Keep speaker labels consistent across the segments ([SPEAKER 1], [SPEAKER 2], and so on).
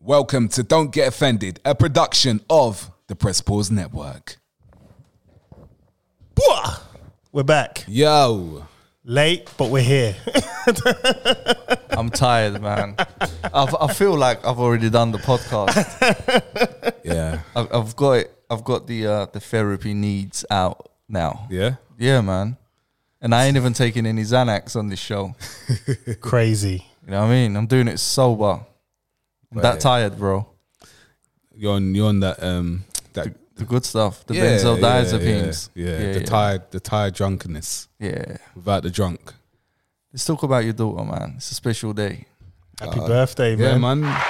[SPEAKER 1] Welcome to Don't Get Offended, a production of the Press Pause Network.
[SPEAKER 2] Bwah! We're back.
[SPEAKER 1] Yo,
[SPEAKER 2] Late, but we're here.
[SPEAKER 3] I'm tired, man. I've, I feel like I've already done the podcast.
[SPEAKER 1] yeah,
[SPEAKER 3] I've, I've got it. I've got the uh, the therapy needs out now.
[SPEAKER 1] yeah.
[SPEAKER 3] Yeah, man. And I ain't even taking any Xanax on this show.
[SPEAKER 2] Crazy.
[SPEAKER 3] You know what I mean? I'm doing it sober. I'm that
[SPEAKER 1] Right.
[SPEAKER 3] tired, bro.
[SPEAKER 1] You're on, you're on that, um, that
[SPEAKER 3] The good stuff, the benzodiazepines.
[SPEAKER 1] yeah, yeah, yeah.
[SPEAKER 3] yeah,
[SPEAKER 1] the tired, the tired drunkenness
[SPEAKER 3] yeah.
[SPEAKER 1] without the drunk.
[SPEAKER 3] Let's talk about your daughter, man. It's a special day.
[SPEAKER 2] Happy birthday,
[SPEAKER 1] Uh,
[SPEAKER 2] man.
[SPEAKER 1] Yeah, man.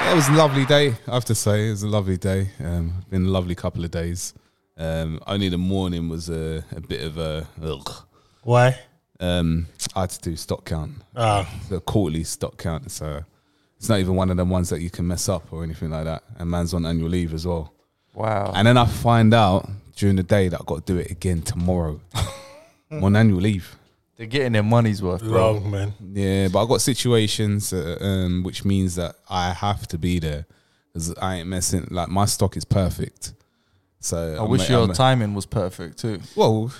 [SPEAKER 1] Yeah, it was a lovely day. I have to say, it was a lovely day. Um, been a lovely couple of days. Um, only the morning was a, a bit of a. Ugh.
[SPEAKER 2] Why?
[SPEAKER 1] Um, I had to do stock count,
[SPEAKER 2] Ah,
[SPEAKER 1] the quarterly stock count. So it's not even one of them ones that you can mess up or anything like that. And man's on annual leave as well.
[SPEAKER 3] Wow.
[SPEAKER 1] And then I find out during the day that I got to do it again tomorrow. I'm on annual leave.
[SPEAKER 3] They're getting their money's worth, bro.
[SPEAKER 2] wrong, man.
[SPEAKER 1] Yeah, but I got situations, uh, um, which means that I have to be there because I ain't messing. Like my stock is perfect, so
[SPEAKER 3] I wish Oh, your
[SPEAKER 1] your
[SPEAKER 3] timing was perfect too.
[SPEAKER 1] Well,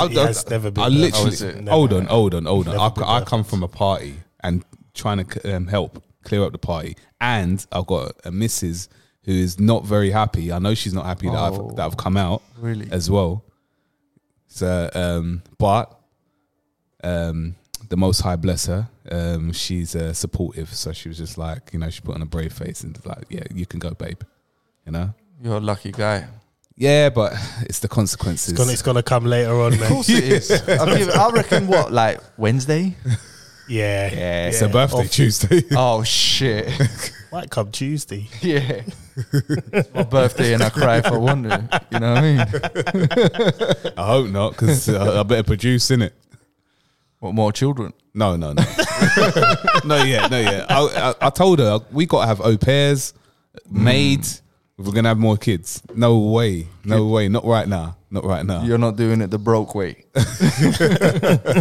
[SPEAKER 1] I,
[SPEAKER 2] It has never been
[SPEAKER 1] I
[SPEAKER 2] done.
[SPEAKER 3] Oh,
[SPEAKER 1] literally
[SPEAKER 3] is it?
[SPEAKER 2] Never.
[SPEAKER 1] hold on, hold on, hold on.
[SPEAKER 2] Never been
[SPEAKER 1] I, I
[SPEAKER 2] perfect.
[SPEAKER 1] come from a party and trying to um, help clear up the party, and I've got a missus who is not very happy. I know she's not happy that
[SPEAKER 3] Oh.
[SPEAKER 1] I've that I've come out
[SPEAKER 3] Really?
[SPEAKER 1] as well. So, um, but um, the Most High bless her. Um, she's uh, supportive, so she was just like, you know, she put on a brave face and like, yeah, you can go, babe. You know,
[SPEAKER 3] You're a lucky guy.
[SPEAKER 1] yeah, but it's the consequences.
[SPEAKER 2] It's gonna, it's gonna come later on, man.
[SPEAKER 3] course it is. I, give, I reckon what, like Wednesday?
[SPEAKER 2] yeah.
[SPEAKER 1] yeah, it's her birthday Tuesday.
[SPEAKER 3] Oh shit!
[SPEAKER 2] Might come Tuesday.
[SPEAKER 3] yeah, It's my birthday, and I cry if I want to. You know what I mean?
[SPEAKER 1] I hope not, because I better produce in it.
[SPEAKER 3] What more children?
[SPEAKER 1] No, no, no, no. Yeah, no, yeah. I, I, I told her we got to have au pairs, maids. if We're gonna have more kids. No way, no way. Not right now. Not right now.
[SPEAKER 3] You're not doing it the broke way.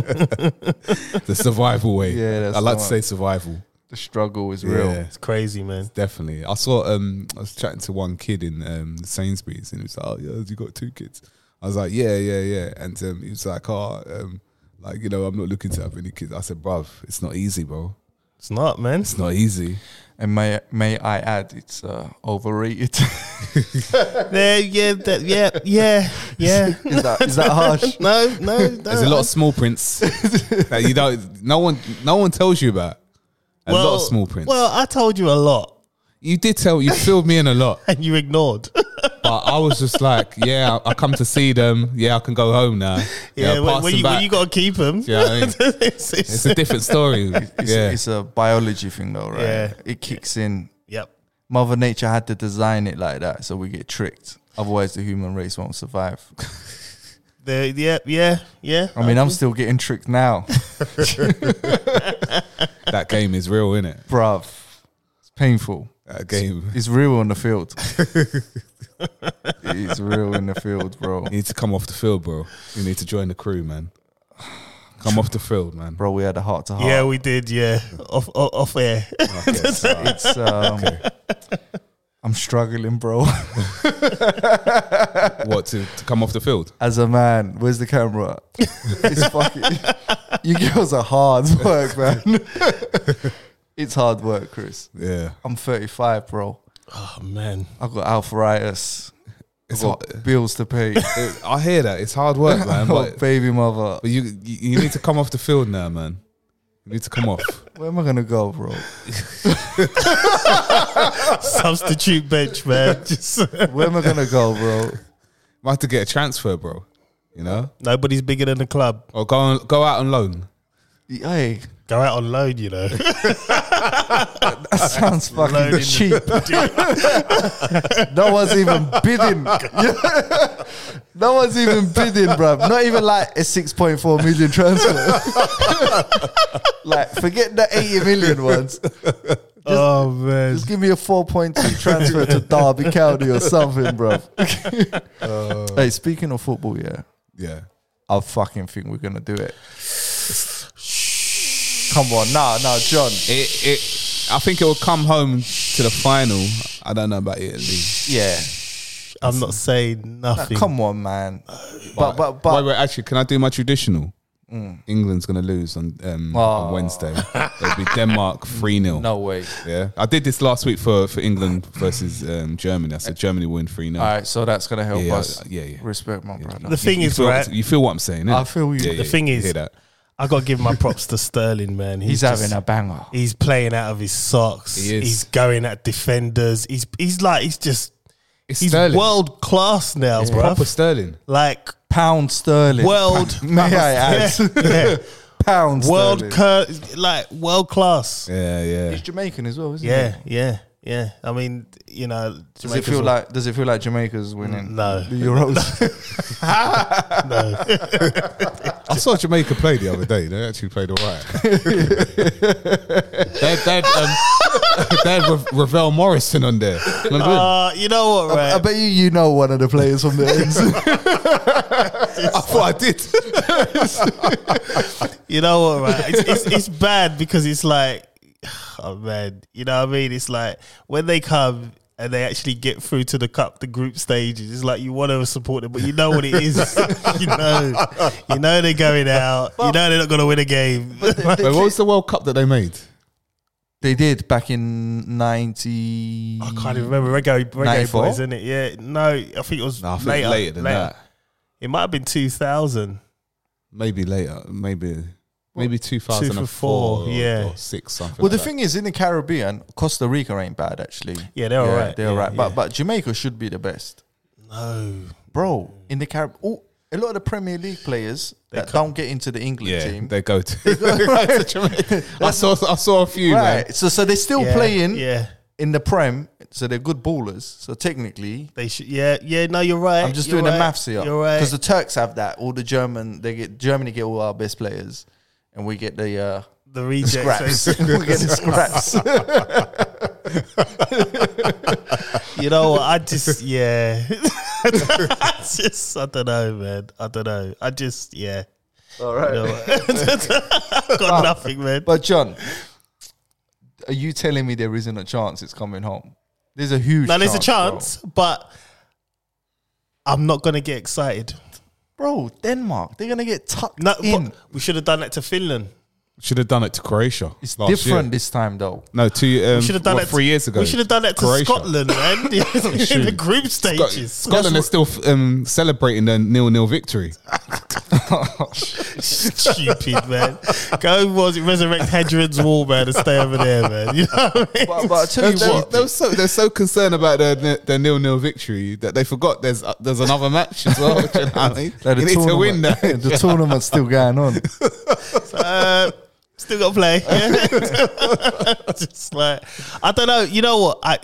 [SPEAKER 1] The survival way.
[SPEAKER 3] Yeah, that's
[SPEAKER 1] I like
[SPEAKER 3] the
[SPEAKER 1] to
[SPEAKER 3] one.
[SPEAKER 1] say survival.
[SPEAKER 3] The struggle is real.
[SPEAKER 1] Yeah.
[SPEAKER 2] It's crazy, man.
[SPEAKER 1] Definitely. I saw. Um, I was chatting to one kid in um Sainsbury's, and he was like, "Oh, yeah, you got two kids." I was like, "Yeah, yeah, yeah," and um, he was like, "Oh, um, like you know, I'm not looking to have any kids." I said, "Bruv, it's not easy, bro.
[SPEAKER 2] It's not, man.
[SPEAKER 1] It's not easy."
[SPEAKER 3] And may may I add, it's uh, overrated.
[SPEAKER 2] Yeah, yeah, that, yeah, yeah, yeah.
[SPEAKER 3] is that is that harsh?
[SPEAKER 2] No, no, no.
[SPEAKER 1] There's a lot of small prints that you don't. No one, no one tells you about. A lot of small prints.
[SPEAKER 2] Well, I told you a lot,
[SPEAKER 1] you did tell. You filled me in a lot,
[SPEAKER 2] and you ignored.
[SPEAKER 1] but I was just like, yeah, I I come to see them. Yeah, I can go home now. Yeah,
[SPEAKER 2] yeah,
[SPEAKER 1] yeah
[SPEAKER 2] when,
[SPEAKER 1] pass
[SPEAKER 2] when
[SPEAKER 1] them
[SPEAKER 2] you, when
[SPEAKER 1] back.
[SPEAKER 2] you gotta keep them.
[SPEAKER 1] Do you know what I mean?
[SPEAKER 2] It's- it's-
[SPEAKER 1] It's a different story.
[SPEAKER 3] It's,
[SPEAKER 1] yeah,
[SPEAKER 3] it's a biology thing, though, right?
[SPEAKER 2] Yeah.
[SPEAKER 3] It kicks in.
[SPEAKER 2] yep.
[SPEAKER 3] Mother Nature had to design it like that, so we get tricked. Otherwise, the human race won't survive.
[SPEAKER 2] The, yeah, yeah, yeah.
[SPEAKER 3] I mean, I'm still getting tricked now,
[SPEAKER 1] that game is real, isn't it?
[SPEAKER 3] bruv. It's painful.
[SPEAKER 1] That game.
[SPEAKER 3] It's real on the field. it's real in the field, bro.
[SPEAKER 1] You need to come off the field, bro. You need to join the crew, man. Come off the field, man.
[SPEAKER 3] Bro, we had a heart to heart.
[SPEAKER 2] Yeah, we did. Yeah, off off, off air.
[SPEAKER 1] Okay, so-
[SPEAKER 3] It's, um, I'm struggling, bro.
[SPEAKER 1] what to, to come off the field?
[SPEAKER 3] As a man, where's the camera? It's fucking. you girls are hard work, man. it's hard work, Chris.
[SPEAKER 1] Yeah,
[SPEAKER 3] I'm 35, bro.
[SPEAKER 2] oh man,
[SPEAKER 3] I've got arthritis. I've
[SPEAKER 1] It's
[SPEAKER 3] got bills to pay.
[SPEAKER 1] I hear that. It's hard work, man.
[SPEAKER 3] I've
[SPEAKER 1] But
[SPEAKER 3] got baby mother.
[SPEAKER 1] But you, you you need to come off the field now, man. You need to come off.
[SPEAKER 3] Where am I gonna go, bro?
[SPEAKER 2] substitute bench, man. Just-
[SPEAKER 3] Where am I gonna go, bro?
[SPEAKER 1] Might have to get a transfer, bro. You know,
[SPEAKER 2] nobody's bigger than the club.
[SPEAKER 1] or go on, go out on loan.
[SPEAKER 3] Hey,
[SPEAKER 2] Go out on loan, you know.
[SPEAKER 3] that sounds
[SPEAKER 2] Loading
[SPEAKER 3] fucking
[SPEAKER 2] the-
[SPEAKER 3] cheap. no one's even bidding. no one's even bidding, bro. Not even like a 6.4 million transfer. like, forget the 80 million ones.
[SPEAKER 2] oh man,
[SPEAKER 3] Just give me a 4.2 transfer to Derby County or something, bro. hey, speaking of football, yeah,
[SPEAKER 1] Yeah,
[SPEAKER 3] I fucking think we're going to do it. Come on, nah, nah, John.
[SPEAKER 1] It, it, I think it will come home to the final. I don't know about Italy.
[SPEAKER 3] Yeah.
[SPEAKER 2] I'm not saying nothing.
[SPEAKER 3] Come on, man. But but but
[SPEAKER 1] wait, wait, actually, can I do my traditional? England's gonna lose on, um, on
[SPEAKER 3] Oh.
[SPEAKER 1] Wednesday. It'll be Denmark three 0
[SPEAKER 3] no way.
[SPEAKER 1] Yeah, I did this last week for, for England versus um, Germany. I said Germany win three 0
[SPEAKER 3] All right, so that's gonna help
[SPEAKER 1] Yeah,
[SPEAKER 3] us.
[SPEAKER 1] yeah, yeah.
[SPEAKER 3] Respect my brother.
[SPEAKER 2] the thing is,
[SPEAKER 1] feel,
[SPEAKER 2] right?
[SPEAKER 1] You feel what I'm saying? innit?
[SPEAKER 3] I feel you.
[SPEAKER 1] Yeah,
[SPEAKER 3] The
[SPEAKER 1] yeah,
[SPEAKER 2] thing
[SPEAKER 1] yeah.
[SPEAKER 2] is-
[SPEAKER 1] hear that?
[SPEAKER 2] I gotta give my props to Sterling, man.
[SPEAKER 3] He's
[SPEAKER 2] just-
[SPEAKER 3] having a banger.
[SPEAKER 2] He's playing out of his socks.
[SPEAKER 1] He is.
[SPEAKER 2] He's going at defenders. He's he's like he's just
[SPEAKER 1] It's
[SPEAKER 2] he's
[SPEAKER 1] Sterling.
[SPEAKER 2] world class now,
[SPEAKER 1] it's
[SPEAKER 2] bro.
[SPEAKER 1] proper Sterling.
[SPEAKER 2] Like
[SPEAKER 3] Pound sterling.
[SPEAKER 2] world,
[SPEAKER 3] May I add?
[SPEAKER 2] yeah,
[SPEAKER 3] Pound
[SPEAKER 2] world,
[SPEAKER 3] sterling.
[SPEAKER 2] cur- like world class.
[SPEAKER 1] Yeah, yeah.
[SPEAKER 3] He's Jamaican as well, isn't
[SPEAKER 2] Yeah, yeah, yeah. I mean, you know,
[SPEAKER 3] he? Does it feel like Does it feel like Jamaica's winning
[SPEAKER 2] no,
[SPEAKER 3] the Euros?
[SPEAKER 1] I saw Jamaica play the other day. They actually played all right. they had, they had, um, they had Ra- Ravel Morrison on there. Remember him?
[SPEAKER 2] Uh, you know what, right?
[SPEAKER 3] I bet you you know one of the players from the ends.
[SPEAKER 1] I thought I did.
[SPEAKER 2] You know what, right? It's, it's, it's bad because it's like, oh man, you know what I mean? It's like when they come and they actually get through to the cup, the group stages. It's like you want to support them, but you know what it is. you know, you know they're going out. you know they're not going to win a game.
[SPEAKER 1] Wait, what was the World Cup that they made?
[SPEAKER 3] they did back in ninety.
[SPEAKER 2] I can't even remember reggae, reggae
[SPEAKER 3] 94?
[SPEAKER 2] boys, isn't it? Yeah, no, I think it was
[SPEAKER 1] No, I think
[SPEAKER 2] later,
[SPEAKER 1] later, than that.
[SPEAKER 2] It might have been two thousand.
[SPEAKER 1] Maybe later. Maybe maybe two thousand and four.
[SPEAKER 2] 2004, yeah.
[SPEAKER 1] or six something.
[SPEAKER 3] Well, the
[SPEAKER 1] like that.
[SPEAKER 3] thing is, in the Caribbean, Costa Rica ain't bad actually.
[SPEAKER 2] Yeah, they're all right.
[SPEAKER 3] They're
[SPEAKER 2] Yeah,
[SPEAKER 3] all right, but
[SPEAKER 2] yeah.
[SPEAKER 3] but Jamaica should be the best,
[SPEAKER 2] No,
[SPEAKER 3] bro. In the Carib, oh, a lot of the Premier League players that don't get into the England
[SPEAKER 1] yeah,
[SPEAKER 3] team,
[SPEAKER 1] they go to. Right to Jamaica. I saw I saw a few.
[SPEAKER 3] right?
[SPEAKER 1] Man.
[SPEAKER 3] So so they're still
[SPEAKER 2] Yeah,
[SPEAKER 3] playing
[SPEAKER 2] Yeah,
[SPEAKER 3] in the Prem, so they're good ballers. So technically,
[SPEAKER 2] they should. Yeah, yeah. No, you're right.
[SPEAKER 3] I'm just
[SPEAKER 2] You're
[SPEAKER 3] doing
[SPEAKER 2] right.
[SPEAKER 3] the maths here
[SPEAKER 2] You're right.
[SPEAKER 3] because the Turks have that. All the German, they get Germany get all our best players, and we get the. Uh,
[SPEAKER 2] the rejects.
[SPEAKER 3] Scraps. we get the scraps.
[SPEAKER 2] You know, what, I just yeah. I just I don't know, man. I don't know. I just yeah.
[SPEAKER 3] All right.
[SPEAKER 2] You know what? got nothing, man.
[SPEAKER 3] But John, are you telling me there isn't a chance it's coming home? There's a huge.
[SPEAKER 2] Now there's a
[SPEAKER 3] bro.
[SPEAKER 2] chance, but I'm not gonna get excited.
[SPEAKER 3] bro. Denmark, they're gonna get tucked
[SPEAKER 2] No,
[SPEAKER 3] in.
[SPEAKER 2] but we should have done that to Finland.
[SPEAKER 1] Should have done it to Croatia.
[SPEAKER 3] it's
[SPEAKER 1] last year.
[SPEAKER 3] different this time, though.
[SPEAKER 1] No, two. Um,
[SPEAKER 2] We should have done
[SPEAKER 1] what,
[SPEAKER 2] that
[SPEAKER 1] three
[SPEAKER 2] to,
[SPEAKER 1] years ago.
[SPEAKER 2] We should have done that to
[SPEAKER 1] Croatia.
[SPEAKER 2] Scotland, man. in the group stages.
[SPEAKER 1] Scotland is still um, celebrating their nil-nil victory.
[SPEAKER 2] Stupid man. Go was it resurrect Hadrian's wall, man, and stay over there, man. You know what I mean?
[SPEAKER 3] But, but I tell
[SPEAKER 1] They're,
[SPEAKER 3] you what,
[SPEAKER 1] they're so, they're so concerned about their, their nil-nil victory that they forgot there's uh, there's another match as well. Do you know what I mean?
[SPEAKER 3] Like
[SPEAKER 1] you need to win
[SPEAKER 3] tournament-
[SPEAKER 1] that.
[SPEAKER 3] the tournament's still going on.
[SPEAKER 2] uh, still got to play. Just like I don't know. You know what? I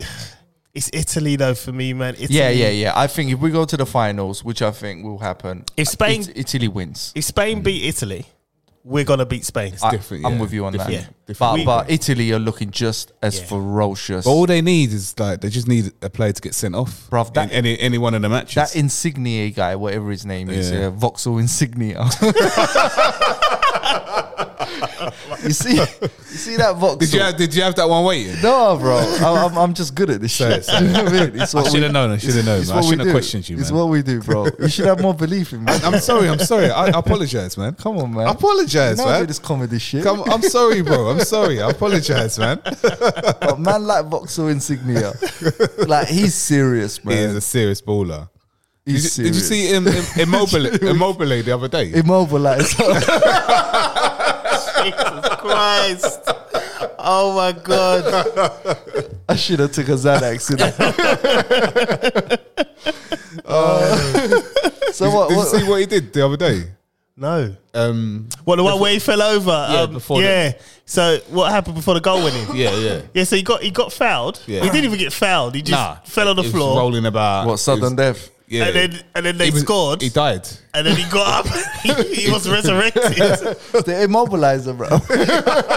[SPEAKER 2] it's Italy though for me, man. Italy,
[SPEAKER 3] Yeah, yeah, yeah. I think if we go to the finals, which I think will happen, uh,
[SPEAKER 2] If Spain-
[SPEAKER 3] It- Italy wins.
[SPEAKER 2] If Spain beat Italy, we're gonna beat Spain.
[SPEAKER 3] I,
[SPEAKER 1] different,
[SPEAKER 3] I'm
[SPEAKER 1] yeah.
[SPEAKER 3] with you on that.
[SPEAKER 2] Different- yeah.
[SPEAKER 3] But,
[SPEAKER 2] Different.
[SPEAKER 3] but Italy are looking just as
[SPEAKER 2] Yeah.
[SPEAKER 3] ferocious.
[SPEAKER 1] But all they need is like they just need a player to get sent off.
[SPEAKER 3] Bruv, that-
[SPEAKER 1] in any any one of the matches.
[SPEAKER 3] That insignia guy, whatever his name is,
[SPEAKER 1] Yeah.
[SPEAKER 3] yeah, Vauxhall Insignia. you see, you see that Vauxhall?
[SPEAKER 1] did you have, did you have that one waiting?
[SPEAKER 3] no, bro. I, I'm, I'm just good at this shit.
[SPEAKER 1] Sorry,
[SPEAKER 3] You know what I mean? It's
[SPEAKER 1] I
[SPEAKER 3] what
[SPEAKER 1] should
[SPEAKER 3] we,
[SPEAKER 1] have known. I should have known.
[SPEAKER 3] it's
[SPEAKER 1] man. I
[SPEAKER 3] what we
[SPEAKER 1] shouldn't have
[SPEAKER 3] do.
[SPEAKER 1] questioned you,
[SPEAKER 3] It's
[SPEAKER 1] man.
[SPEAKER 3] what we do, bro. You should have more belief in me.
[SPEAKER 1] I'm sorry. I'm sorry. I, I apologize, man.
[SPEAKER 3] Come on, man.
[SPEAKER 1] I apologize,
[SPEAKER 3] You know I do
[SPEAKER 1] man.
[SPEAKER 3] this comedy shit.
[SPEAKER 1] Come, I'm sorry, bro. I'm sorry. I apologize, man.
[SPEAKER 3] But man, like Vauxhall Insignia, like he's serious,
[SPEAKER 1] He is
[SPEAKER 3] man.
[SPEAKER 1] a serious baller. Did
[SPEAKER 3] He's
[SPEAKER 1] you, did
[SPEAKER 3] serious.
[SPEAKER 1] you see him, him- immobile, immobile the other day?
[SPEAKER 3] Immobile, like, so-
[SPEAKER 2] Jesus Christ! Oh my God!
[SPEAKER 3] I should have took a Xanax. You know? Uh, so what?
[SPEAKER 1] Oh. did
[SPEAKER 3] what
[SPEAKER 1] you see what he did the other day?
[SPEAKER 2] No.
[SPEAKER 1] Um,
[SPEAKER 2] Well, the one where he fell over. Yeah. Um,
[SPEAKER 1] before the-
[SPEAKER 2] yeah. So what happened before the goal winning?
[SPEAKER 1] yeah, yeah.
[SPEAKER 2] Yeah, so he got he got fouled.
[SPEAKER 1] Yeah.
[SPEAKER 2] He didn't even get fouled. He just fell on the
[SPEAKER 1] he was
[SPEAKER 2] floor.
[SPEAKER 1] rolling about.
[SPEAKER 3] what sudden
[SPEAKER 1] He was-
[SPEAKER 3] death?
[SPEAKER 1] Yeah,
[SPEAKER 2] And then and then they
[SPEAKER 1] He was-
[SPEAKER 2] scored.
[SPEAKER 1] He died.
[SPEAKER 2] and then he got up. he, he was resurrected.
[SPEAKER 3] The immobilizer, bro.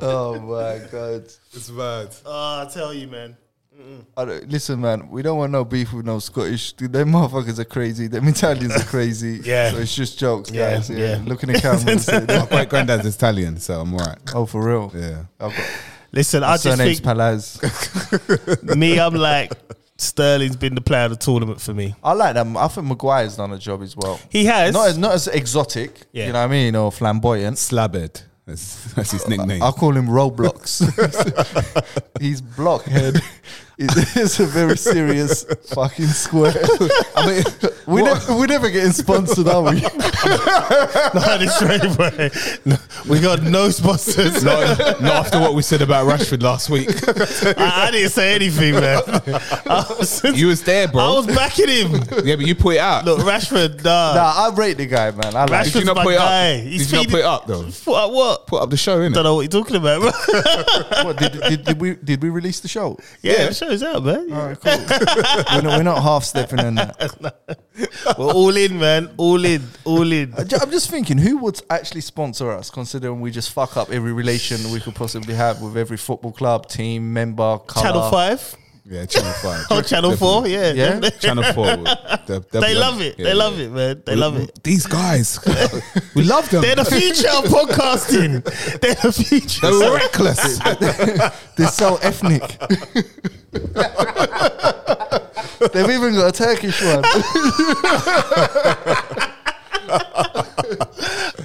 [SPEAKER 3] oh. my god!
[SPEAKER 1] It's bad.
[SPEAKER 2] Oh, I Oh, tell you, man.
[SPEAKER 3] I don't, listen, man, we don't want no beef with no Scottish. Dude, them motherfuckers are crazy. Them Italians are crazy.
[SPEAKER 2] Yeah.
[SPEAKER 3] So it's just jokes,
[SPEAKER 2] Yeah,
[SPEAKER 3] guys. Yeah.
[SPEAKER 2] yeah.
[SPEAKER 3] Look in the camera and say,
[SPEAKER 1] My great granddad's Italian, so I'm alright.
[SPEAKER 3] oh, for real.
[SPEAKER 1] Yeah.
[SPEAKER 3] I've got,
[SPEAKER 2] Listen, I
[SPEAKER 3] my
[SPEAKER 2] just
[SPEAKER 3] surname's
[SPEAKER 2] think
[SPEAKER 3] Palaz.
[SPEAKER 2] me. I'm like Sterling's been the player of the tournament for me.
[SPEAKER 3] I like them. I think Maguire's done a job as well.
[SPEAKER 2] He has.
[SPEAKER 3] Not as, not as exotic,
[SPEAKER 2] Yeah.
[SPEAKER 3] you know what I mean, or flamboyant.
[SPEAKER 1] Slabbed. That's, that's his nickname.
[SPEAKER 3] I call him Roblox. He's blockhead. He's, he's a very serious fucking square. I mean, we never, we're never getting sponsored, are we?
[SPEAKER 2] Not this straight way. No, we got no sponsors.
[SPEAKER 1] not, not after what we said about Rashford last week.
[SPEAKER 2] I, I didn't say anything, man. I was,
[SPEAKER 1] You was there, bro.
[SPEAKER 2] I was backing him.
[SPEAKER 1] yeah, but you put it out.
[SPEAKER 2] Look, Rashford, nah.
[SPEAKER 3] Nah, I rate the guy, man. I like
[SPEAKER 1] Did you
[SPEAKER 2] Rashford's
[SPEAKER 1] not
[SPEAKER 2] my
[SPEAKER 1] put it
[SPEAKER 2] guy.
[SPEAKER 1] up? Did
[SPEAKER 2] He's
[SPEAKER 1] you not
[SPEAKER 2] feeding-
[SPEAKER 1] put it up though?
[SPEAKER 2] What? what?
[SPEAKER 1] Put up the show, innit?
[SPEAKER 2] Don't know what you're talking about, bro.
[SPEAKER 3] what, did, did, did we did we release the show?
[SPEAKER 2] yeah, the show's out, man.
[SPEAKER 3] All right, cool. we're, not, we're not half stepping on that.
[SPEAKER 2] We're all in, man. All in. All in.
[SPEAKER 3] I ju- I'm just thinking, who would actually sponsor us, considering we just fuck up every relation we could possibly have with every football club, team, member, colour.
[SPEAKER 2] Channel 5
[SPEAKER 1] Yeah, Channel Five.
[SPEAKER 2] or Channel 4. Yeah.
[SPEAKER 3] Yeah.
[SPEAKER 2] They,
[SPEAKER 1] Channel Four. They,
[SPEAKER 2] love it. They love it, man. They love it.
[SPEAKER 1] These guys, we love them.
[SPEAKER 2] They're the future of podcasting. They're the
[SPEAKER 1] They
[SPEAKER 2] future.
[SPEAKER 1] were reckless.
[SPEAKER 3] They're so ethnic. They've even got a Turkish one.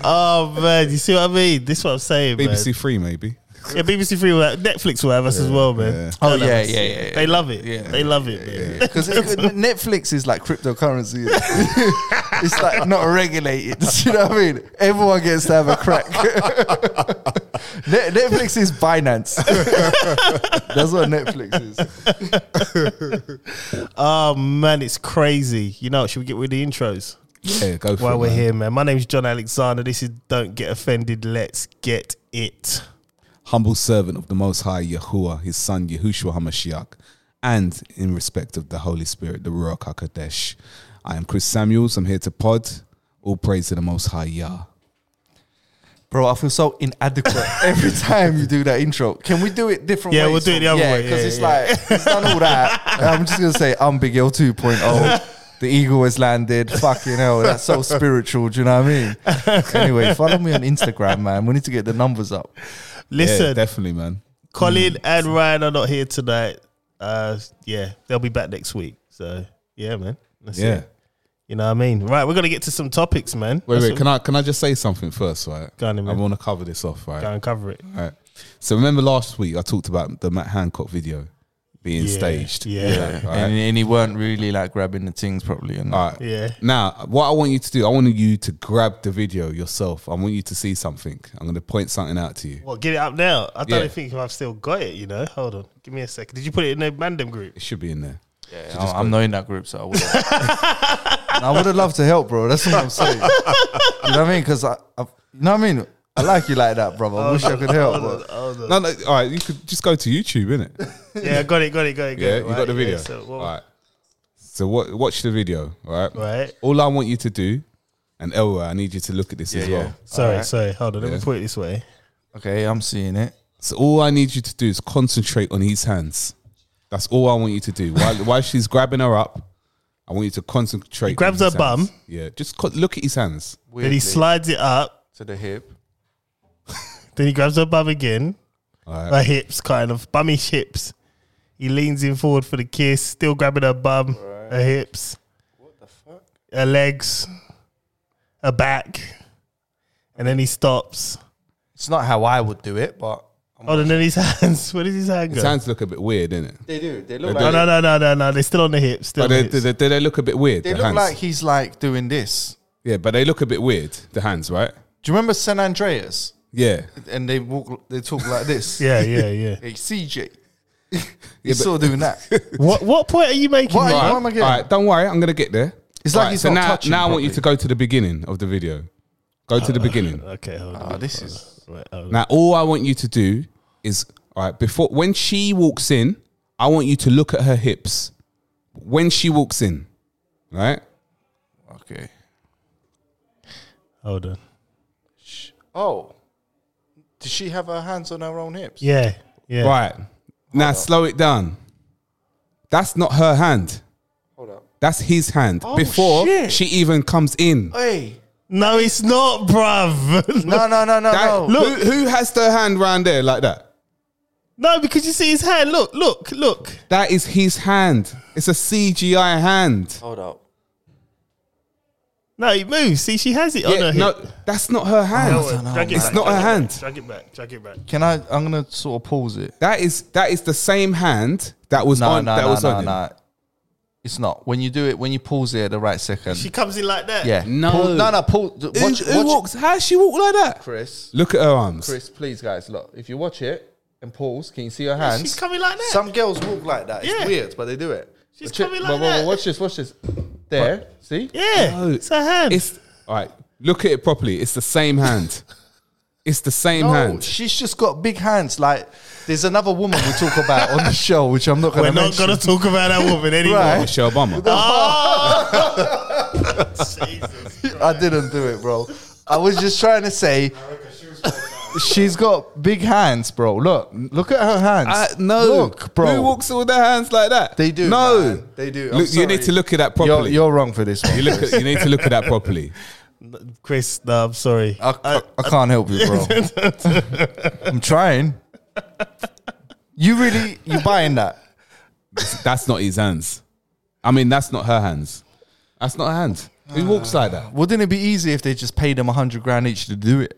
[SPEAKER 2] Oh, man. You see what I mean? This is what I'm saying, man.
[SPEAKER 1] BBC Three, maybe.
[SPEAKER 2] Yeah, BBC Three will have, Netflix will have us as well, man.
[SPEAKER 1] yeah.
[SPEAKER 3] Oh,
[SPEAKER 2] They'll have
[SPEAKER 3] yeah,
[SPEAKER 2] us.
[SPEAKER 3] yeah, yeah, yeah.
[SPEAKER 2] They love it.
[SPEAKER 3] Yeah.
[SPEAKER 2] they love it, man.
[SPEAKER 3] Because Netflix is like cryptocurrency. it's like not regulated. You know what I mean? Everyone gets to have a crack. Net- Netflix is Binance. That's what Netflix is.
[SPEAKER 2] Oh man, it's crazy. You know, should we get with the intros
[SPEAKER 1] Yeah, go for
[SPEAKER 2] while
[SPEAKER 1] it.
[SPEAKER 2] we're
[SPEAKER 1] man.
[SPEAKER 2] here, man? My name's John Alexander. This is Don't Get Offended. Let's get it.
[SPEAKER 1] Humble servant of the Most High Yahuwah, His Son Yahushua Hamashiach, and in respect of the Holy Spirit, the Ruach Hakodesh. I am Chris Samuels. I'm here to pod. All praise to the Most High Yah.
[SPEAKER 3] Bro, I feel so inadequate every time you do that intro. Can we do it different
[SPEAKER 2] Yeah,
[SPEAKER 3] ways?
[SPEAKER 2] we'll do it the other
[SPEAKER 3] yeah,
[SPEAKER 2] way.
[SPEAKER 3] Because
[SPEAKER 2] Yeah,
[SPEAKER 3] it's
[SPEAKER 2] yeah.
[SPEAKER 3] like, it's done all that. I'm just going to say, I'm Big L 2.0. The eagle has landed. Fucking hell. That's so spiritual. Do you know what I mean? Anyway, follow me on Instagram, man. We need to get the numbers up.
[SPEAKER 1] Yeah,
[SPEAKER 2] Listen,
[SPEAKER 1] definitely, man. Mm.
[SPEAKER 2] Colin and Ryan are not here tonight. Uh, yeah, they'll be back next week. So yeah, man. That's
[SPEAKER 1] Yeah.
[SPEAKER 2] it. You know what I mean? Right, we're gonna get to some topics, man.
[SPEAKER 1] Wait,
[SPEAKER 2] That's
[SPEAKER 1] wait.
[SPEAKER 2] what-
[SPEAKER 1] Can I can I just say something first, right?
[SPEAKER 2] Go on then,
[SPEAKER 1] I
[SPEAKER 2] man.
[SPEAKER 1] want to cover this off, right?
[SPEAKER 2] Go and cover it.
[SPEAKER 1] All right. So remember last week I talked about the Matt Hancock video being
[SPEAKER 2] Yeah,
[SPEAKER 1] staged.
[SPEAKER 2] yeah.
[SPEAKER 1] All right.
[SPEAKER 3] And, and he weren't really like grabbing the things properly. And
[SPEAKER 1] All right.
[SPEAKER 2] Yeah.
[SPEAKER 1] Now, what I want you to do, I want you to grab the video yourself. I want you to see something. I'm going to point something out to you.
[SPEAKER 2] Well, get it up now. I don't
[SPEAKER 1] Yeah.
[SPEAKER 2] think I've still got it, you know. Hold on. Give me a second. Did you put it in the Mandem group?
[SPEAKER 1] It should be in there.
[SPEAKER 3] I'm- I'm not in that group, so I would. I would have loved to help, bro. That's what I'm saying. you know what I mean? Because I, I, you know what I mean. I like you like that, brother. I wish I could help.
[SPEAKER 2] Hold
[SPEAKER 3] Bro.
[SPEAKER 2] on, hold on.
[SPEAKER 1] No, no. All right. You could just go to YouTube, innit?
[SPEAKER 2] Yeah, got it, got it, got it, got
[SPEAKER 1] Yeah.
[SPEAKER 2] it.
[SPEAKER 1] You
[SPEAKER 2] Right,
[SPEAKER 1] got the video.
[SPEAKER 2] Yeah, so what-
[SPEAKER 1] all right. So what, watch the video. All right.
[SPEAKER 2] Right.
[SPEAKER 1] All I want you to do, and Elroy, I need you to look at this as
[SPEAKER 3] yeah.
[SPEAKER 1] well.
[SPEAKER 2] Sorry,
[SPEAKER 3] Alright.
[SPEAKER 2] sorry. Hold on. Let me
[SPEAKER 1] Yeah.
[SPEAKER 2] put it this way.
[SPEAKER 3] Okay, I'm seeing it.
[SPEAKER 1] So all I need you to do is concentrate on his hands. That's all I want you to do. While, while she's grabbing her up, I want you to concentrate. He
[SPEAKER 2] grabs her bum.
[SPEAKER 1] Yeah, just co- look at his hands.
[SPEAKER 2] Then he slides it up.
[SPEAKER 3] to the hip.
[SPEAKER 2] Then he grabs her bum again.
[SPEAKER 1] All right.
[SPEAKER 2] Her hips, kind of. Bummy hips. He leans in forward for the kiss, still grabbing her bum, her hips. What the fuck? Her legs, her back. And then he stops.
[SPEAKER 3] It's not how I would do it, but
[SPEAKER 2] Hold on, then his hands. Where does his hand go?
[SPEAKER 1] His hands look a bit weird, innit?
[SPEAKER 3] they do. They look
[SPEAKER 2] no, no, no, no, no, no. They're still on the hips. Still
[SPEAKER 1] But
[SPEAKER 2] on
[SPEAKER 1] they,
[SPEAKER 2] the hips.
[SPEAKER 1] they, they, they look a bit weird.
[SPEAKER 3] they
[SPEAKER 1] the
[SPEAKER 3] look
[SPEAKER 1] hands.
[SPEAKER 3] like he's like doing this.
[SPEAKER 1] yeah, but they look a bit weird. The hands, right?
[SPEAKER 3] Do you remember San Andreas?
[SPEAKER 1] Yeah,
[SPEAKER 3] And they walk. They talk like this.
[SPEAKER 2] Yeah, yeah, yeah.
[SPEAKER 3] Hey, CJ.
[SPEAKER 1] Yeah,
[SPEAKER 3] He's still doing that.
[SPEAKER 2] what what point are you making?
[SPEAKER 3] What are you-
[SPEAKER 2] Mark?
[SPEAKER 3] what am I getting?
[SPEAKER 1] All right, don't worry, I'm gonna get there.
[SPEAKER 3] It's like
[SPEAKER 1] Alright,
[SPEAKER 3] he's
[SPEAKER 1] so
[SPEAKER 3] not
[SPEAKER 1] now,
[SPEAKER 3] touching
[SPEAKER 1] now I want you to
[SPEAKER 3] properly.
[SPEAKER 1] go to the beginning of the video. Go to the beginning.
[SPEAKER 2] Okay, hold on.
[SPEAKER 3] Oh, this is
[SPEAKER 2] Right, hold on.
[SPEAKER 1] Now, all I want you to do is, all right, before when she walks in, I want you to look at her hips when she walks in, right?
[SPEAKER 3] okay.
[SPEAKER 2] Hold on.
[SPEAKER 3] Oh, does she have her hands on her own hips?
[SPEAKER 2] Yeah, yeah.
[SPEAKER 1] Right. Now, slow it down. That's not her hand.
[SPEAKER 3] Hold up.
[SPEAKER 1] That's his hand.
[SPEAKER 3] Oh,
[SPEAKER 1] Before
[SPEAKER 3] shit.
[SPEAKER 1] she even comes in.
[SPEAKER 3] Hey.
[SPEAKER 2] No, it's not, bruv.
[SPEAKER 3] No, no, no, no,
[SPEAKER 1] That-
[SPEAKER 3] no.
[SPEAKER 1] Who, who has their hand round there like that?
[SPEAKER 2] no, because you see his hand. Look, look, look.
[SPEAKER 1] That is his hand. It's a CGI hand.
[SPEAKER 3] Hold up.
[SPEAKER 2] No, it moves. See, she has it on
[SPEAKER 1] Yeah,
[SPEAKER 2] her
[SPEAKER 1] no,
[SPEAKER 2] hip.
[SPEAKER 1] that's not her hand.
[SPEAKER 2] Don't worry, drag it
[SPEAKER 1] It's
[SPEAKER 2] back,
[SPEAKER 1] not
[SPEAKER 2] drag
[SPEAKER 1] her
[SPEAKER 2] it back,
[SPEAKER 1] hand.
[SPEAKER 2] Drag it back. Drag it back.
[SPEAKER 3] Can I? I'm gonna sort of pause it.
[SPEAKER 1] That is that is the same hand that was
[SPEAKER 3] No,
[SPEAKER 1] on
[SPEAKER 3] no,
[SPEAKER 1] that
[SPEAKER 3] no,
[SPEAKER 1] was
[SPEAKER 3] no,
[SPEAKER 1] on him.
[SPEAKER 3] no. It's not. When you do it, when you pause it at the right second.
[SPEAKER 2] She comes in like that.
[SPEAKER 3] yeah.
[SPEAKER 1] No.
[SPEAKER 3] Pause- no, no. Pause.
[SPEAKER 1] Who,
[SPEAKER 3] Watch,
[SPEAKER 1] who
[SPEAKER 3] watch
[SPEAKER 1] walks? How she walk like that?
[SPEAKER 3] Chris.
[SPEAKER 1] Look at her arms.
[SPEAKER 3] Chris, please, guys, look. If you watch it and pause, can you see her
[SPEAKER 2] She's
[SPEAKER 3] hands?
[SPEAKER 2] coming like that.
[SPEAKER 3] Some girls walk like that. It's
[SPEAKER 2] Yeah.
[SPEAKER 3] weird, but they do it.
[SPEAKER 2] She's
[SPEAKER 3] Watch it.
[SPEAKER 2] coming like
[SPEAKER 3] But- but- but
[SPEAKER 2] that.
[SPEAKER 3] Watch this. Watch this. There. See.
[SPEAKER 2] yeah,
[SPEAKER 1] No.
[SPEAKER 2] it's her hand.
[SPEAKER 1] It's all right. Look at it properly. It's the same hand. it's the same
[SPEAKER 3] No,
[SPEAKER 1] hand.
[SPEAKER 3] Oh, she's just got big hands. Like there's another woman we talk about on the show, which I'm not
[SPEAKER 2] We're
[SPEAKER 3] going to
[SPEAKER 2] not
[SPEAKER 3] mention.
[SPEAKER 2] gonna talk about that woman anymore.
[SPEAKER 3] Right.
[SPEAKER 1] Michelle Obama.
[SPEAKER 2] Oh! Jesus.
[SPEAKER 3] I didn't do it, bro. I was just trying to say she's got big hands, bro. Look, look at her hands.
[SPEAKER 1] Uh, no,
[SPEAKER 3] look, bro.
[SPEAKER 1] Who walks with their hands like that?
[SPEAKER 3] They do.
[SPEAKER 1] No,
[SPEAKER 3] man. they do. I'm
[SPEAKER 1] Look, you need
[SPEAKER 3] sorry.
[SPEAKER 1] to look at that
[SPEAKER 3] You're,
[SPEAKER 1] properly.
[SPEAKER 3] you're wrong for this one.
[SPEAKER 1] you look. At, you need to look at that properly.
[SPEAKER 2] Chris, no, I'm sorry. Uh,
[SPEAKER 3] I, I, I can't help you, bro. I'm trying. You really you buying that?
[SPEAKER 1] That's not his hands. I mean, that's not her hands. That's not her hands. Who walks like that?
[SPEAKER 3] Wouldn't it be easy if they just paid them hundred grand each to do it?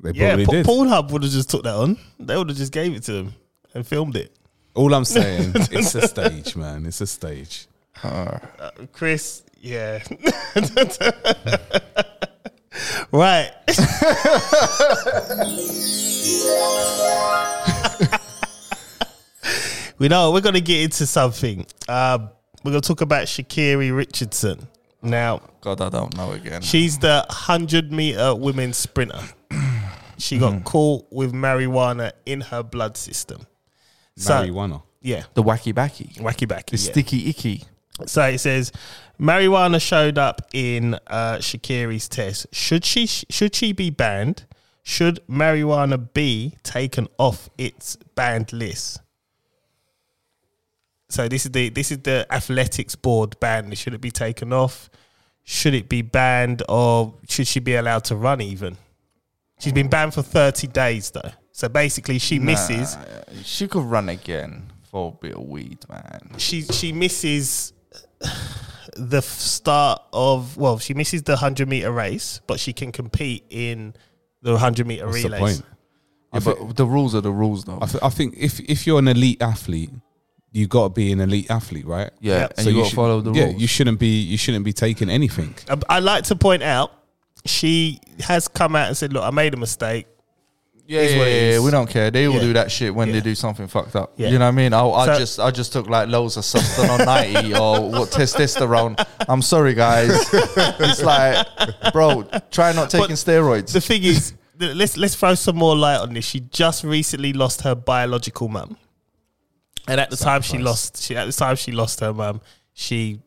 [SPEAKER 1] They
[SPEAKER 2] yeah,
[SPEAKER 1] probably
[SPEAKER 2] Pa-
[SPEAKER 1] did.
[SPEAKER 2] Pornhub would have just took that on. They would have just gave it to him and filmed it.
[SPEAKER 1] All I'm saying, it's a stage, man. It's a stage.
[SPEAKER 2] Uh, Chris, yeah. right. we know we're going to get into something. Uh, we're going to talk about Shakiri Richardson. Now,
[SPEAKER 3] God, I don't know again.
[SPEAKER 2] she's the 100 meter women's sprinter. She got caught with marijuana in her blood system. So-
[SPEAKER 1] Marijuana.
[SPEAKER 2] Yeah,
[SPEAKER 3] The wacky backy,
[SPEAKER 2] wacky back.
[SPEAKER 3] the
[SPEAKER 2] yeah.
[SPEAKER 3] sticky icky.
[SPEAKER 2] So it says marijuana showed up in uh, Shakiri's test. Should she should she be banned? Should marijuana be taken off its banned list? So this is the this is the athletics board ban. Should it be taken off? Should it be banned or should she be allowed to run even? She's been banned for 30 days though. So basically she misses
[SPEAKER 3] She could run again for a bit of weed, man.
[SPEAKER 2] she she misses the f- start of well, she misses the hundred meter race, but she can compete in the hundred meter
[SPEAKER 1] What's the
[SPEAKER 2] relays.
[SPEAKER 1] point?
[SPEAKER 3] Yeah, but the rules are the rules, though.
[SPEAKER 1] I, th- I think if if you're an elite athlete, you got to be an elite athlete, right?
[SPEAKER 3] yeah,
[SPEAKER 2] Yep.
[SPEAKER 3] and you, got to
[SPEAKER 1] should-
[SPEAKER 3] follow the
[SPEAKER 1] yeah,
[SPEAKER 3] rules.
[SPEAKER 1] you shouldn't be you shouldn't be taking anything.
[SPEAKER 2] I, Um, I like to point out she has come out and said, "Look, I made a mistake."
[SPEAKER 3] yeah,
[SPEAKER 2] is
[SPEAKER 3] yeah,
[SPEAKER 2] what it
[SPEAKER 3] yeah,
[SPEAKER 2] is.
[SPEAKER 3] we don't care. They all
[SPEAKER 2] Yeah.
[SPEAKER 3] do that shit when
[SPEAKER 2] Yeah.
[SPEAKER 3] they do something fucked up.
[SPEAKER 2] Yeah.
[SPEAKER 3] You know what I mean? I, I
[SPEAKER 2] So-
[SPEAKER 3] just, I just took like loads of something on ninety or what testosterone. I'm sorry, guys. it's like, bro, try not taking steroids.
[SPEAKER 2] The thing is, th- let's let's throw some more light on this. She just recently lost her biological mum, and at the time she lost, she at the time she lost her mum, she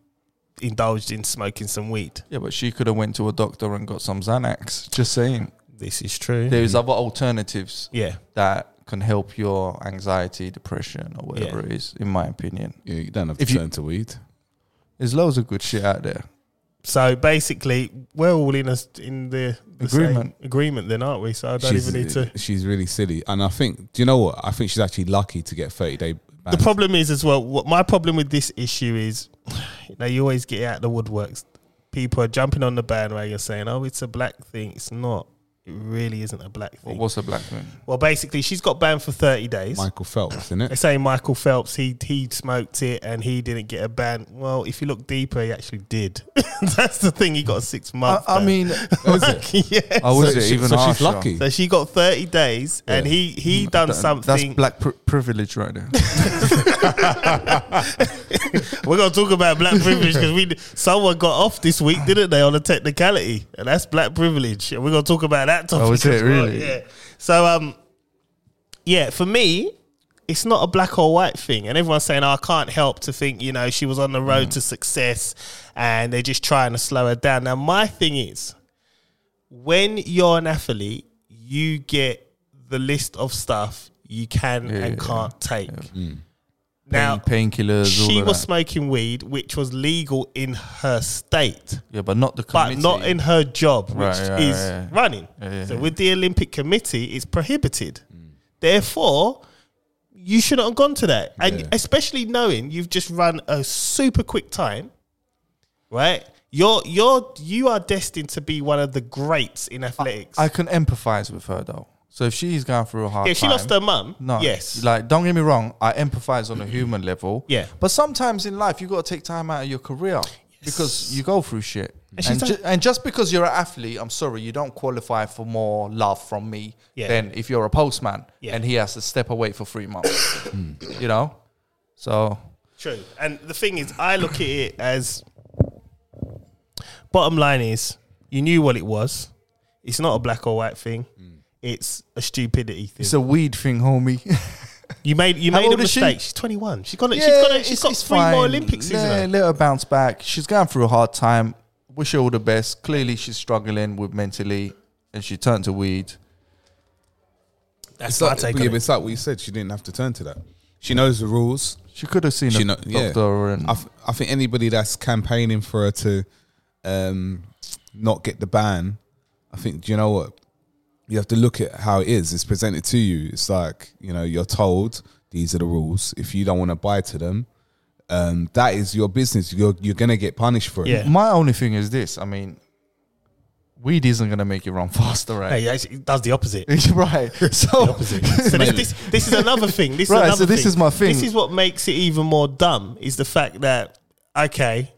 [SPEAKER 2] indulged in smoking some weed.
[SPEAKER 3] yeah, but she could have went to a doctor and got some Xanax. Just saying,
[SPEAKER 2] This is true.
[SPEAKER 3] there's other alternatives
[SPEAKER 2] yeah,
[SPEAKER 3] that can help your anxiety, depression, or whatever
[SPEAKER 2] Yeah.
[SPEAKER 3] it is. In my opinion,
[SPEAKER 1] Yeah, you don't have
[SPEAKER 3] If
[SPEAKER 1] to
[SPEAKER 3] you-
[SPEAKER 1] turn to weed.
[SPEAKER 3] there's loads of good shit out there.
[SPEAKER 2] So basically, we're all in a, in the, the
[SPEAKER 3] Agreement.
[SPEAKER 2] same agreement, then, aren't we? So I don't even need to.
[SPEAKER 1] She's really silly, and I think do you know what? I think she's actually lucky to get thirty day. Ban.
[SPEAKER 2] The problem is as well. What my problem with this issue is, you know, you always get out the woodworks. People are jumping on the bandwagon saying, "Oh, it's a black thing." It's not. It really isn't a black
[SPEAKER 3] What
[SPEAKER 2] thing.
[SPEAKER 3] What's a black man?
[SPEAKER 2] Well, basically, she's got banned for thirty days.
[SPEAKER 1] Michael Phelps, isn't
[SPEAKER 2] They
[SPEAKER 1] it?
[SPEAKER 2] say Michael Phelps he he smoked it and he didn't get a ban. Well, if you look deeper, he actually did. That's the thing. He got a six
[SPEAKER 3] I,
[SPEAKER 2] month.
[SPEAKER 3] I mean,
[SPEAKER 1] Was it?
[SPEAKER 2] yeah.
[SPEAKER 3] I was
[SPEAKER 1] So
[SPEAKER 3] it
[SPEAKER 1] she-
[SPEAKER 3] even
[SPEAKER 1] so she's
[SPEAKER 3] harsher?
[SPEAKER 1] lucky.
[SPEAKER 2] So she got 30 days and
[SPEAKER 1] Yeah.
[SPEAKER 2] he he done
[SPEAKER 3] That-
[SPEAKER 2] um, something.
[SPEAKER 3] Mm. That's black pri- privilege right there.
[SPEAKER 2] We're gonna talk about black privilege because we someone got off this week, didn't they, on a technicality, and that's black privilege. And we're gonna talk about that topic.
[SPEAKER 3] Oh, is
[SPEAKER 2] as
[SPEAKER 3] it
[SPEAKER 2] well,
[SPEAKER 3] really?
[SPEAKER 2] Yeah. So um, yeah, for me, it's not a black or white thing, and everyone's saying, oh, "I can't help to think," you know, she was on the
[SPEAKER 3] Mm.
[SPEAKER 2] road to success, and they're just trying to slow her down. Now, my thing is, when you're an athlete, you get the list of stuff you can
[SPEAKER 3] Yeah,
[SPEAKER 2] and
[SPEAKER 3] yeah, Mm.
[SPEAKER 2] can't take. Now,
[SPEAKER 3] Pain- painkillers. all
[SPEAKER 2] she
[SPEAKER 3] of
[SPEAKER 2] was
[SPEAKER 3] that.
[SPEAKER 2] smoking weed, which was legal in her state,
[SPEAKER 3] yeah, but not the
[SPEAKER 2] but
[SPEAKER 3] committee.
[SPEAKER 2] not in her job, which
[SPEAKER 3] Right, right,
[SPEAKER 2] is
[SPEAKER 3] right, right.
[SPEAKER 2] running.
[SPEAKER 3] Yeah, yeah, Mm.
[SPEAKER 2] so,
[SPEAKER 3] yeah.
[SPEAKER 2] with the Olympic Committee, it's prohibited. Therefore, you shouldn't have gone to that. And
[SPEAKER 1] Yeah.
[SPEAKER 2] especially knowing you've just run a super quick time, right? You're, you're, you are destined to be one of the greats in athletics.
[SPEAKER 3] I can empathize with her though. So if she's going through a hard
[SPEAKER 2] yeah, she
[SPEAKER 3] time,
[SPEAKER 2] lost her mum.
[SPEAKER 3] No,
[SPEAKER 2] Yes. Mm-hmm.
[SPEAKER 3] Like, don't get me wrong. I empathize on a human level.
[SPEAKER 2] Yeah.
[SPEAKER 3] But sometimes in life, you got to take time out of your career because you go through shit.
[SPEAKER 2] And
[SPEAKER 3] And,
[SPEAKER 2] she's done-
[SPEAKER 3] ju- and just because you're an athlete, I'm sorry, you don't qualify for more love from me
[SPEAKER 2] Yeah.
[SPEAKER 3] than if you're a postman
[SPEAKER 2] Yeah. Hmm.
[SPEAKER 3] and he has to step away for three months. you know. So
[SPEAKER 2] True. And the thing is, I look at it as bottom line is you knew what it was. It's not a black or white thing. It's a stupidity thing.
[SPEAKER 3] Mm. it's a weed thing, homie.
[SPEAKER 2] you made you
[SPEAKER 3] How
[SPEAKER 2] made a
[SPEAKER 3] old is she?
[SPEAKER 2] mistake. She's twenty one. She's got it. she's got it. She's
[SPEAKER 3] it's-
[SPEAKER 2] got
[SPEAKER 3] it's
[SPEAKER 2] three more
[SPEAKER 3] fine.
[SPEAKER 2] Olympics,
[SPEAKER 3] yeah,
[SPEAKER 2] isn't it?
[SPEAKER 3] Let her bounce back. She's going through a hard time. Wish her all the best. Clearly, she's struggling with mentally, and she turned to weed.
[SPEAKER 1] That's
[SPEAKER 2] my
[SPEAKER 1] like,
[SPEAKER 2] take
[SPEAKER 1] yeah,
[SPEAKER 2] on
[SPEAKER 1] but
[SPEAKER 2] it.
[SPEAKER 1] it's like what you said. She didn't have to turn to that. She knows the rules.
[SPEAKER 3] She could have seen
[SPEAKER 1] She
[SPEAKER 3] a
[SPEAKER 1] know- yeah.
[SPEAKER 3] doctor, and
[SPEAKER 1] I, th- I think anybody that's campaigning for her to um, not get the ban, I think, do you know what? You have to look at how it is. It's presented to you. It's like, you know, you're told these are the rules. If you don't want to buy to them, um, that is your business. You're, you're going to get punished for it.
[SPEAKER 2] Yeah.
[SPEAKER 3] my only thing is this: I mean, weed isn't gonna make you run faster, right?
[SPEAKER 2] Hey, actually, it does the opposite.
[SPEAKER 3] right.
[SPEAKER 2] So
[SPEAKER 3] So,
[SPEAKER 2] this, this this is another thing. This
[SPEAKER 3] Right,
[SPEAKER 2] is
[SPEAKER 3] so
[SPEAKER 2] another
[SPEAKER 3] this is my thing.
[SPEAKER 2] This is what makes it even more dumb is the fact that okay,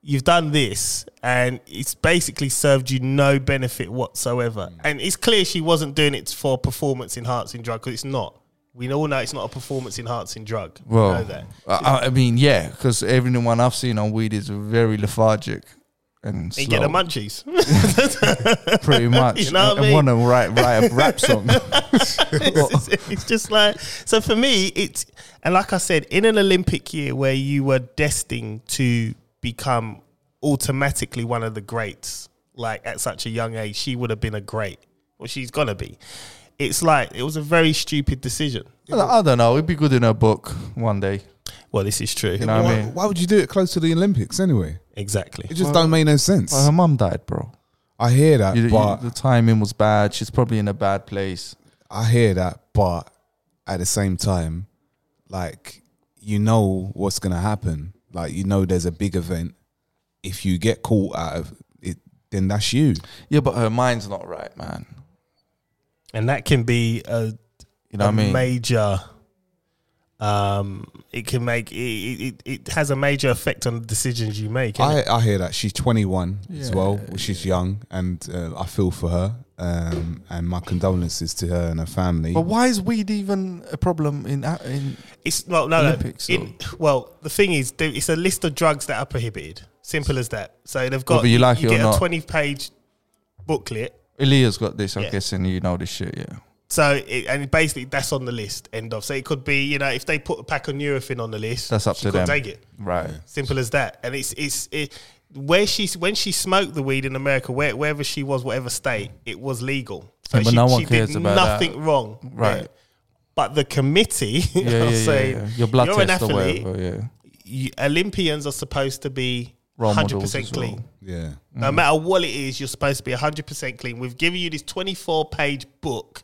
[SPEAKER 2] you've done this and it's basically served you no benefit whatsoever.
[SPEAKER 3] Mm.
[SPEAKER 2] And it's clear she wasn't doing it for performance enhancing drug because it's not. We all know it's not a performance enhancing drug. we know
[SPEAKER 3] well,
[SPEAKER 2] that.
[SPEAKER 3] I, I mean, yeah, because everyone I've seen on weed is very lethargic and
[SPEAKER 2] You
[SPEAKER 3] slow,
[SPEAKER 2] get the munchies.
[SPEAKER 3] pretty much.
[SPEAKER 2] You know what I mean?
[SPEAKER 3] want to write write a rap song.
[SPEAKER 2] it's, it's- it's just like so for me it's and like i said in an olympic year where you were destined to become automatically one of the greats like at such a young age she would have been a great well she's gonna be it's like it was a very stupid decision
[SPEAKER 3] I don't know. It'd be good in a book one day.
[SPEAKER 2] well this is true
[SPEAKER 3] You know what I
[SPEAKER 1] Why,
[SPEAKER 3] mean?
[SPEAKER 1] why would you do it close to the Olympics anyway?
[SPEAKER 2] exactly
[SPEAKER 1] It just don't make no sense.
[SPEAKER 3] Well, her mum died, bro.
[SPEAKER 1] I hear that,
[SPEAKER 3] You- you-
[SPEAKER 1] but
[SPEAKER 3] the timing was bad. She's probably in a bad place.
[SPEAKER 1] I hear that, but at the same time, like you know what's gonna happen. Like you know, there's a big event. If you get caught out of it, then that's you.
[SPEAKER 3] Yeah, but her mind's not right, man.
[SPEAKER 2] and that can be a
[SPEAKER 3] You know
[SPEAKER 2] a
[SPEAKER 3] what I mean?
[SPEAKER 2] major um it can make it, it it has a major effect on the decisions you make innit?
[SPEAKER 1] I, I hear that she's 21 as
[SPEAKER 3] Yeah,
[SPEAKER 1] well. She's young, and uh, I feel for her. Um, and my condolences to her and her family.
[SPEAKER 3] But why is weed even a problem in a- in?
[SPEAKER 2] It's well, no,
[SPEAKER 3] Olympics,
[SPEAKER 2] no. In, well, the thing is, there, it's a list of drugs that are prohibited. Simple as that. So they've got
[SPEAKER 3] Whether you like it or
[SPEAKER 2] get a
[SPEAKER 3] not.
[SPEAKER 2] twenty-page booklet.
[SPEAKER 3] Aaliyah's got this. I'm
[SPEAKER 2] Yeah.
[SPEAKER 3] guessing you know this shit. Yeah.
[SPEAKER 2] So it, and basically that's on the list. End of. So it could be you know if they put a pack of Nurofen on the list,
[SPEAKER 3] That's up
[SPEAKER 2] she
[SPEAKER 3] to
[SPEAKER 2] could
[SPEAKER 3] them.
[SPEAKER 2] Take it.
[SPEAKER 3] Right.
[SPEAKER 2] Simple as that. And it's it's it, where she when she smoked the weed in America, where, wherever she was, whatever state, it was legal. So
[SPEAKER 3] Yeah, but
[SPEAKER 2] she,
[SPEAKER 3] no one
[SPEAKER 2] she
[SPEAKER 3] cares
[SPEAKER 2] did
[SPEAKER 3] about that.
[SPEAKER 2] nothing wrong.
[SPEAKER 3] Right.
[SPEAKER 2] Yeah. But the committee,
[SPEAKER 3] Yeah, yeah,
[SPEAKER 2] are
[SPEAKER 3] yeah,
[SPEAKER 2] saying,
[SPEAKER 3] yeah. Your blood
[SPEAKER 2] you're an
[SPEAKER 3] test or
[SPEAKER 2] athlete,
[SPEAKER 3] whatever. Yeah.
[SPEAKER 2] you, Olympians are supposed to be
[SPEAKER 3] Role
[SPEAKER 2] hundred
[SPEAKER 3] models
[SPEAKER 2] percent
[SPEAKER 3] as well. Mm.
[SPEAKER 2] clean.
[SPEAKER 1] yeah,
[SPEAKER 2] No matter what it is, you're supposed to be hundred percent clean. We've given you this twenty-four page book.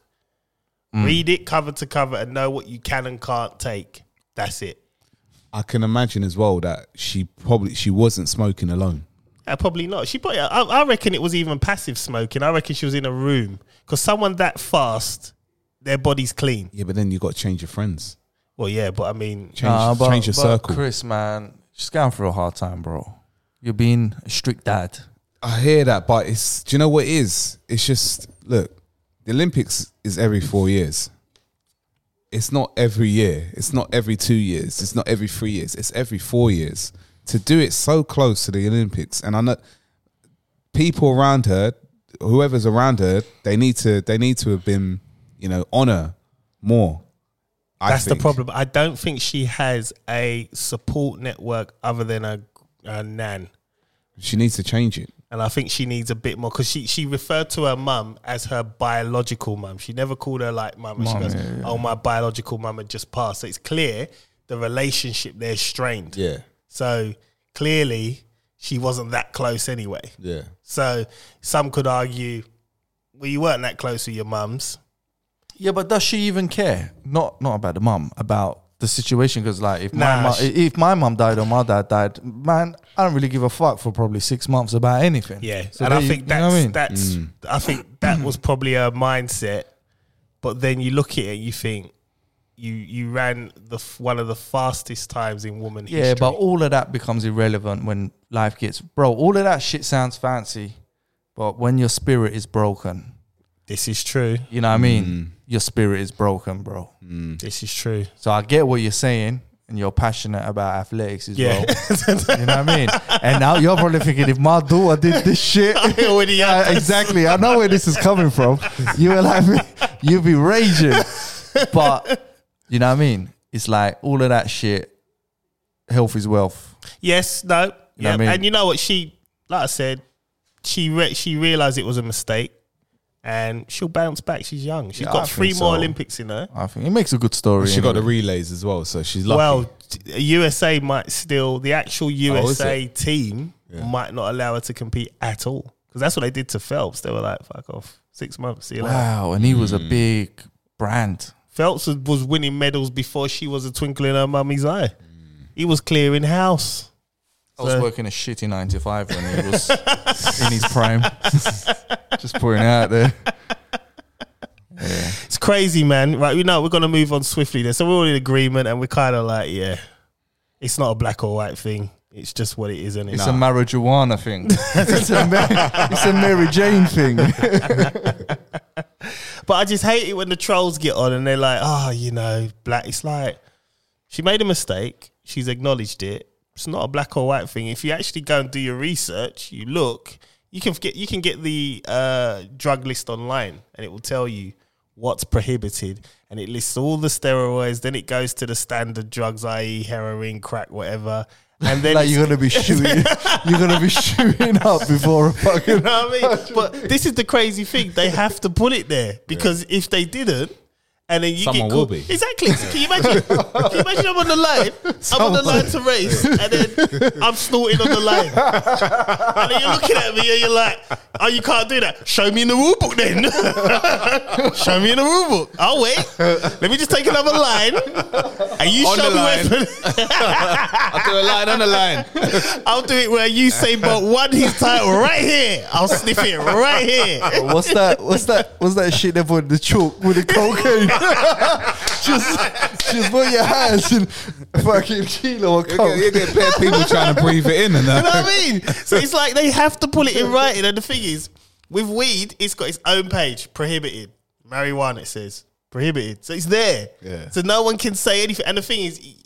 [SPEAKER 3] Mm.
[SPEAKER 2] Read it cover to cover and know what you can and can't take. That's it.
[SPEAKER 1] I can imagine as well that she probably she wasn't smoking alone.
[SPEAKER 2] Uh, probably not. She probably, I, I reckon it was even passive smoking. I reckon she was in a room because someone that fast, their body's clean.
[SPEAKER 1] Yeah, but then you got to change your friends,
[SPEAKER 2] Well, yeah, but I mean,
[SPEAKER 1] change
[SPEAKER 3] Nah, but-
[SPEAKER 1] change your
[SPEAKER 3] but
[SPEAKER 1] circle.
[SPEAKER 3] Chris, man, she's going through a hard time, bro. You're being a strict dad.
[SPEAKER 1] I hear that, but it's do you know what it is? It's just look, the Olympics is every four years. It's not every year. It's not every two years. It's not every three years. It's every four years. To do it so close to the Olympics, and I know people around her, whoever's around her, they need to they need to have been, you know, honor more. I
[SPEAKER 2] that's the
[SPEAKER 1] think.
[SPEAKER 2] problem. I don't think she has a support network other than a, a nan.
[SPEAKER 1] She needs to change it.
[SPEAKER 2] And I think she needs a bit more because she, she referred to her mum as her biological mum. She never called her like mum. And she
[SPEAKER 3] Mum,
[SPEAKER 2] goes,
[SPEAKER 3] yeah, yeah.
[SPEAKER 2] Oh, my biological mum had just passed. So it's clear the relationship there's strained.
[SPEAKER 1] Yeah.
[SPEAKER 2] So clearly, she wasn't that close anyway.
[SPEAKER 1] Yeah.
[SPEAKER 2] So some could argue, well, you weren't that close with your mums.
[SPEAKER 3] Yeah, but does she even care? Not not about the mum, about the situation. Because like, if my
[SPEAKER 2] Nah,
[SPEAKER 3] mum,
[SPEAKER 2] she-
[SPEAKER 3] if my mum died or my dad died, man, I don't really give a fuck for probably six months about anything. So
[SPEAKER 2] and
[SPEAKER 3] there
[SPEAKER 2] I
[SPEAKER 3] you-
[SPEAKER 2] think
[SPEAKER 3] you know
[SPEAKER 2] that's
[SPEAKER 3] what I mean?
[SPEAKER 2] that's I think that was probably her mindset. But then you look at it, and you think you you ran the f- one of the fastest times in woman
[SPEAKER 3] Yeah,
[SPEAKER 2] history.
[SPEAKER 3] but all of that becomes irrelevant when life gets bro. All of that shit sounds fancy, but when your spirit is broken,
[SPEAKER 2] this is true.
[SPEAKER 3] you know what I mean.
[SPEAKER 1] Mm.
[SPEAKER 3] Your spirit is broken, bro.
[SPEAKER 2] This is true.
[SPEAKER 3] So I get what you're saying, and you're passionate about athletics as
[SPEAKER 2] Yeah.
[SPEAKER 3] well. You know what I mean? And now you're probably thinking, if my daughter did this shit,
[SPEAKER 2] Already
[SPEAKER 3] Uh,
[SPEAKER 2] had this.
[SPEAKER 3] exactly. I know where this is coming from. You were like, you'd be raging, but you know what I mean. It's like all of that shit. Health is wealth.
[SPEAKER 2] Yes, no,
[SPEAKER 3] know
[SPEAKER 2] yeah,
[SPEAKER 3] what I mean?
[SPEAKER 2] and you know what? She, like I said, she re- she realized it was a mistake, and she'll bounce back. She's young. She's
[SPEAKER 3] Yeah, I
[SPEAKER 2] got
[SPEAKER 3] think
[SPEAKER 2] three more
[SPEAKER 3] so.
[SPEAKER 2] Olympics in her.
[SPEAKER 3] I think it makes a good story.
[SPEAKER 1] She got the
[SPEAKER 3] anyway.
[SPEAKER 1] relays as well, so she's lucky.
[SPEAKER 2] Well, t- USA might still the
[SPEAKER 3] Oh,
[SPEAKER 2] actual
[SPEAKER 1] is
[SPEAKER 2] USA team might not allow her to compete at all because that's what they did to Phelps. They were like, "Fuck off, six months." See you later.
[SPEAKER 3] wow, Hmm. and he was a big brand.
[SPEAKER 2] Phelps was, was winning medals before she was a twinkle in her mummy's
[SPEAKER 3] Mm.
[SPEAKER 2] eye. He was clearing house.
[SPEAKER 3] I was
[SPEAKER 2] So-
[SPEAKER 3] working a shitty nine to five when he was in his prime. Just putting it out there. Yeah.
[SPEAKER 2] It's crazy, man. Right, we know we're gonna move on swiftly there. So we're all in agreement, and we're kind of like, yeah, it's not a black or white thing. It's just what it is, isn't it?
[SPEAKER 3] It's a marijuana thing. it's, a Ma- it's a Mary Jane thing.
[SPEAKER 2] But I just hate it when the trolls get on and they're like, oh, you know, black. It's like she made a mistake. She's acknowledged it. It's not a black or white thing. If you actually go and do your research, you look, you can get you can get the uh, drug list online, and it will tell you what's prohibited, and it lists all the steroids. Then it goes to the standard drugs, i.e., heroin, crack, whatever. And then
[SPEAKER 3] like
[SPEAKER 2] it's-
[SPEAKER 3] you're gonna be shooting, you're gonna be shooting up before a fucking.
[SPEAKER 2] You know what I mean? But this is the crazy thing. They have to put it there because if they didn't, and then you
[SPEAKER 1] Someone
[SPEAKER 2] get
[SPEAKER 1] will
[SPEAKER 2] called,
[SPEAKER 1] be.
[SPEAKER 2] Exactly. Can you imagine? Can you imagine I'm on the line? I'm on the line to race, and then I'm snorting on the line, and then you're looking at me, and you're like, "Oh, you can't do that. Show me in the rule book, then. show me in the rule book. I'll wait. Let me just take another line, and you
[SPEAKER 1] On
[SPEAKER 2] show
[SPEAKER 1] the
[SPEAKER 2] me
[SPEAKER 1] line.
[SPEAKER 2] where."
[SPEAKER 1] I threw a line on the line.
[SPEAKER 2] I'll do it where you say, but one his title right here. I'll sniff it right here.
[SPEAKER 3] What's that? What's that? What's that shit they put in the chalk with the cocaine? just, just put your hands in fucking kilo of
[SPEAKER 1] You get, you
[SPEAKER 3] coke.
[SPEAKER 1] get bare people trying to breathe it in, and uh,
[SPEAKER 2] You know
[SPEAKER 1] that.
[SPEAKER 2] what I mean? So it's like they have to pull it in writing. And the thing is, with weed, it's got its own page, prohibited. Marijuana, it says prohibited. So it's there.
[SPEAKER 1] Yeah.
[SPEAKER 2] So no one can say anything. And the thing is,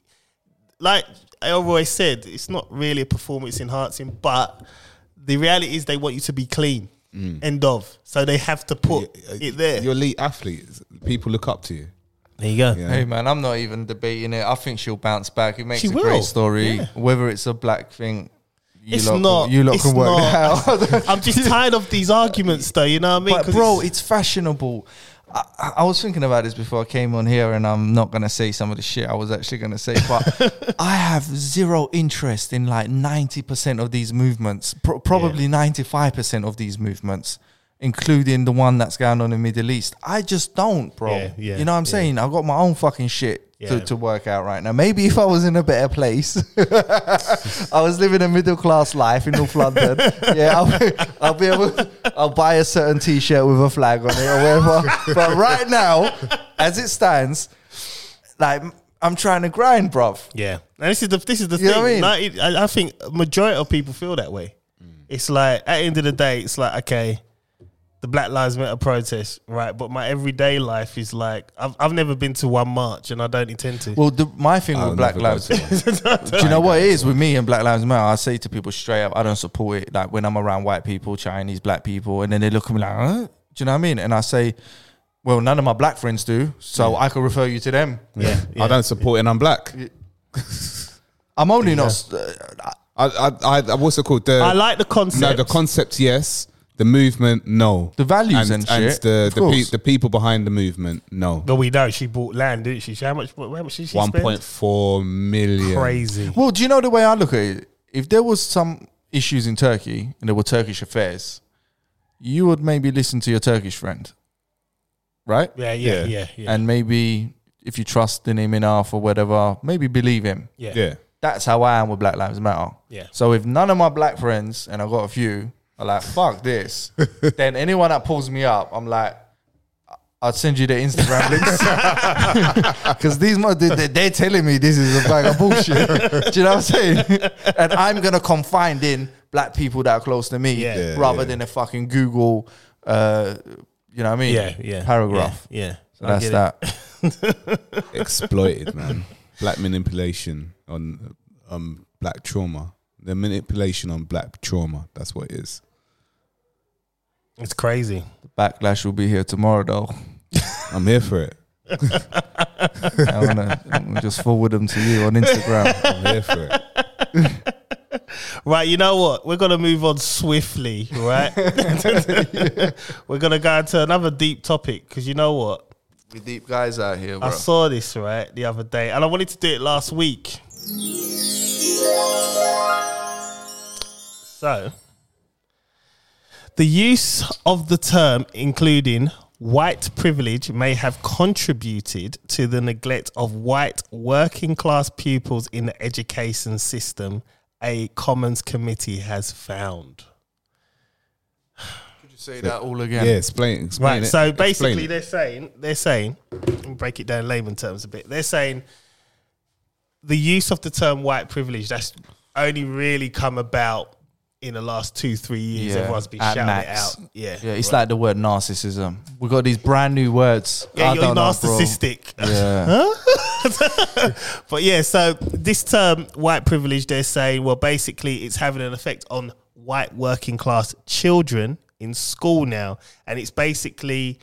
[SPEAKER 2] like Elroy said, it's not really a performance enhancing, but the reality is they want you to be clean.
[SPEAKER 3] Mm.
[SPEAKER 2] End of. So they have to put it there.
[SPEAKER 1] You're elite athletes. People look up to you.
[SPEAKER 2] There you go.
[SPEAKER 3] Hey man, I'm not even debating it. I think she'll bounce back. It makes
[SPEAKER 2] She
[SPEAKER 3] a
[SPEAKER 2] will.
[SPEAKER 3] great story. Whether it's a black thing, you
[SPEAKER 2] It's
[SPEAKER 3] lot
[SPEAKER 2] not.
[SPEAKER 3] Can, you lot
[SPEAKER 2] It's
[SPEAKER 3] can work it
[SPEAKER 2] not.
[SPEAKER 3] out.
[SPEAKER 2] I'm just tired of these arguments, though. You know what I mean?
[SPEAKER 3] But
[SPEAKER 2] 'Cause
[SPEAKER 3] bro,
[SPEAKER 2] it's-
[SPEAKER 3] it's fashionable. I, I- I was thinking about this before I came on here, and I'm not gonna say some of the shit I was actually gonna say, but I have zero interest in like 90% of these movements, pro- probably 95% of these movements, including the one that's going on in the Middle East. I just don't, bro.
[SPEAKER 2] Yeah, yeah,
[SPEAKER 3] you know what I'm
[SPEAKER 2] yeah.
[SPEAKER 3] saying? I've got my own fucking shit.
[SPEAKER 2] Yeah.
[SPEAKER 3] To, to work out right now. Maybe if I was in a better place, I was living a middle class life in North London. Yeah, I'll be, I'll be able. I'll buy a certain T-shirt with a flag on it or whatever. but right now, as it stands, like I'm trying to grind, bruv.
[SPEAKER 2] yeah. And this is the this is the
[SPEAKER 3] You know
[SPEAKER 2] thing.
[SPEAKER 3] what I
[SPEAKER 2] Like,
[SPEAKER 3] mean?
[SPEAKER 2] it- I, I think a majority of people feel that way.
[SPEAKER 1] Mm.
[SPEAKER 2] It's like at the end of the day, it's like okay, the Black Lives Matter protest, right? But my everyday life is like I've I've never been to one march, and I don't intend to.
[SPEAKER 3] Well, the, my thing
[SPEAKER 1] I'll
[SPEAKER 3] with Black
[SPEAKER 1] never go
[SPEAKER 3] Lives,
[SPEAKER 1] to one.
[SPEAKER 3] do you know what it is with me and Black Lives Matter? I say to people straight up, I don't support it. Like when I'm around white people, Chinese, black people, and then they look at me like, huh? do you know what I mean? And I say, well, none of my black friends do, so I can refer you to them.
[SPEAKER 2] yeah, yeah.
[SPEAKER 1] I don't support it and I'm black.
[SPEAKER 3] I'm only not. Uh,
[SPEAKER 1] I, I, I, what's it called? The,
[SPEAKER 2] I like the concept.
[SPEAKER 1] No, the concept, yes. The movement, no.
[SPEAKER 3] The values and shit,
[SPEAKER 1] the
[SPEAKER 3] of
[SPEAKER 1] the, pe-
[SPEAKER 3] course.
[SPEAKER 1] the people behind the movement, no.
[SPEAKER 2] But we know she bought land, didn't she? So How much? How much did she
[SPEAKER 1] One
[SPEAKER 2] spend?
[SPEAKER 1] point four million.
[SPEAKER 2] Crazy.
[SPEAKER 3] Well, do you know the way I look at it? If there was some issues in Turkey and there were Turkish affairs, you would maybe listen to your Turkish friend, right?
[SPEAKER 2] Yeah, yeah,
[SPEAKER 1] Yeah.
[SPEAKER 2] yeah, yeah.
[SPEAKER 3] And maybe if you trust in him enough or whatever, maybe believe him.
[SPEAKER 2] yeah.
[SPEAKER 1] Yeah.
[SPEAKER 3] That's how I am with Black Lives Matter.
[SPEAKER 2] Yeah.
[SPEAKER 3] So if none of my black friends and I got a few are like fuck this, then anyone that pulls me up, I'm like. I'll send you their Instagram links because these mo- they, they- they're telling me this is a bag of bullshit. Do you know what I'm saying? And I'm gonna confine in black people that are close to me
[SPEAKER 2] Yeah. Yeah,
[SPEAKER 3] rather
[SPEAKER 1] yeah.
[SPEAKER 3] than a fucking Google, uh, you know what I mean?
[SPEAKER 2] Yeah, yeah.
[SPEAKER 3] Paragraph.
[SPEAKER 2] Yeah. yeah.
[SPEAKER 3] So
[SPEAKER 2] I get
[SPEAKER 3] that's
[SPEAKER 2] it.
[SPEAKER 3] that.
[SPEAKER 1] Exploited, man. Black manipulation on um black trauma. The manipulation on black trauma. That's what it is.
[SPEAKER 2] It's crazy.
[SPEAKER 3] Backlash will be here tomorrow though.
[SPEAKER 1] I'm here for it.
[SPEAKER 3] I'm gonna I'm gonna just forward them to you on Instagram.
[SPEAKER 1] I'm here for it.
[SPEAKER 2] Right, you know what? We're gonna move on swiftly, right? We're gonna go into another deep topic because you know what?
[SPEAKER 3] We deep guys out here,
[SPEAKER 2] I saw this right the other day, and I wanted to do it last week. So, the use of the term, including white privilege, may have contributed to the neglect of white working class pupils in the education system. A Commons committee has found.
[SPEAKER 3] Could you say that all again?
[SPEAKER 1] Yeah, explain, explain
[SPEAKER 2] Right.
[SPEAKER 1] it.
[SPEAKER 2] So
[SPEAKER 1] Explain
[SPEAKER 2] basically,
[SPEAKER 1] it.
[SPEAKER 2] they're saying they're saying let me break it down in layman terms a bit. They're saying the use of the term white privilege that's only really come about in the last two three years.
[SPEAKER 3] Yeah,
[SPEAKER 2] Everyone's been
[SPEAKER 3] at
[SPEAKER 2] shouting
[SPEAKER 3] max.
[SPEAKER 2] it out. Yeah.
[SPEAKER 3] Yeah, it's like the word narcissism. We got these brand new words.
[SPEAKER 2] Yeah,
[SPEAKER 3] I
[SPEAKER 2] you're
[SPEAKER 3] don't know, bro.
[SPEAKER 2] narcissistic.
[SPEAKER 3] Yeah,
[SPEAKER 2] But yeah, so this term white privilege, they're saying, well, basically it's having an effect on white working class children in school now. And it's basically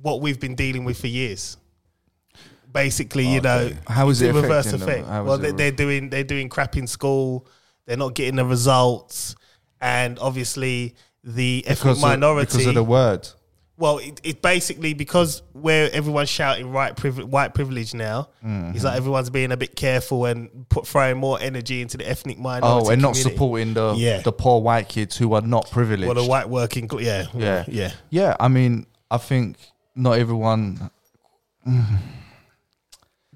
[SPEAKER 2] what we've been dealing with for years. Basically, you know,
[SPEAKER 3] Oh, How is
[SPEAKER 2] the
[SPEAKER 3] it
[SPEAKER 2] reverse
[SPEAKER 3] affecting them?
[SPEAKER 2] effect.
[SPEAKER 3] How is
[SPEAKER 2] Well,
[SPEAKER 3] it
[SPEAKER 2] they,
[SPEAKER 3] re-
[SPEAKER 2] they're doing they're doing crap in school. They're not getting the results, and obviously the ethnic
[SPEAKER 3] because
[SPEAKER 2] minority
[SPEAKER 3] of, because of the word.
[SPEAKER 2] well, it, it basically because where everyone's shouting right privi- white privilege now,
[SPEAKER 3] Mm-hmm.
[SPEAKER 2] it's like everyone's being a bit careful and put throwing more energy into the ethnic minority.
[SPEAKER 3] Oh, and not
[SPEAKER 2] community.
[SPEAKER 3] supporting the
[SPEAKER 2] Yeah.
[SPEAKER 3] the poor white kids who are not privileged.
[SPEAKER 2] Well, the white working, cl- yeah,
[SPEAKER 3] Yeah.
[SPEAKER 2] yeah, yeah,
[SPEAKER 3] yeah, I mean, I think not everyone.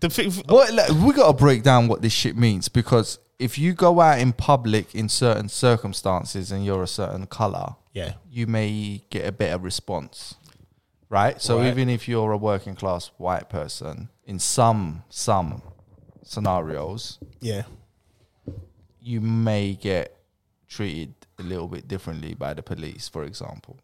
[SPEAKER 2] the thing,
[SPEAKER 3] But like, we got to break down what this shit means because if you go out in public in certain circumstances and you're a certain color,
[SPEAKER 2] yeah,
[SPEAKER 3] you may get a better response, right? So
[SPEAKER 2] Right.
[SPEAKER 3] even if you're a working class white person, in some some scenarios,
[SPEAKER 2] yeah,
[SPEAKER 3] you may get treated a little bit differently by the police, for example.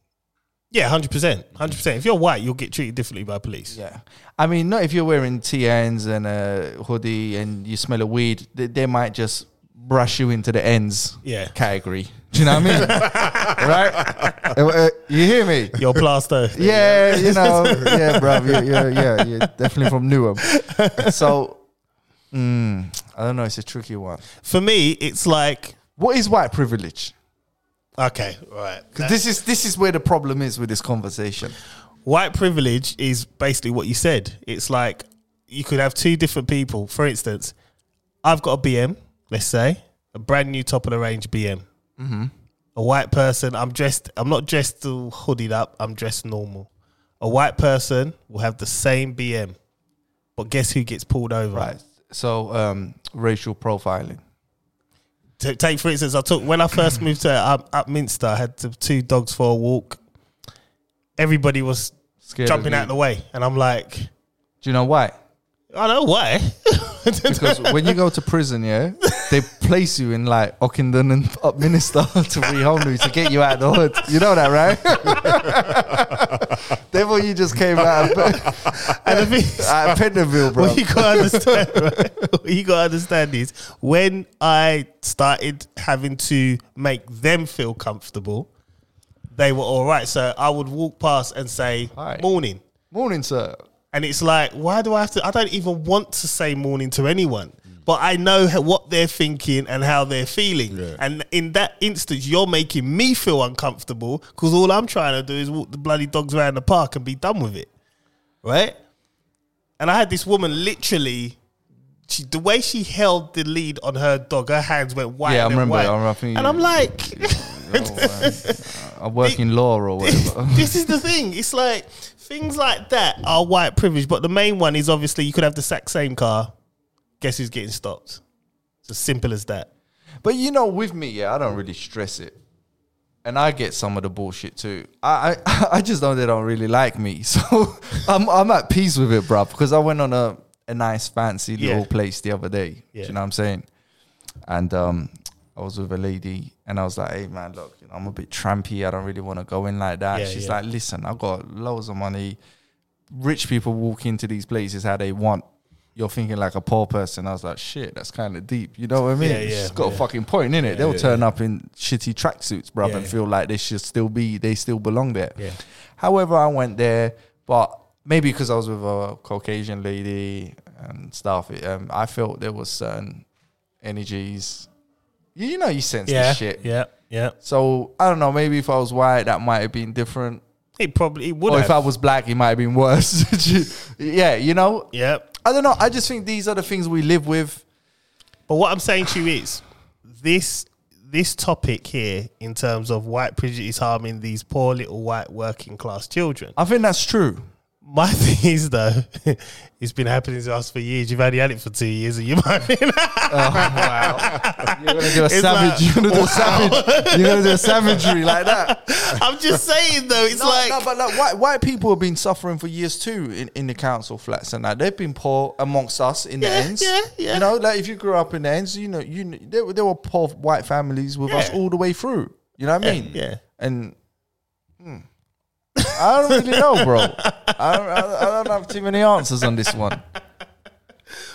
[SPEAKER 2] yeah, hundred percent, hundred percent. If you're white, you'll get treated differently by police.
[SPEAKER 3] Yeah, I mean, not if you're wearing TNs and a hoodie and you smell of weed, they, they might just brush you into the ends
[SPEAKER 2] Yeah.
[SPEAKER 3] category. Do you know what I mean? right? Uh, uh, You hear me?
[SPEAKER 2] Your plaster,
[SPEAKER 3] Yeah, you know, yeah, bro, yeah, yeah, yeah, yeah, definitely from Newham. So, mm, I don't know, it's a tricky one.
[SPEAKER 2] For me, it's like
[SPEAKER 3] What is white privilege?
[SPEAKER 2] okay, right.
[SPEAKER 3] 'Cause this is this is where the problem is with this conversation.
[SPEAKER 2] white privilege is basically what you said. It's like you could have two different people. For instance, I've got a BM, let's say, a brand new top of the range BM.
[SPEAKER 3] Mm-hmm.
[SPEAKER 2] A white person, I'm dressed, I'm not dressed all hooded up, I'm dressed normal. A white person will have the same BM, but guess who gets pulled over?
[SPEAKER 3] Right. So, um, racial profiling.
[SPEAKER 2] T- take for instance, I took when I first moved to um, up, Upminster, I had t- two dogs for a walk. Everybody was
[SPEAKER 3] Scared of
[SPEAKER 2] jumping
[SPEAKER 3] you.
[SPEAKER 2] out the way, and I'm like,
[SPEAKER 3] Do you know why?
[SPEAKER 2] I don't know why.
[SPEAKER 3] Because when you go to prison, yeah, they place you in like Ockenden and Upminster to rehome you to get you out of the hood. You know that, right? Therefore, you just came out of,
[SPEAKER 2] and the thing is,
[SPEAKER 3] out of Penderville, bro.
[SPEAKER 2] What you gotta understand, right? what you gotta understand is when I started having to make them feel comfortable, they were all right. So I would walk past and say
[SPEAKER 3] Hi.
[SPEAKER 2] morning,
[SPEAKER 3] Morning, sir.
[SPEAKER 2] and it's like, why do I have to? I don't even want to say morning to anyone. but I know h- what they're thinking and how they're feeling.
[SPEAKER 1] Yeah.
[SPEAKER 2] And in that instance, you're making me feel uncomfortable because all I'm trying to do is walk the bloody dogs around the park and be done with it, right? And I had this woman literally. She, the way she held the lead on her dog, her hands went white.
[SPEAKER 3] Yeah, I
[SPEAKER 2] and
[SPEAKER 3] remember
[SPEAKER 2] White.
[SPEAKER 3] it. I remember- I think
[SPEAKER 2] and
[SPEAKER 3] you-
[SPEAKER 2] I'm like,
[SPEAKER 3] I work in law or whatever.
[SPEAKER 2] this is the thing. It's like things like that are white privilege, but the main one is obviously you could have the exact same car. Guess who's getting stopped? It's as simple as that.
[SPEAKER 3] But you know, with me, yeah, I don't really stress it, and I get some of the bullshit too. I I, I just know they don't really like me, so I'm I'm at peace with it, bruv. Because I went on a a nice fancy
[SPEAKER 2] Yeah.
[SPEAKER 3] little place the other day. Do
[SPEAKER 2] Yeah.
[SPEAKER 3] you know what I'm saying? And um, I was with a lady, and I was like, "Hey man, look, you know, I'm a bit trampy. I don't really want to go in like that."
[SPEAKER 2] Yeah,
[SPEAKER 3] She's
[SPEAKER 2] yeah.
[SPEAKER 3] like, "Listen, I got loads of money. Rich people walk into these places how they want." You're thinking like a poor person. I was like, shit, that's kind of deep. You know what I mean?
[SPEAKER 2] Yeah, yeah,
[SPEAKER 3] She's got a
[SPEAKER 2] yeah.
[SPEAKER 3] fucking point in it. They'll
[SPEAKER 1] yeah,
[SPEAKER 3] turn up in shitty tracksuits, bruv,
[SPEAKER 2] Yeah,
[SPEAKER 3] and
[SPEAKER 2] yeah.
[SPEAKER 3] feel like they should still be, they still belong there.
[SPEAKER 2] Yeah.
[SPEAKER 3] However, I went there, but maybe because I was with a Caucasian lady and stuff, it, um, I felt there was certain energies. You, you know, you sense
[SPEAKER 2] Yeah,
[SPEAKER 3] this shit.
[SPEAKER 2] yeah, yeah.
[SPEAKER 3] So I don't know. Maybe if I was white, that might have been different.
[SPEAKER 2] It probably it would
[SPEAKER 3] or
[SPEAKER 2] have.
[SPEAKER 3] Oh, if I was black, it might have been worse. yeah, you know.
[SPEAKER 2] yeah.
[SPEAKER 3] I don't know. I just think these are the things we live with.
[SPEAKER 2] But what I'm saying to you is this this topic here in terms of white privilege is harming these poor little white working class children.
[SPEAKER 3] I think that's true.
[SPEAKER 2] My thing is though, it's been happening to us for years. You've only had it for two years and you might be
[SPEAKER 3] You're gonna do a
[SPEAKER 2] It's
[SPEAKER 3] savage.
[SPEAKER 2] like,
[SPEAKER 3] you're gonna do a savage. You're gonna do a savagery like that.
[SPEAKER 2] I'm just saying though, it's
[SPEAKER 3] No,
[SPEAKER 2] like
[SPEAKER 3] no, but like white, white people have been suffering for years too in, in the council flats and that. They've been poor amongst us in the
[SPEAKER 2] Yeah,
[SPEAKER 3] ends.
[SPEAKER 2] yeah, yeah.
[SPEAKER 3] You know, like if you grew up in the ends, you know, you kn- there, were- there were poor white families with us
[SPEAKER 2] Yeah.
[SPEAKER 3] all the way through. You know what I mean?
[SPEAKER 2] yeah.
[SPEAKER 3] And hmm. I don't really know, bro. I don't, I, I don't have too many answers on this one.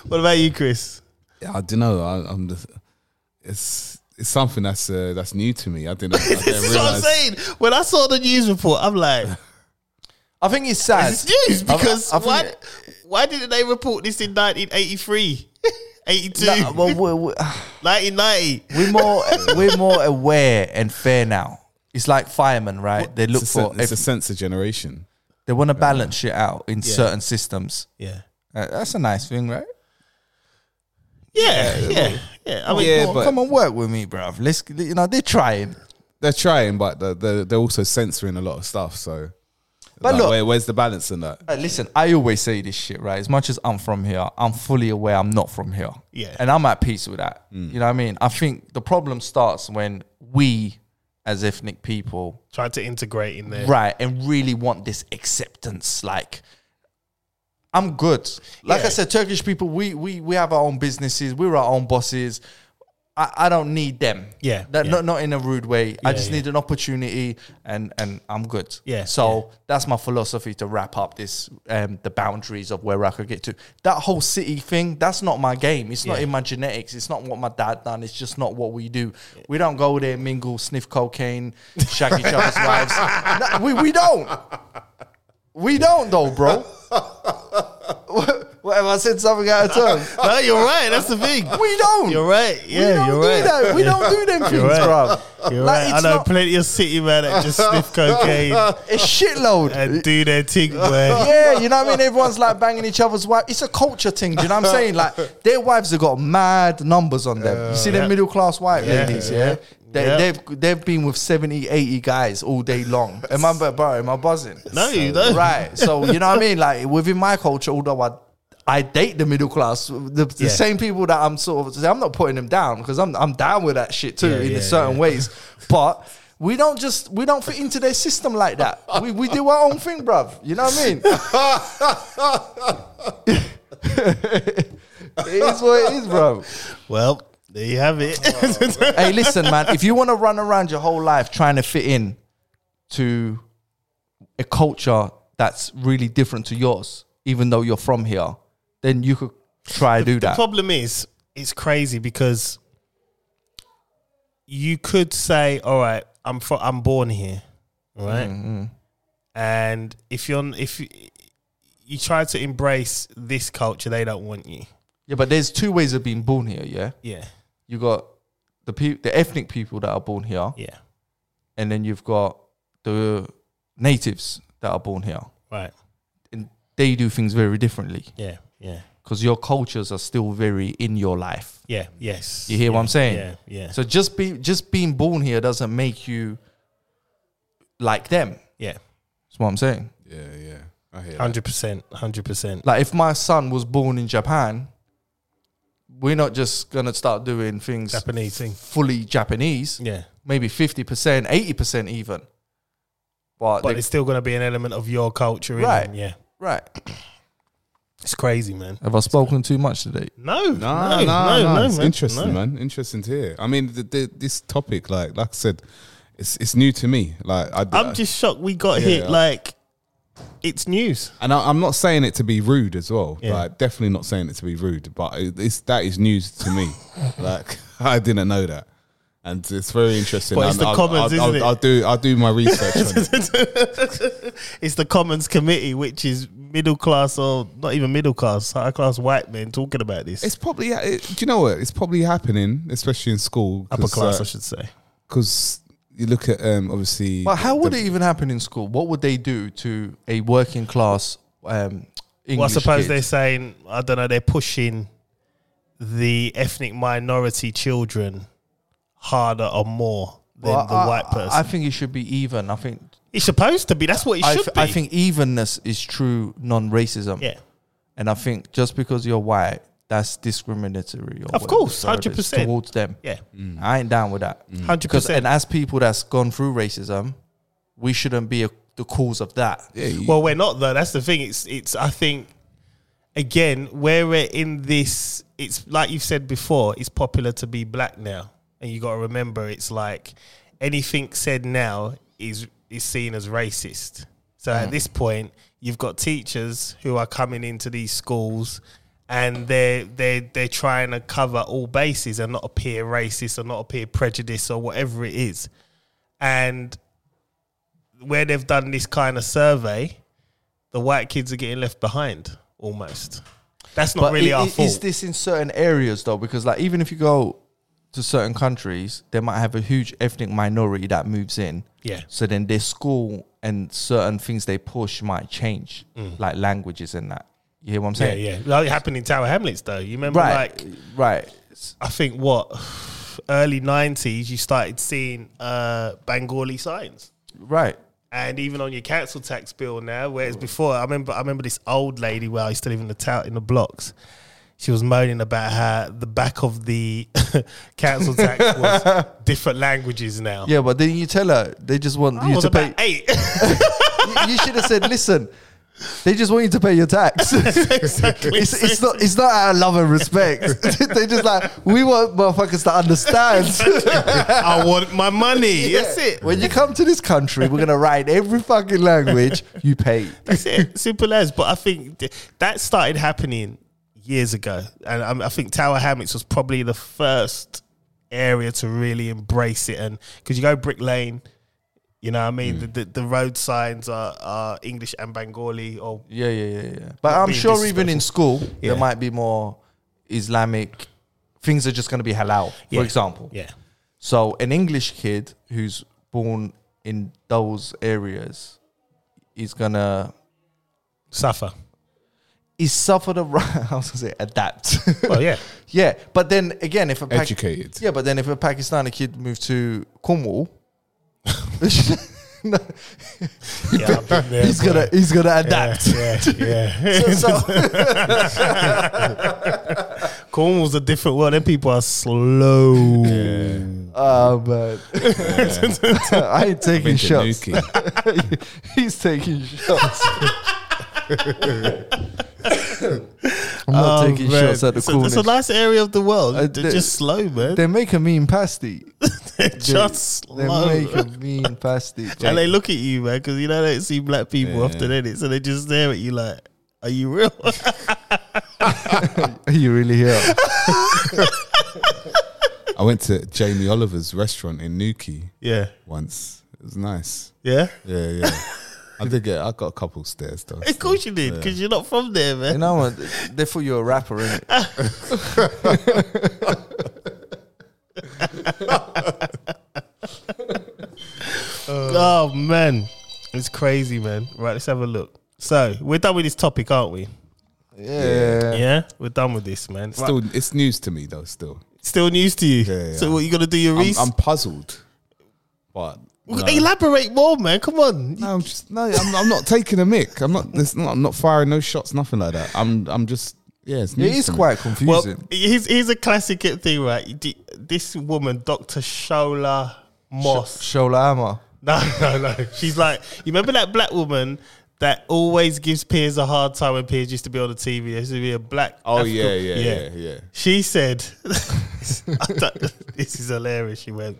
[SPEAKER 2] What about you, Chris?
[SPEAKER 1] Yeah, I don't know. I, I'm just, it's it's something that's uh, that's new to me. I didn't. I didn't
[SPEAKER 2] This is what I'm
[SPEAKER 1] realize.
[SPEAKER 2] saying. When I saw the news report, I'm like,
[SPEAKER 3] I think it's sad.
[SPEAKER 2] this is news because
[SPEAKER 3] I think-
[SPEAKER 2] why, why didn't they report this in 1983, 82,
[SPEAKER 3] Nah, well, we- we-
[SPEAKER 2] 1990?
[SPEAKER 3] We're more we're more aware and fair now. It's like firemen, right? They look
[SPEAKER 1] It's, a, sen-
[SPEAKER 3] for
[SPEAKER 1] it's a
[SPEAKER 3] if
[SPEAKER 1] sense of generation.
[SPEAKER 3] they want to balance shit out in certain systems.
[SPEAKER 2] Yeah.
[SPEAKER 3] Uh, that's a nice thing, right?
[SPEAKER 2] Yeah, yeah, yeah. I mean,
[SPEAKER 1] Yeah,
[SPEAKER 2] well,
[SPEAKER 1] but-
[SPEAKER 3] Come and work with me, bruv. Let's you know they're trying.
[SPEAKER 1] They're trying, but they're, they're, they're also censoring a lot of stuff. So,
[SPEAKER 3] But
[SPEAKER 1] like,
[SPEAKER 3] look-
[SPEAKER 1] where, where's the balance in that?
[SPEAKER 3] Uh, listen, I always say this shit, right? As much as I'm from here, I'm fully aware I'm not from here.
[SPEAKER 2] Yeah.
[SPEAKER 3] And I'm at peace with that.
[SPEAKER 1] Mm.
[SPEAKER 3] You know what I mean? I think the problem starts when we as ethnic people
[SPEAKER 2] trying to integrate in there.
[SPEAKER 3] right and really want this acceptance like i'm good like i
[SPEAKER 2] Yeah.
[SPEAKER 3] said turkish people we we we have our own businesses we're our own bosses i, I don't need them
[SPEAKER 2] Yeah,
[SPEAKER 3] that,
[SPEAKER 2] yeah.
[SPEAKER 3] Not, not in a rude way i
[SPEAKER 2] Yeah,
[SPEAKER 3] just
[SPEAKER 2] yeah.
[SPEAKER 3] need an opportunity and and i'm good
[SPEAKER 2] Yeah,
[SPEAKER 3] so that's my philosophy to wrap up this um the boundaries of where i could get to that whole city thing that's not my game it's not
[SPEAKER 2] Yeah.
[SPEAKER 3] in my genetics it's not what my dad done it's just not what we do we don't go there mingle sniff cocaine shag each other's wives No, we, we don't we don't though bro what have i said something out of turn
[SPEAKER 2] No, you're right. That's the thing.
[SPEAKER 3] we don't
[SPEAKER 2] You're right.
[SPEAKER 3] we
[SPEAKER 2] Yeah,
[SPEAKER 3] don't
[SPEAKER 2] you're
[SPEAKER 3] do
[SPEAKER 2] right.
[SPEAKER 3] that. We don't do them things,
[SPEAKER 2] You're right.
[SPEAKER 3] bro.
[SPEAKER 2] You're
[SPEAKER 3] Like,
[SPEAKER 2] right. I
[SPEAKER 3] it's
[SPEAKER 2] know
[SPEAKER 3] not-
[SPEAKER 2] plenty of city man that just sniff cocaine
[SPEAKER 3] It's shitload.
[SPEAKER 2] and do their thing, boy.
[SPEAKER 3] Yeah, you know what I mean? Everyone's like banging each other's wife. It's a culture thing. Do you know what I'm saying? Like their wives have got mad numbers on them. You see them
[SPEAKER 2] Yeah.
[SPEAKER 3] middle class white
[SPEAKER 2] Yeah,
[SPEAKER 3] ladies, yeah?
[SPEAKER 2] yeah,
[SPEAKER 3] They,
[SPEAKER 2] yeah.
[SPEAKER 3] They've they've been with 70, 80 guys all day long. Am I bro, am I buzzing?
[SPEAKER 2] No, you don't.
[SPEAKER 3] Right. So you know what I mean? Like within my culture, although I I date the middle class, the, the
[SPEAKER 2] Yeah.
[SPEAKER 3] same people that I'm sort of I'm not putting them down because I'm I'm down with that shit too
[SPEAKER 2] Yeah,
[SPEAKER 3] in
[SPEAKER 2] yeah,
[SPEAKER 3] certain
[SPEAKER 2] yeah.
[SPEAKER 3] ways. But we don't just we don't fit into their system like that. We we do our own thing, bruv. You know what I mean? it is what it is, bro.
[SPEAKER 2] Well, there you have it.
[SPEAKER 3] Hey, listen, man. If you want to run around your whole life trying to fit in to a culture that's really different to yours, even though you're from here, then you could try to do that.
[SPEAKER 2] problem is it's crazy because you could say all right i'm fro- i'm born here right and if you're n- if you, you try to embrace this culture they don't want you
[SPEAKER 3] Yeah, but there's two ways of being born here. Yeah,
[SPEAKER 2] Yeah,
[SPEAKER 3] you got the pe- the ethnic people that are born here,
[SPEAKER 2] yeah,
[SPEAKER 3] and then you've got the natives that are born here,
[SPEAKER 2] right,
[SPEAKER 3] and they do things very differently
[SPEAKER 2] yeah, yeah,
[SPEAKER 3] because your cultures are still very in your life.
[SPEAKER 2] yeah, yes.
[SPEAKER 3] You hear what I'm saying?
[SPEAKER 2] Yeah, yeah,
[SPEAKER 3] So just be just being born here doesn't make you like them.
[SPEAKER 2] yeah.
[SPEAKER 3] That's what I'm saying.
[SPEAKER 1] Yeah, yeah. I hear that.
[SPEAKER 2] Hundred percent, hundred percent.
[SPEAKER 3] Like if my son was born in Japan, we're not just gonna start doing things
[SPEAKER 2] Japanese thing.
[SPEAKER 3] fully Japanese.
[SPEAKER 2] Yeah,
[SPEAKER 3] Maybe fifty percent, eighty percent even. But,
[SPEAKER 2] but
[SPEAKER 3] they-
[SPEAKER 2] it's still gonna be an element of your culture,
[SPEAKER 3] Right.
[SPEAKER 2] right? Yeah,
[SPEAKER 3] right.
[SPEAKER 2] it's crazy, man.
[SPEAKER 3] Have I spoken too much today?
[SPEAKER 2] No,
[SPEAKER 1] No, no, no, it's interesting, man. Interesting to hear. I mean, the, the, this topic, like, like I said, it's it's new to me. Like, I,
[SPEAKER 2] I'm just shocked we got
[SPEAKER 1] Yeah,
[SPEAKER 2] hit
[SPEAKER 1] yeah.
[SPEAKER 2] like it's news.
[SPEAKER 1] and I, I'm not saying it to be rude as well.
[SPEAKER 2] Yeah.
[SPEAKER 1] Like, definitely not saying it to be rude, but it- it's that is news to me. like, I didn't know that, and it's very interesting.
[SPEAKER 2] But it's
[SPEAKER 1] And
[SPEAKER 2] the
[SPEAKER 1] I'll-
[SPEAKER 2] comments,
[SPEAKER 1] I'll, I'll,
[SPEAKER 2] isn't it?
[SPEAKER 1] I'll do I'll do my research. on it.
[SPEAKER 2] It's the Commons Committee, which is middle class or not even middle class, high class white men talking about this.
[SPEAKER 1] It's probably uh, it, do you know what? It's probably happening, especially in school.
[SPEAKER 2] upper class, I
[SPEAKER 1] because
[SPEAKER 2] should say.
[SPEAKER 1] you look at um obviously.
[SPEAKER 3] But how would
[SPEAKER 1] the-
[SPEAKER 3] it even happen in school? What would they do to a working class um, English
[SPEAKER 2] Well, I suppose
[SPEAKER 3] kid?
[SPEAKER 2] they're saying I don't know. They're pushing the ethnic minority children harder or more than
[SPEAKER 3] Well,
[SPEAKER 2] the
[SPEAKER 3] I-
[SPEAKER 2] white
[SPEAKER 3] I-
[SPEAKER 2] person.
[SPEAKER 3] I think it should be even. I think
[SPEAKER 2] it's supposed to be. That's what it
[SPEAKER 3] I,
[SPEAKER 2] should
[SPEAKER 3] th-
[SPEAKER 2] be.
[SPEAKER 3] I think evenness is true non-racism.
[SPEAKER 2] Yeah.
[SPEAKER 3] And I think just because you're white, that's discriminatory. or
[SPEAKER 2] Of
[SPEAKER 3] whatever
[SPEAKER 2] course,
[SPEAKER 3] the word is
[SPEAKER 2] 100%.
[SPEAKER 3] towards them.
[SPEAKER 1] Mm.
[SPEAKER 2] Yeah.
[SPEAKER 3] I ain't down with that.
[SPEAKER 2] Hundred
[SPEAKER 3] Because and
[SPEAKER 2] percent.
[SPEAKER 3] as people that's gone through racism, we shouldn't be a, the cause of that.
[SPEAKER 1] Yeah, you-
[SPEAKER 2] Well, we're not though. That's the thing. It's it's. I think again, where we're in this, it's like you've said before. It's popular to be black now, and you got to remember, it's like anything said now is is seen as racist. So
[SPEAKER 1] Mm.
[SPEAKER 2] at this point, you've got teachers who are coming into these schools. And they're they they're are trying to cover all bases and not appear racist or not appear prejudice or whatever it is. And where they've done this kind of survey, the white kids are getting left behind almost. That's not really
[SPEAKER 3] i-
[SPEAKER 2] our
[SPEAKER 3] i-
[SPEAKER 2] fault.
[SPEAKER 3] Is this in certain areas though? Because like even if you go to certain countries, they might have a huge ethnic minority that moves in.
[SPEAKER 2] Yeah.
[SPEAKER 3] So then their school and certain things they push might change, like languages and that. You hear what I'm
[SPEAKER 2] Mm. yeah,
[SPEAKER 3] saying?
[SPEAKER 2] yeah. Like it happened in Tower Hamlets though. You remember
[SPEAKER 3] Right.
[SPEAKER 2] like
[SPEAKER 3] right. S-
[SPEAKER 2] I think what early nineties you started seeing uh Bengali signs.
[SPEAKER 3] Right.
[SPEAKER 2] and even on your council tax bill now.
[SPEAKER 3] Mm.
[SPEAKER 2] Whereas before, I remember, I remember this old lady where I used to live in the town in the blocks. She was moaning about how the back of the council tax was different languages now.
[SPEAKER 3] Yeah, but then you tell her they just want
[SPEAKER 2] I
[SPEAKER 3] you
[SPEAKER 2] was
[SPEAKER 3] to pay.
[SPEAKER 2] about eight.
[SPEAKER 3] You- you should have said, "Listen, they just want you to pay your tax.
[SPEAKER 2] exactly.
[SPEAKER 3] it's, it's not it's not out of love and respect. they just like we want motherfuckers to understand.
[SPEAKER 2] I want my money. That's it.
[SPEAKER 3] when you come to this country, we're gonna write every fucking language you pay.
[SPEAKER 2] That's it. Simple as. But I think th- that started happening years ago, and um, I think Tower Hamlets was probably the first area to really embrace it. And because you go Brick Lane, you know, what I
[SPEAKER 3] Hmm.
[SPEAKER 2] mean, the, the the road signs are, are English and Bengali, or
[SPEAKER 3] Yeah, yeah, yeah, yeah. But I'm
[SPEAKER 2] being
[SPEAKER 3] sure even in
[SPEAKER 2] disrespectful.
[SPEAKER 3] school there
[SPEAKER 2] Yeah.
[SPEAKER 3] might be more Islamic. Things are just gonna be halal,
[SPEAKER 2] Yeah.
[SPEAKER 3] for example.
[SPEAKER 2] yeah,
[SPEAKER 3] So an English kid who's born in those areas is gonna
[SPEAKER 2] suffer.
[SPEAKER 3] is suffer the right. I was gonna say adapt.
[SPEAKER 2] Well, yeah,
[SPEAKER 3] yeah, but then again, if a Pak-
[SPEAKER 1] educated.
[SPEAKER 3] yeah, but then if a Pakistani kid moved to Cornwall, no,
[SPEAKER 2] yeah, I've been there,
[SPEAKER 3] he's
[SPEAKER 2] bro.
[SPEAKER 3] gonna he's gonna
[SPEAKER 2] Yeah,
[SPEAKER 3] adapt.
[SPEAKER 2] yeah, yeah.
[SPEAKER 3] So-
[SPEAKER 2] Cornwall's a different world. Them people are slow.
[SPEAKER 3] oh man, I ain't taking
[SPEAKER 1] Been to
[SPEAKER 3] shots.
[SPEAKER 1] Nuki.
[SPEAKER 3] he's taking shots. I'm not
[SPEAKER 2] Oh,
[SPEAKER 3] taking
[SPEAKER 2] man.
[SPEAKER 3] shots at the
[SPEAKER 2] It's a-
[SPEAKER 3] corners.
[SPEAKER 2] It's a nice area of the world.
[SPEAKER 3] Uh,
[SPEAKER 2] They're
[SPEAKER 3] the-
[SPEAKER 2] just slow, man.
[SPEAKER 3] they make a mean pasty.
[SPEAKER 2] They're just
[SPEAKER 3] They
[SPEAKER 2] slow.
[SPEAKER 3] make a mean pasty.
[SPEAKER 2] And they look at you, man, because you know they don't see black people
[SPEAKER 1] Yeah.
[SPEAKER 2] often in it, so they just stare at you like, "Are you real?"
[SPEAKER 3] Are you really here?
[SPEAKER 1] I went to Jamie Oliver's restaurant in Nuki
[SPEAKER 2] yeah,
[SPEAKER 1] once. It was nice.
[SPEAKER 2] yeah.
[SPEAKER 1] Yeah, yeah. I did get. I got a couple stairs though.
[SPEAKER 2] Of course you did, because you're not from there, man.
[SPEAKER 3] You know, man, they thought you were a rapper, innit?
[SPEAKER 2] Oh man, it's crazy, man. Right, let's have a look. So we're done with this topic, aren't we?
[SPEAKER 3] Yeah.
[SPEAKER 2] Yeah, we're done with this, man. Right.
[SPEAKER 1] Still, it's news to me though. Still,
[SPEAKER 2] Still news to you.
[SPEAKER 1] Yeah, yeah.
[SPEAKER 2] So what you gonna do your
[SPEAKER 1] I'm,
[SPEAKER 2] research?
[SPEAKER 1] I'm puzzled. But no.
[SPEAKER 2] Elaborate more, man. Come on.
[SPEAKER 1] No, I'm just no. I'm, I'm not taking a mic. I'm not, this, not. I'm not firing no shots. Nothing like that. I'm. I'm just. Yeah, it's
[SPEAKER 3] It
[SPEAKER 1] news
[SPEAKER 3] is
[SPEAKER 1] to me.
[SPEAKER 3] quite
[SPEAKER 2] Well,
[SPEAKER 3] confusing.
[SPEAKER 2] here's here's a classic thing, right? D- This woman, Doctor Shola Moss.
[SPEAKER 3] Sholama.
[SPEAKER 2] No, no, no. She's like, you remember that black woman that always gives peers a hard time when peers used to be on the TV? There used to be a black.
[SPEAKER 1] Oh
[SPEAKER 2] African-
[SPEAKER 1] yeah, yeah, yeah, yeah.
[SPEAKER 2] She said, I don't- this is hilarious. She went,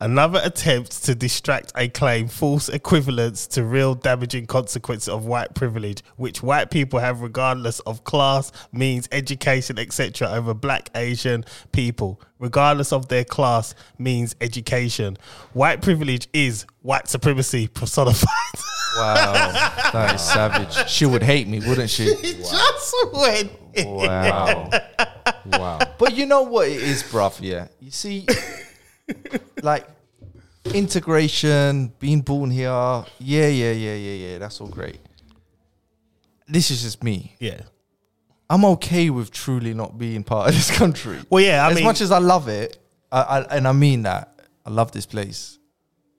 [SPEAKER 2] another attempt to distract a claim false equivalence to real damaging consequence of white privilege, which white people have regardless of class, means, education, etc., over black Asian people, regardless of their class, means, education. White privilege is white supremacy personified.
[SPEAKER 3] Wow. that is savage. She would hate me, wouldn't she?
[SPEAKER 2] It just went. in.
[SPEAKER 3] Oh. Wow.
[SPEAKER 1] Wow.
[SPEAKER 3] But you know what it is, bruv? Yeah. You see, like integration, being born here. Yeah, yeah, yeah, yeah, yeah. That's all great. This is just me.
[SPEAKER 2] Yeah.
[SPEAKER 3] I'm okay with truly not being part of this country.
[SPEAKER 2] Well, yeah, I
[SPEAKER 3] as
[SPEAKER 2] mean,
[SPEAKER 3] much as I love it, I, I, and I mean that, I love this place.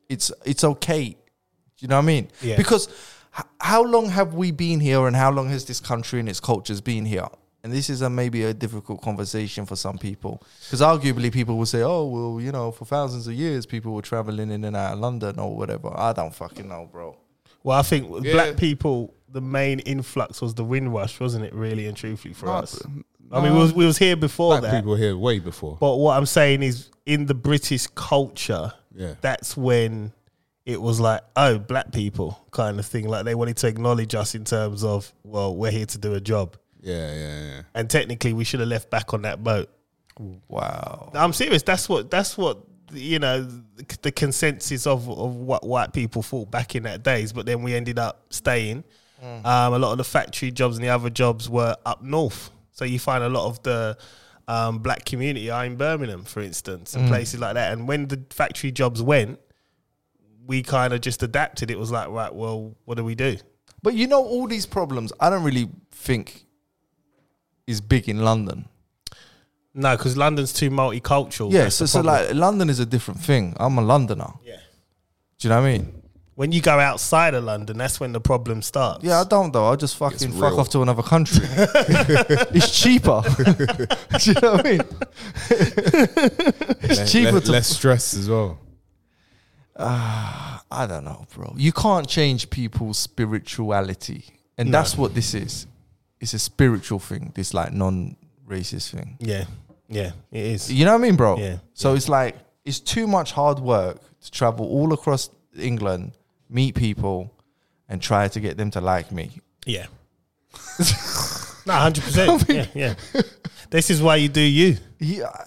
[SPEAKER 3] It's it's okay. Do you know what I mean?
[SPEAKER 2] Yeah.
[SPEAKER 3] Because h- how long have we been here, and how long has this country and its cultures been here? And this is a, maybe a difficult conversation for some people, because arguably people will say, "Oh, well, you know, for thousands of years, people were traveling in and out of London or whatever." I don't fucking know, bro.
[SPEAKER 2] Well, I think with black people, the main influx was the Windrush, wasn't it? Really and truthfully for us. I mean, we was, we was here before
[SPEAKER 1] Black
[SPEAKER 2] that.
[SPEAKER 1] people here way before.
[SPEAKER 2] But what I'm saying is, in the British culture,
[SPEAKER 1] Yeah.
[SPEAKER 2] that's when it was like, oh, black people kind of thing. Like they wanted to acknowledge us in terms of, well, we're here to do a job,
[SPEAKER 1] Yeah, yeah, yeah.
[SPEAKER 2] and technically, we should have left back on that boat.
[SPEAKER 3] Wow.
[SPEAKER 2] I'm serious. That's what. That's what. You know, the, the consensus of of what white people thought back in that days. But then we ended up staying. Um, a lot of the factory jobs and the other jobs were up north. So you find a lot of the um, black community are in Birmingham, for instance, and places like that. And when the factory jobs went, we kind of just adapted. It was like, right, well, what do we do?
[SPEAKER 3] But you know, all these problems, I don't really think is big in London.
[SPEAKER 2] No, because London's too multicultural.
[SPEAKER 3] Yeah,
[SPEAKER 2] That's
[SPEAKER 3] so,
[SPEAKER 2] the
[SPEAKER 3] so
[SPEAKER 2] problem.
[SPEAKER 3] like London is a different thing. I'm a Londoner.
[SPEAKER 2] yeah.
[SPEAKER 3] Do you know what I mean?
[SPEAKER 2] When you go outside of London, that's when the problem starts.
[SPEAKER 3] Yeah, I don't though. I'll just fucking fuck
[SPEAKER 1] real.
[SPEAKER 3] off to another country. it's cheaper. Do you know what I mean? it's cheaper
[SPEAKER 1] Less,
[SPEAKER 3] to.
[SPEAKER 1] less stress as well.
[SPEAKER 3] I don't know, bro. You can't change people's spirituality, and that's what this is. It's a spiritual thing. This like non-racist thing.
[SPEAKER 2] Yeah, yeah, it is.
[SPEAKER 3] You know what I mean, bro?
[SPEAKER 2] Yeah,
[SPEAKER 3] So it's like it's too much hard work to travel all across England, meet people, and try to get them to like me.
[SPEAKER 2] Yeah. no, hundred percent. Yeah, yeah. This is why you do you.
[SPEAKER 3] Yeah, uh,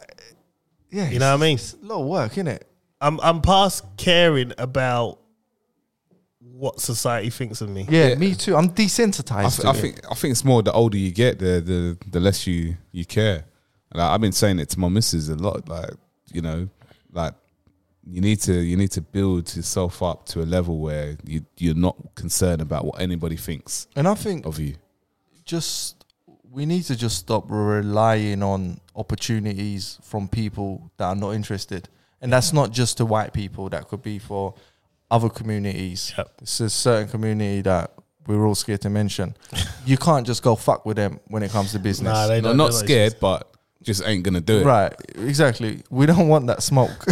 [SPEAKER 3] yeah.
[SPEAKER 2] You know what I mean?
[SPEAKER 3] It's a lot of work, isn't it?
[SPEAKER 2] I'm I'm past caring about what society thinks of me.
[SPEAKER 3] Yeah, me too. I'm desensitized.
[SPEAKER 1] I, th-
[SPEAKER 3] to
[SPEAKER 1] I
[SPEAKER 3] it.
[SPEAKER 1] think I think it's more the older you get, the the, the less you you care. And I, I've been saying it to my missus a lot. Like you know, like you need to you need to build yourself up to a level where you you're not concerned about what anybody thinks
[SPEAKER 3] and I think
[SPEAKER 1] of you.
[SPEAKER 3] just we need to just stop relying on opportunities from people that are not interested, and that's not just to white people. That could be for other communities.
[SPEAKER 2] Yep.
[SPEAKER 3] It's a certain community that we're all scared to mention. you can't just go fuck with them when it comes to business.
[SPEAKER 2] Nah, they
[SPEAKER 1] Not,
[SPEAKER 2] don't.
[SPEAKER 1] not
[SPEAKER 2] they don't.
[SPEAKER 1] scared, but just ain't gonna do it.
[SPEAKER 3] Right, exactly. We don't want that smoke.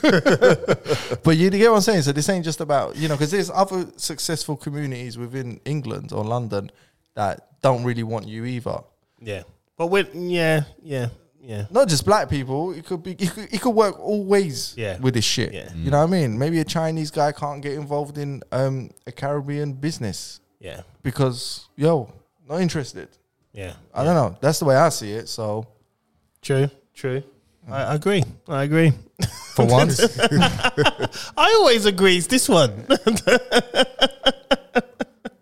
[SPEAKER 3] but you get what I'm saying. So this ain't just about you know because there's other successful communities within England or London that don't really want you either.
[SPEAKER 2] Yeah, but when yeah, yeah, yeah,
[SPEAKER 3] Not just black people. It could be. It could, it could work all ways.
[SPEAKER 2] Yeah.
[SPEAKER 3] with this shit.
[SPEAKER 2] Yeah.
[SPEAKER 3] You know what I mean? Maybe a Chinese guy can't get involved in um, a Caribbean business
[SPEAKER 2] yeah,
[SPEAKER 3] because yo, not interested.
[SPEAKER 2] yeah.
[SPEAKER 3] I don't know. That's the way I see it. So
[SPEAKER 2] True, true. I, I agree. I agree.
[SPEAKER 3] for once,
[SPEAKER 2] I always agree. It's this one.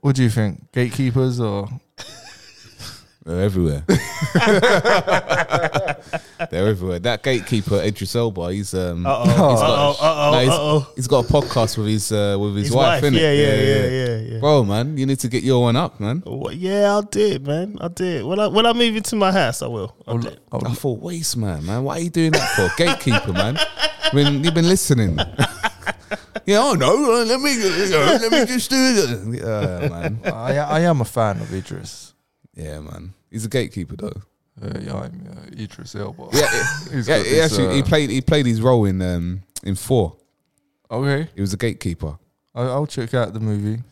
[SPEAKER 3] What do you think? Gatekeepers or
[SPEAKER 1] They're everywhere. They're everywhere. That gatekeeper, Idris Elba, he's um,
[SPEAKER 2] Uh
[SPEAKER 1] he's
[SPEAKER 2] oh. Uh
[SPEAKER 1] got-
[SPEAKER 2] oh.
[SPEAKER 1] no,
[SPEAKER 2] Uh
[SPEAKER 1] he's-
[SPEAKER 2] oh.
[SPEAKER 1] he's got a podcast with his uh, with his,
[SPEAKER 2] His
[SPEAKER 1] wife,
[SPEAKER 2] wife.
[SPEAKER 1] innit?
[SPEAKER 2] Yeah, yeah, yeah, yeah, yeah.
[SPEAKER 1] Bro, man, you need to get your one up, man.
[SPEAKER 3] Oh.
[SPEAKER 2] What- Yeah, I'll do it, man. I'll do it. When I when I move into my house, I will. I'll do it.
[SPEAKER 1] I thought, waste man, man, why are you doing that for? Gatekeeper, man. I mean, you've been listening. yeah, oh no, let me, let me just do it. Uh, man.
[SPEAKER 3] I, I am a fan of Idris.
[SPEAKER 1] Yeah, man. He's a gatekeeper though.
[SPEAKER 3] Uh, yeah, I'm uh, Idris Elba.
[SPEAKER 1] Yeah,
[SPEAKER 3] He's
[SPEAKER 1] yeah.
[SPEAKER 3] got
[SPEAKER 1] He
[SPEAKER 3] this,
[SPEAKER 1] actually, he
[SPEAKER 3] uh,
[SPEAKER 1] played, he played his role in um in four.
[SPEAKER 3] Okay,
[SPEAKER 1] He was a gatekeeper.
[SPEAKER 3] I, I'll check out the movie,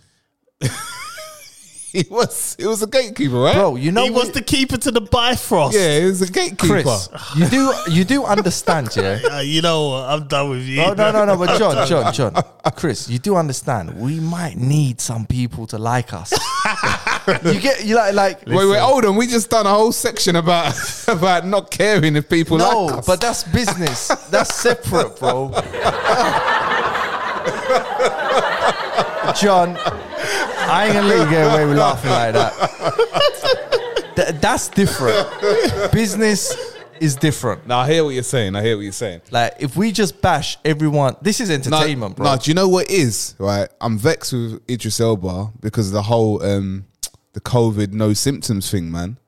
[SPEAKER 1] He was, he was a gatekeeper, right?
[SPEAKER 3] bro. You know
[SPEAKER 2] he was
[SPEAKER 3] what-
[SPEAKER 2] the keeper to the Bifrost.
[SPEAKER 1] Yeah, he was a gatekeeper.
[SPEAKER 3] Chris. you do you do understand, yeah?
[SPEAKER 2] Uh, you know what? I'm done with you.
[SPEAKER 3] Oh no no no! But John John John, Chris, you do understand? We might need some people to like us. you get you like like
[SPEAKER 1] Wait, wait, hold on. We just done a whole section about about not caring if people
[SPEAKER 3] no,
[SPEAKER 1] like us.
[SPEAKER 3] but that's business. That's separate, bro. John, I ain't gonna let you get away with laughing like that. Th- that's different. Business is different.
[SPEAKER 1] No, I hear what you're saying. I hear what you're saying.
[SPEAKER 3] Like if we just bash everyone, this is entertainment,
[SPEAKER 1] no,
[SPEAKER 3] bro.
[SPEAKER 1] No, do you know what it is right? I'm vexed with Idris Elba because of the whole um, the COVID no symptoms thing, man.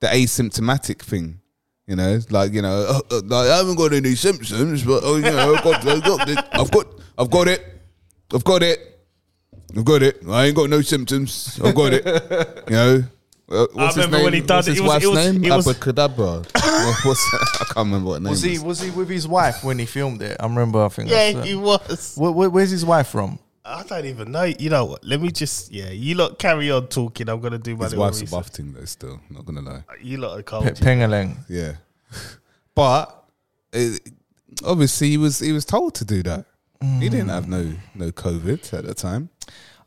[SPEAKER 1] The asymptomatic thing, you know, like you know, uh, uh, like, I haven't got any symptoms, but oh, you know, I've got, I've got, it. I've got, I've got it, I've got it, I've got it. I ain't got no symptoms. I've got it. You know. Uh, what's his
[SPEAKER 2] remember
[SPEAKER 1] name?
[SPEAKER 2] when he done
[SPEAKER 1] what's
[SPEAKER 2] it,
[SPEAKER 1] his
[SPEAKER 2] it was-
[SPEAKER 1] wife's
[SPEAKER 2] it was-
[SPEAKER 1] name?
[SPEAKER 2] it was-
[SPEAKER 1] Abracadabra. What- what's I can't remember what name.
[SPEAKER 3] Was he
[SPEAKER 1] it
[SPEAKER 3] was he with his wife when he filmed it? I remember. I think.
[SPEAKER 2] Yeah,
[SPEAKER 3] that's, uh,
[SPEAKER 2] he was.
[SPEAKER 3] Where- where- where's his wife from?
[SPEAKER 2] I don't even know. You know what? Let me just. Yeah, you lot carry on talking. I'm gonna do my
[SPEAKER 1] His
[SPEAKER 2] little
[SPEAKER 1] wife's a
[SPEAKER 2] research.
[SPEAKER 1] buff thing though. Still, not gonna lie.
[SPEAKER 2] You lot are
[SPEAKER 3] Pe-
[SPEAKER 2] cold.
[SPEAKER 3] Pengeleng.
[SPEAKER 1] Yeah, but it, obviously he was he was told to do that.
[SPEAKER 3] Mm.
[SPEAKER 1] He didn't have no no COVID at the time,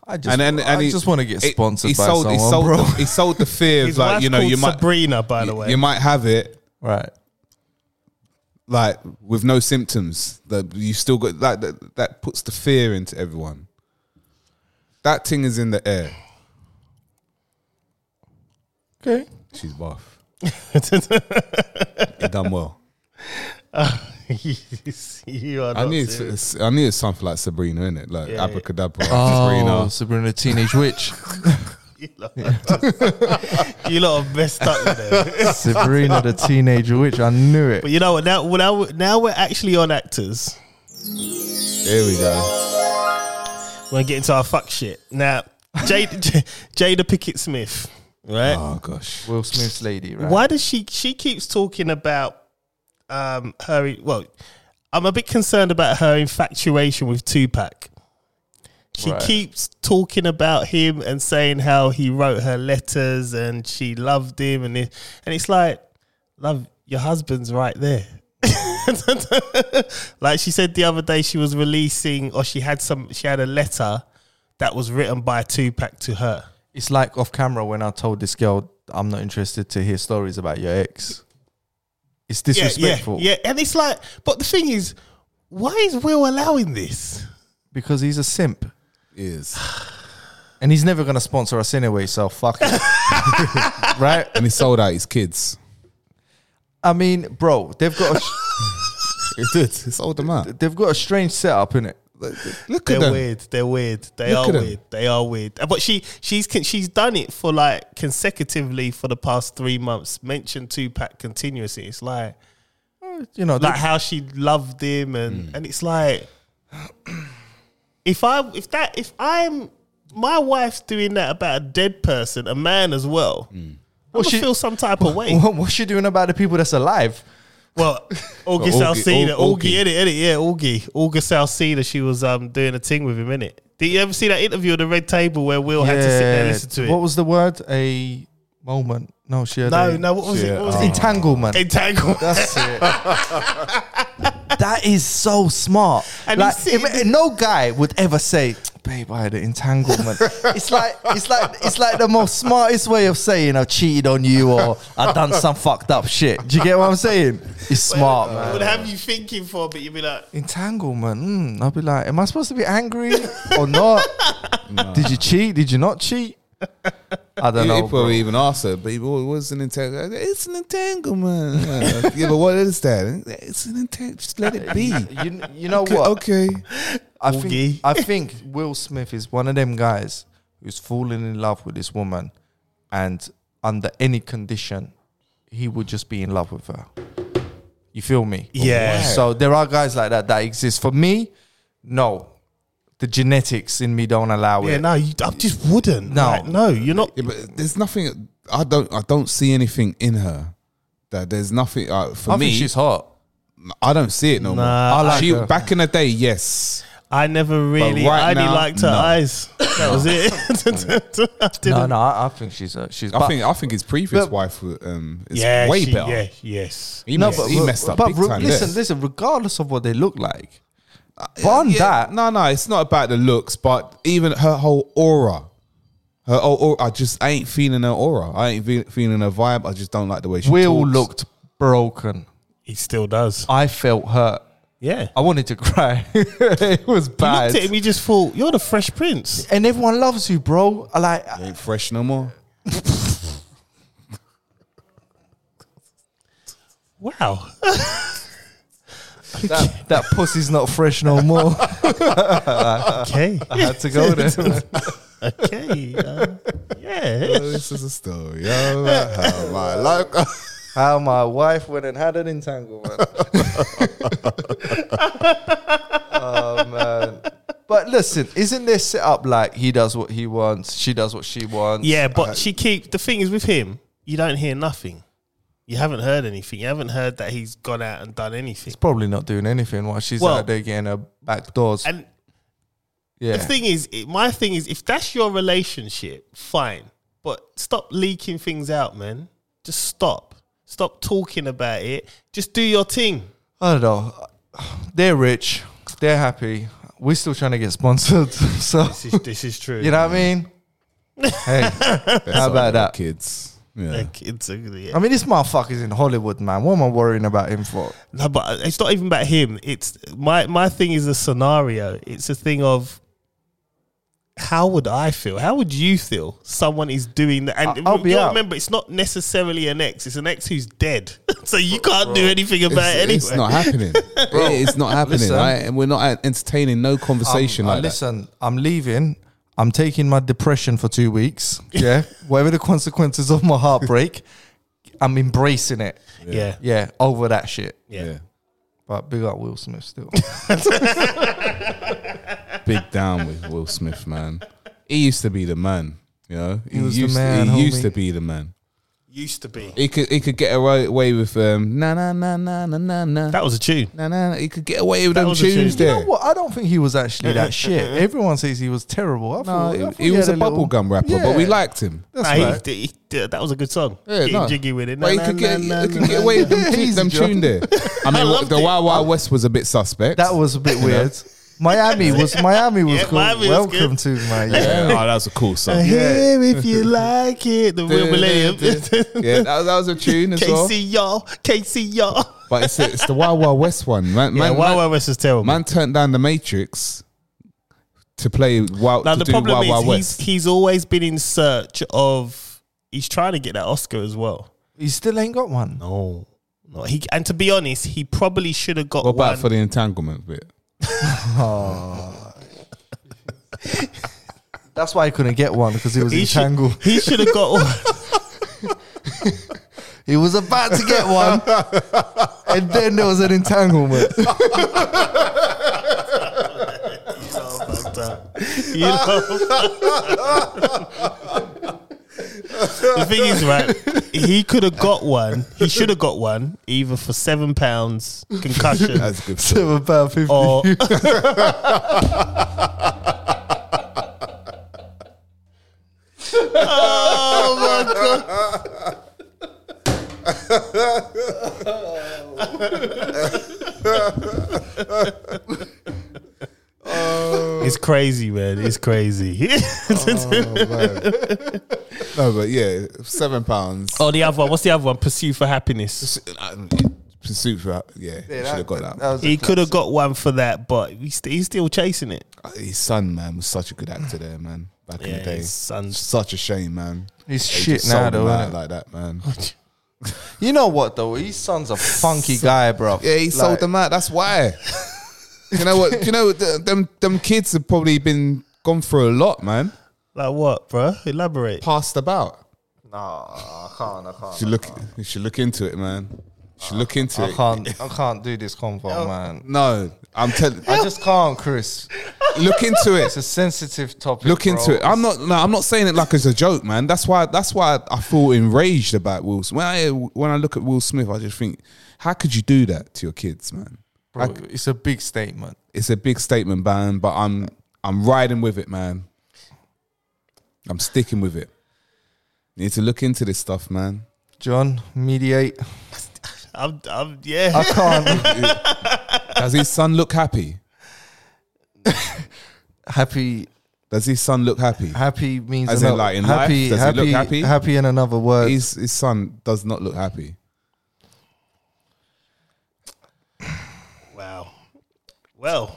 [SPEAKER 3] I just I just want to get
[SPEAKER 1] it-
[SPEAKER 3] sponsored
[SPEAKER 1] he
[SPEAKER 3] by
[SPEAKER 1] sold,
[SPEAKER 3] someone,
[SPEAKER 1] he sold
[SPEAKER 3] bro.
[SPEAKER 1] The, he sold the fear of
[SPEAKER 2] His
[SPEAKER 1] like
[SPEAKER 2] wife's
[SPEAKER 1] you know
[SPEAKER 2] called
[SPEAKER 1] you might
[SPEAKER 2] Sabrina, by the
[SPEAKER 1] you-
[SPEAKER 2] way.
[SPEAKER 1] you might have it
[SPEAKER 3] right.
[SPEAKER 1] like with no symptoms that you still got like that that puts the fear into everyone. That thing is in the air.
[SPEAKER 3] Okay.
[SPEAKER 1] She's buff. you done well.
[SPEAKER 2] you are.
[SPEAKER 1] I
[SPEAKER 2] not
[SPEAKER 1] knew it's, it's-
[SPEAKER 2] serious.
[SPEAKER 1] I knew it's something like Sabrina, innit? Like
[SPEAKER 2] Yeah, yeah.
[SPEAKER 1] abracadabra,
[SPEAKER 3] Oh,
[SPEAKER 1] Sabrina.
[SPEAKER 3] Sabrina Teenage Witch.
[SPEAKER 2] You lot, you lot are messed up with them.
[SPEAKER 3] Sabrina the Teenage Witch. I knew it.
[SPEAKER 2] But you know what? Now, now, now we're actually on actors.
[SPEAKER 1] There we go.
[SPEAKER 2] We're gonna get into our fuck shit now. Jada, J- Jada Pickett Smith, right?
[SPEAKER 1] Oh gosh.
[SPEAKER 3] Will Smith's lady, right?
[SPEAKER 2] Why does she? She keeps talking about um her. Well, I'm a bit concerned about her infatuation with Tupac. She
[SPEAKER 3] Right.
[SPEAKER 2] keeps talking about him and saying how he wrote her letters and she loved him and it, and it's like, love, your husband's right there. like she said the other day, she was releasing or she had some. She had a letter that was written by Tupac to her.
[SPEAKER 3] It's like off camera when I told this girl I'm not interested to hear stories about your ex. It's disrespectful
[SPEAKER 2] Yeah, yeah, yeah, and it's like, but the thing is, why is Will allowing this?
[SPEAKER 3] because he's a simp
[SPEAKER 1] Is
[SPEAKER 3] and he's never gonna sponsor us anyway. So fuck it, right?
[SPEAKER 1] and he sold out his kids.
[SPEAKER 3] I mean, bro, they've got a,
[SPEAKER 1] He did. He sold them out.
[SPEAKER 3] they've got a strange setup in it.
[SPEAKER 1] Look
[SPEAKER 2] They're
[SPEAKER 1] at them.
[SPEAKER 2] weird. They're weird. They
[SPEAKER 1] Look
[SPEAKER 2] are
[SPEAKER 1] at 'em.
[SPEAKER 2] weird. They are weird. Uh, But she she's con- she's done it for like consecutively for the past three months. Mentioned Tupac continuously. It's like
[SPEAKER 3] You know,
[SPEAKER 2] like how she loved him and and it's like if I if that if I'm my wife's doing that about a dead person, a man as well. I
[SPEAKER 3] she-
[SPEAKER 2] feel some type of way.
[SPEAKER 3] what, what's she doing about the people that's alive?
[SPEAKER 2] Well, Augie
[SPEAKER 1] Augie-
[SPEAKER 2] Salceda,
[SPEAKER 1] Au-
[SPEAKER 2] Augie, in it, yeah, Augie, Augie Salceda. She was um doing a thing with him in it. Did you ever see that interview on the red table where Will had to sit there and listen to it?
[SPEAKER 3] What was the word? A moment. No, she had
[SPEAKER 2] no,
[SPEAKER 3] a-
[SPEAKER 2] no, what was it?
[SPEAKER 1] Yeah,
[SPEAKER 2] What was it?
[SPEAKER 3] Entanglement.
[SPEAKER 2] Entangle.
[SPEAKER 3] oh. That's it. that is so smart.
[SPEAKER 2] And
[SPEAKER 3] like,
[SPEAKER 2] you see-
[SPEAKER 3] if- no guy would ever say, "Babe, I had an entanglement." it's like it's like it's like the most smartest way of saying I cheated on you or I done some fucked up shit. Do you get what I'm saying? It's smart,
[SPEAKER 2] It
[SPEAKER 3] man.
[SPEAKER 2] would have you thinking for, but you'd be like,
[SPEAKER 3] Entanglement. Mm, I'll be like, am I supposed to be angry or not? Did you cheat? Did you not cheat? I don't
[SPEAKER 1] He, he probably
[SPEAKER 3] know. bro.
[SPEAKER 1] even asked her, but what's an entanglement? It's an entanglement. yeah, but what is that? It's an entanglement. Just let it be.
[SPEAKER 3] You, you know
[SPEAKER 1] Okay,
[SPEAKER 3] what?
[SPEAKER 1] okay.
[SPEAKER 3] I
[SPEAKER 2] Oogie.
[SPEAKER 3] think I think Will Smith is one of them guys who's fallen in love with this woman, and under any condition, he would just be in love with her. You feel me?
[SPEAKER 2] Yeah.
[SPEAKER 3] So there are guys like that that exist. For me, no, the genetics in me don't allow
[SPEAKER 2] Yeah,
[SPEAKER 3] it.
[SPEAKER 2] no, you, I just wouldn't.
[SPEAKER 3] No.
[SPEAKER 2] Like, no, you're not.
[SPEAKER 1] Yeah, but there's nothing. I don't. I don't see anything in her. That there's nothing uh, for
[SPEAKER 3] I
[SPEAKER 1] me.
[SPEAKER 3] think she's hot.
[SPEAKER 1] I don't see it no
[SPEAKER 2] Nah,
[SPEAKER 1] more.
[SPEAKER 3] I like
[SPEAKER 1] she
[SPEAKER 3] her.
[SPEAKER 1] back in the day, yes.
[SPEAKER 2] I never really.
[SPEAKER 1] right
[SPEAKER 2] I only
[SPEAKER 1] now,
[SPEAKER 2] liked her
[SPEAKER 1] no.
[SPEAKER 2] eyes. That was it. I didn't.
[SPEAKER 3] No, no, I, I think she's uh, she's.
[SPEAKER 1] I
[SPEAKER 3] but-
[SPEAKER 1] think I think his previous
[SPEAKER 3] but-
[SPEAKER 1] wife um, is
[SPEAKER 2] yeah,
[SPEAKER 1] way
[SPEAKER 2] she-
[SPEAKER 1] better.
[SPEAKER 2] Yeah, yes.
[SPEAKER 1] He,
[SPEAKER 3] no,
[SPEAKER 1] messed, he messed up big
[SPEAKER 3] re-
[SPEAKER 1] time.
[SPEAKER 3] listen,
[SPEAKER 1] there.
[SPEAKER 3] listen. Regardless of what they look like, uh, beyond that,
[SPEAKER 1] no, no, it's not about the looks, but even her whole aura. Her whole aura, I just I ain't feeling her aura. I ain't fe- feeling her vibe. I just don't like the way she
[SPEAKER 3] Will
[SPEAKER 1] talks.
[SPEAKER 3] looked broken.
[SPEAKER 2] He still does.
[SPEAKER 3] I felt hurt.
[SPEAKER 2] Yeah.
[SPEAKER 3] I wanted to cry. it was
[SPEAKER 2] You looked
[SPEAKER 3] bad.
[SPEAKER 2] at him, you just thought, you're the Fresh Prince.
[SPEAKER 3] And everyone loves you, bro. I Like,
[SPEAKER 1] ain't fresh no more.
[SPEAKER 2] Wow.
[SPEAKER 3] that, that pussy's not fresh no more.
[SPEAKER 2] Okay.
[SPEAKER 3] I had to go there.
[SPEAKER 2] okay. uh, yeah.
[SPEAKER 1] this is a story about how my life.
[SPEAKER 3] How my wife went and had an entanglement. oh, man. But listen, isn't this set up like he does what he wants, she does what she wants?
[SPEAKER 2] Yeah, but she keep the thing is with him, you don't hear nothing. You haven't heard anything. You haven't heard that he's gone out and done anything.
[SPEAKER 3] He's probably not doing anything while she's
[SPEAKER 2] Well-
[SPEAKER 3] out there getting her back doors.
[SPEAKER 2] And
[SPEAKER 3] yeah.
[SPEAKER 2] the thing is, it, my thing is, if that's your relationship, fine. But stop leaking things out, man. Just stop. Stop talking about it. Just do your thing.
[SPEAKER 3] I don't know. They're rich. They're happy. We're still trying to get sponsored. So,
[SPEAKER 2] This is, this is true.
[SPEAKER 3] you know what I mean? Hey, how about that?
[SPEAKER 1] kids? Yeah.
[SPEAKER 2] Like, it's ugly.
[SPEAKER 3] I mean, this motherfucker's in Hollywood, man. What am I worrying about him for?
[SPEAKER 2] No, but it's not even about him. It's my my thing is a scenario. It's a thing of how would I feel? How would you feel? Someone is doing that, and
[SPEAKER 3] I- I'll be
[SPEAKER 2] you
[SPEAKER 3] out.
[SPEAKER 2] remember it's not necessarily an ex. It's an ex who's dead, so you can't do anything about it anyway.
[SPEAKER 1] It's not happening. it's not happening.
[SPEAKER 3] Listen.
[SPEAKER 1] right? And we're not entertaining no conversation
[SPEAKER 3] Um, uh,
[SPEAKER 1] like that.
[SPEAKER 3] listen, I'm leaving. I'm taking my depression for two weeks. Yeah. Whatever the consequences of my heartbreak, I'm embracing it.
[SPEAKER 2] yeah.
[SPEAKER 3] Yeah. Over that shit.
[SPEAKER 2] yeah,
[SPEAKER 3] But big up Will Smith still.
[SPEAKER 1] big down with Will Smith, man. He used to be the man. You know, he,
[SPEAKER 3] was the
[SPEAKER 1] used,
[SPEAKER 3] man,
[SPEAKER 1] He
[SPEAKER 3] homie.
[SPEAKER 1] used to be the man.
[SPEAKER 2] Used to be.
[SPEAKER 1] He could he could get away away with um na na na na na na na
[SPEAKER 2] That was a tune.
[SPEAKER 1] na na. He could get away with
[SPEAKER 2] That
[SPEAKER 1] them
[SPEAKER 2] was a tune.
[SPEAKER 1] tunes
[SPEAKER 3] you
[SPEAKER 1] there.
[SPEAKER 3] know what? I don't think he was actually that shit. Everyone says he was terrible. I
[SPEAKER 1] No,
[SPEAKER 3] thought, I
[SPEAKER 1] he,
[SPEAKER 3] thought
[SPEAKER 1] he was a
[SPEAKER 3] had little-
[SPEAKER 1] bubblegum rapper, but we
[SPEAKER 3] Yeah.
[SPEAKER 1] liked him.
[SPEAKER 2] Nah, he-
[SPEAKER 3] right.
[SPEAKER 2] he- he- that was a good song.
[SPEAKER 1] Yeah,
[SPEAKER 2] Getting
[SPEAKER 1] no.
[SPEAKER 2] jiggy with it.
[SPEAKER 1] But he
[SPEAKER 2] Na,
[SPEAKER 1] could
[SPEAKER 2] na,
[SPEAKER 1] get,
[SPEAKER 2] na,
[SPEAKER 1] he
[SPEAKER 2] na,
[SPEAKER 1] could get away with
[SPEAKER 2] na.
[SPEAKER 1] them, tu-
[SPEAKER 3] Easy,
[SPEAKER 1] them
[SPEAKER 3] John.
[SPEAKER 1] tune there. I mean,
[SPEAKER 2] loved
[SPEAKER 1] the
[SPEAKER 2] it.
[SPEAKER 1] Wild Wild West was a bit suspect.
[SPEAKER 3] That was a bit weird. Miami was Miami was
[SPEAKER 2] Yeah,
[SPEAKER 3] cool.
[SPEAKER 2] Miami was
[SPEAKER 3] Welcome
[SPEAKER 2] good.
[SPEAKER 3] to Miami.
[SPEAKER 1] yeah, oh, that was a cool song.
[SPEAKER 2] Here if you like it, the real millennium.
[SPEAKER 1] yeah, that was, that was a tune as well.
[SPEAKER 2] KC y'all, KC y'all.
[SPEAKER 1] But it's, it's the Wild Wild West one. Man,
[SPEAKER 2] Yeah,
[SPEAKER 1] man,
[SPEAKER 2] Wild
[SPEAKER 1] man-
[SPEAKER 2] Wild West is terrible.
[SPEAKER 1] Man turned down the Matrix to play Wild
[SPEAKER 2] now
[SPEAKER 1] to
[SPEAKER 2] the
[SPEAKER 1] do
[SPEAKER 2] problem
[SPEAKER 1] Wild Wild
[SPEAKER 2] is he's,
[SPEAKER 1] West.
[SPEAKER 2] he's always been in search of. He's trying to get that Oscar as well.
[SPEAKER 3] He still ain't got one.
[SPEAKER 2] No, no. He and to be honest, he probably should have got
[SPEAKER 1] What
[SPEAKER 2] one.
[SPEAKER 1] about for the entanglement bit?
[SPEAKER 3] Oh. That's why he couldn't get one because he was
[SPEAKER 2] he should,
[SPEAKER 3] entangled.
[SPEAKER 2] he should have got one.
[SPEAKER 3] He was about to get one, and then there was an entanglement.
[SPEAKER 2] You know? the thing is, right? He could have got one. He should have got one either for seven pounds concussion
[SPEAKER 1] That's a good. story.
[SPEAKER 3] Seven pound fifty.
[SPEAKER 1] Oh,
[SPEAKER 2] or Oh, it's crazy, man. It's crazy.
[SPEAKER 1] No, but yeah, seven pounds.
[SPEAKER 3] Oh.
[SPEAKER 2] Oh, or the other one. What's the other one? Pursue for happiness.
[SPEAKER 1] Super, super. Yeah, should have got that.
[SPEAKER 3] was a
[SPEAKER 2] He
[SPEAKER 3] classic.
[SPEAKER 2] could have got one for that, but he's, st- he's still chasing it.
[SPEAKER 1] His son, man, was such a good actor there, man. Back in
[SPEAKER 2] Yeah,
[SPEAKER 1] the day,
[SPEAKER 2] his son's-
[SPEAKER 1] such a shame, man.
[SPEAKER 3] He's
[SPEAKER 1] They
[SPEAKER 3] shit
[SPEAKER 1] just
[SPEAKER 3] now,
[SPEAKER 1] sold him
[SPEAKER 3] though.
[SPEAKER 1] out
[SPEAKER 3] innit?
[SPEAKER 1] like that, man.
[SPEAKER 3] You know what though? His son's a funky guy, bro.
[SPEAKER 1] Yeah, he sold them out. That's why. you know what? You know th- them them kids have probably been gone through a lot, man.
[SPEAKER 2] Like what, bro? Elaborate.
[SPEAKER 1] Passed about.
[SPEAKER 3] Nah, I can't. I can't.
[SPEAKER 1] You should look. You should look into it, man. You should look into
[SPEAKER 3] I
[SPEAKER 1] it.
[SPEAKER 3] can't. I can't do this convo, man.
[SPEAKER 1] No, I'm telling.
[SPEAKER 3] I just can't, Chris.
[SPEAKER 1] look into it.
[SPEAKER 3] It's a sensitive topic.
[SPEAKER 1] Look
[SPEAKER 3] bro.
[SPEAKER 1] into it. I'm not. No, I'm not saying it like it's a joke, man. That's why. That's why I feel enraged about Will. Smith. When I when I look at Will Smith, I just think, how could you do that to your kids, man?
[SPEAKER 3] Bro, it's a big statement.
[SPEAKER 1] It's a big statement, man. But I'm I'm riding with it, man. I'm sticking with it. Need to look into this stuff, man.
[SPEAKER 3] John, mediate.
[SPEAKER 2] I'm, I'm, yeah.
[SPEAKER 3] I can't.
[SPEAKER 1] Does his son look happy?
[SPEAKER 3] happy,
[SPEAKER 1] Does his son look happy?
[SPEAKER 3] happy means
[SPEAKER 1] As in,
[SPEAKER 3] ano-
[SPEAKER 1] like, in life?
[SPEAKER 3] happy,
[SPEAKER 1] Does he
[SPEAKER 3] happy,
[SPEAKER 1] look happy?
[SPEAKER 3] happy in another word.
[SPEAKER 1] His his son does not look happy.
[SPEAKER 2] Wow. Well,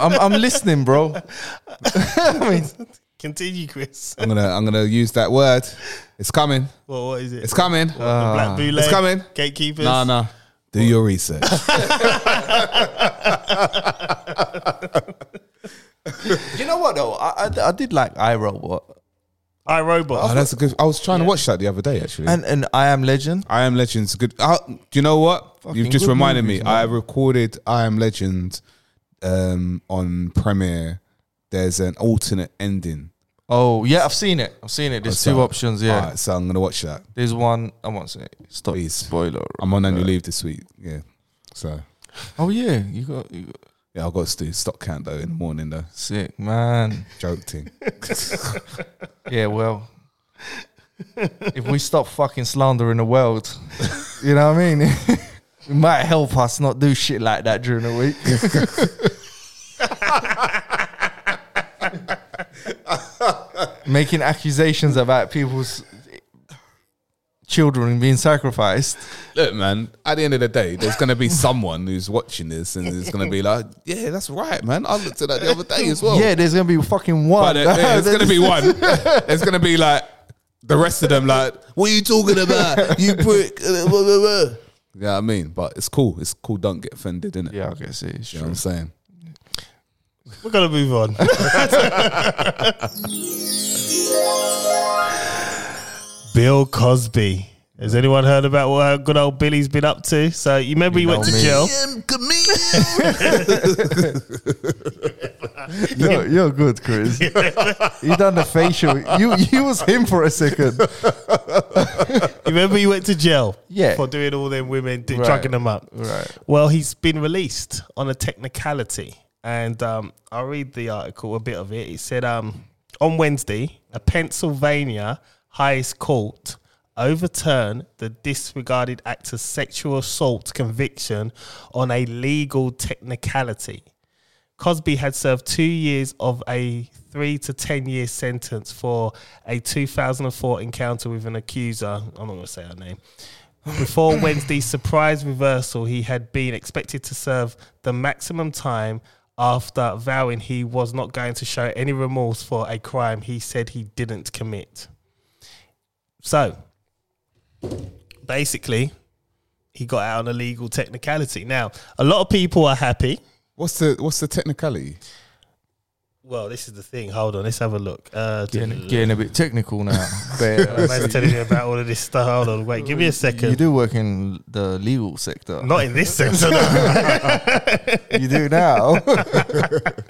[SPEAKER 3] I'm, I'm listening, bro. I mean,
[SPEAKER 2] continue, Chris.
[SPEAKER 1] I'm gonna I'm gonna use that word. It's coming.
[SPEAKER 2] Well, what is it?
[SPEAKER 1] It's coming.
[SPEAKER 2] What, the black boule?
[SPEAKER 1] it's coming.
[SPEAKER 2] Gatekeepers.
[SPEAKER 1] Nah, nah. Do your research.
[SPEAKER 3] you know what though? I, I, I did like iRobot
[SPEAKER 2] I robot.
[SPEAKER 1] Oh, that's a good. I was trying to watch that the other day, actually.
[SPEAKER 3] and and I Am Legend.
[SPEAKER 1] I Am Legend's good. Uh, do you know what? You've just
[SPEAKER 3] good
[SPEAKER 1] reminded me.
[SPEAKER 3] movies,
[SPEAKER 1] I recorded I Am Legend um, on Premiere. There's an alternate ending.
[SPEAKER 3] Oh yeah, I've seen it. I've seen it. There's
[SPEAKER 1] So-
[SPEAKER 3] two options. Yeah,
[SPEAKER 1] Alright, so I'm gonna watch that.
[SPEAKER 3] there's one. I won't say. It. Stop.
[SPEAKER 1] Please.
[SPEAKER 3] Spoiler.
[SPEAKER 1] I'm on annual leave this week. Yeah. So
[SPEAKER 3] Oh yeah, you got, you got
[SPEAKER 1] yeah, I got to do stock count though in the morning though.
[SPEAKER 3] sick man.
[SPEAKER 1] Joking.
[SPEAKER 3] Yeah, well, if we stop fucking slandering the world, you know what I mean? it might help us not do shit like that during the week. Making accusations about people's children being sacrificed.
[SPEAKER 1] Look, man. At the end of the day, there's gonna be someone who's watching this and is gonna be like, "Yeah, that's right, man. I looked at that the other day as well."
[SPEAKER 3] Yeah, there's gonna be fucking
[SPEAKER 1] But
[SPEAKER 3] one.
[SPEAKER 1] there- there's gonna be one. There's gonna be like the rest of them like, what are you talking about? You prick. Yeah, I mean, but it's cool. It's cool. Don't get offended, innit?
[SPEAKER 3] yeah, I guess it is
[SPEAKER 1] You know what
[SPEAKER 3] true.
[SPEAKER 1] I'm saying?
[SPEAKER 2] We're gonna move on. Bill Cosby. Has anyone heard about what our good old Billy's been up to? So you remember he went
[SPEAKER 3] know
[SPEAKER 2] to
[SPEAKER 3] me.
[SPEAKER 2] jail.
[SPEAKER 3] You're, you're good, Chris. you done the facial. You you was him for a second.
[SPEAKER 2] You remember he went to jail.
[SPEAKER 3] Yeah.
[SPEAKER 2] For doing all them women, d-
[SPEAKER 3] Right.
[SPEAKER 2] drugging them up.
[SPEAKER 3] Right.
[SPEAKER 2] Well, he's been released on a technicality, and um, I'll read the article a bit of it. It said um, on Wednesday, a Pennsylvania highest court overturned the disregarded actor's sexual assault conviction on a legal technicality. Cosby had served two years of a three to 10 year sentence for a 2004 encounter with an accuser. I'm not going to say her name. Before Wednesday's surprise reversal, he had been expected to serve the maximum time after vowing he was not going to show any remorse for a crime he said he didn't commit. So, basically, he got out on a legal technicality. Now, a lot of people are happy.
[SPEAKER 1] What's the what's the technicality?
[SPEAKER 2] Well, this is the thing. Hold on, let's have a look. Uh,
[SPEAKER 3] Getting, getting a bit technical now. but, uh,
[SPEAKER 2] man's telling you about all of this stuff. Hold on, wait, give me a second.
[SPEAKER 3] you do work in the legal sector.
[SPEAKER 2] Not in this sense. no.
[SPEAKER 3] You do now.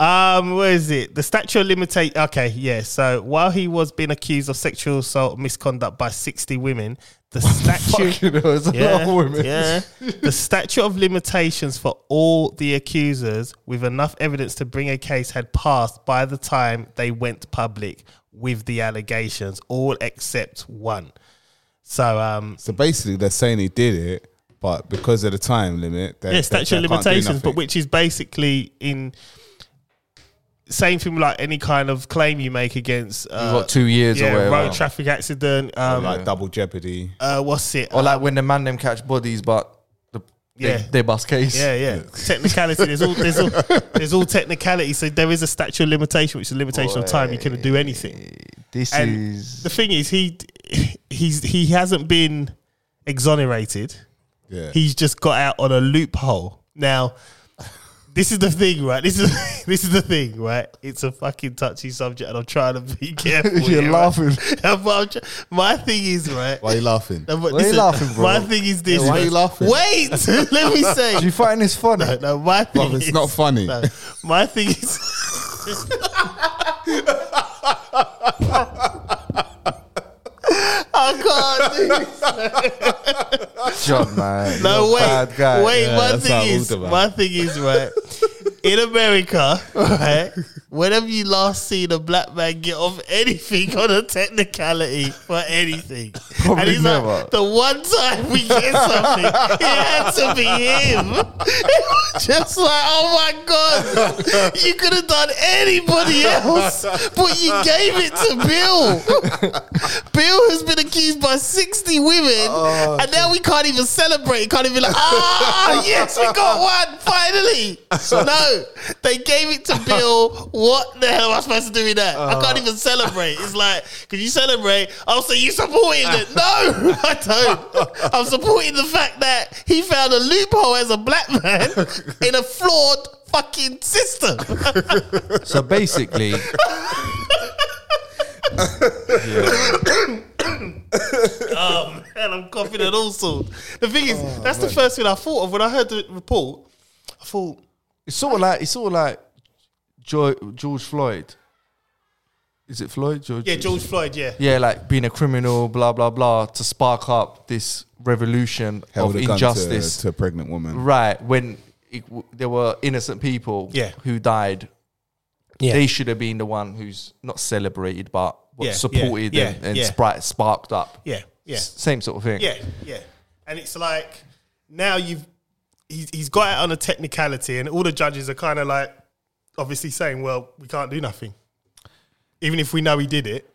[SPEAKER 2] Um, where is it? The statute of limitate. Okay, yeah. So while he was being accused of sexual assault misconduct by sixty women, the statute.
[SPEAKER 3] Fucking hell, it's a lot
[SPEAKER 2] Yeah,
[SPEAKER 3] of women.
[SPEAKER 2] yeah. The statute of limitations for all the accusers with enough evidence to bring a case had passed by the time they went public with the allegations, all except one. So, um,
[SPEAKER 1] So basically, they're saying he did it, but because of the time limit, they,
[SPEAKER 2] yeah,
[SPEAKER 1] they-
[SPEAKER 2] statute of
[SPEAKER 1] they can't do
[SPEAKER 2] limitations, but
[SPEAKER 1] nothing.
[SPEAKER 2] which is basically in same thing like any kind of claim you make against uh,
[SPEAKER 3] You've got two years
[SPEAKER 2] yeah,
[SPEAKER 3] or whatever.
[SPEAKER 2] road traffic accident. Um,
[SPEAKER 1] like double jeopardy.
[SPEAKER 2] uh, what's it?
[SPEAKER 3] Or like when the man them catch bodies, but the,
[SPEAKER 2] Yeah.
[SPEAKER 3] they, they bust case.
[SPEAKER 2] Yeah, yeah. Technicality. There's all there's all there's all technicality. So there is a statute of limitation, which is a limitation of time. You couldn't do anything.
[SPEAKER 3] This
[SPEAKER 2] And
[SPEAKER 3] is
[SPEAKER 2] The thing is, he he's he hasn't been exonerated.
[SPEAKER 1] Yeah.
[SPEAKER 2] He's just got out on a loophole. Now, this is the thing, right? This is this is the thing, right? It's a fucking touchy subject, and I'm trying to be careful.
[SPEAKER 3] You're
[SPEAKER 2] here, right?
[SPEAKER 3] laughing.
[SPEAKER 2] I'm- I'm tr- my thing is right.
[SPEAKER 1] Why are you laughing?
[SPEAKER 2] No, but
[SPEAKER 3] Why are you
[SPEAKER 2] listen,
[SPEAKER 3] laughing, bro?
[SPEAKER 2] My thing is this.
[SPEAKER 1] Yeah, why are you
[SPEAKER 2] right?
[SPEAKER 1] laughing?
[SPEAKER 2] Wait, let me say.
[SPEAKER 3] Do you find this funny?
[SPEAKER 2] No, no, my thing
[SPEAKER 1] Bro, it's
[SPEAKER 2] is-
[SPEAKER 1] not funny.
[SPEAKER 2] no, my thing is. I can't do this.
[SPEAKER 3] John, man.
[SPEAKER 2] No,
[SPEAKER 3] You're a
[SPEAKER 2] wait.
[SPEAKER 3] Bad guy.
[SPEAKER 2] Wait,
[SPEAKER 1] Yeah,
[SPEAKER 2] my
[SPEAKER 1] that's how I'm
[SPEAKER 2] thing is,
[SPEAKER 1] about.
[SPEAKER 2] my thing is, right? In America, right? Whenever you last seen a black man get off anything on a technicality for anything,
[SPEAKER 3] Probably
[SPEAKER 2] and he's
[SPEAKER 3] never.
[SPEAKER 2] like, the one time we get something, it had to be him. It was Just like, oh my god, you could have done anybody else, but you gave it to Bill. Bill has been accused by sixty women,
[SPEAKER 3] Oh,
[SPEAKER 2] and now we can't even celebrate. Can't even be like, ah, yes, we got one finally. no, they gave it to Bill. What the hell am I supposed to do with that? I can't even celebrate. It's like, could you celebrate? Oh, so you supported it? No, I don't. I'm supporting the fact that he found a loophole as a black man in a flawed fucking system.
[SPEAKER 3] So basically. Yeah.
[SPEAKER 2] um, and I'm coughing and all sorts. The thing is, that's the first thing I thought of when I heard the report. I thought.
[SPEAKER 3] It's sort of like it's sort of like Joy, George Floyd. Is it Floyd? George,
[SPEAKER 2] Yeah, George Floyd. Yeah,
[SPEAKER 3] Yeah, like being a criminal, blah blah blah, to spark up this revolution
[SPEAKER 1] Held
[SPEAKER 3] of
[SPEAKER 1] a gun to,
[SPEAKER 3] injustice.
[SPEAKER 1] to a pregnant woman.
[SPEAKER 3] Right when it, w- there were innocent people
[SPEAKER 2] Yeah.
[SPEAKER 3] who died,
[SPEAKER 2] Yeah.
[SPEAKER 3] they should have been the one who's not celebrated, but what
[SPEAKER 2] Yeah, yeah,
[SPEAKER 3] supported
[SPEAKER 2] yeah,
[SPEAKER 3] and, and
[SPEAKER 2] yeah.
[SPEAKER 3] spri- sparked up.
[SPEAKER 2] yeah, yeah,
[SPEAKER 3] S- Same sort of thing.
[SPEAKER 2] yeah, yeah. And it's like now you've he's, he's got it on a technicality, and all the judges are kind of like obviously saying, "Well, we can't do nothing, even if we know he did it."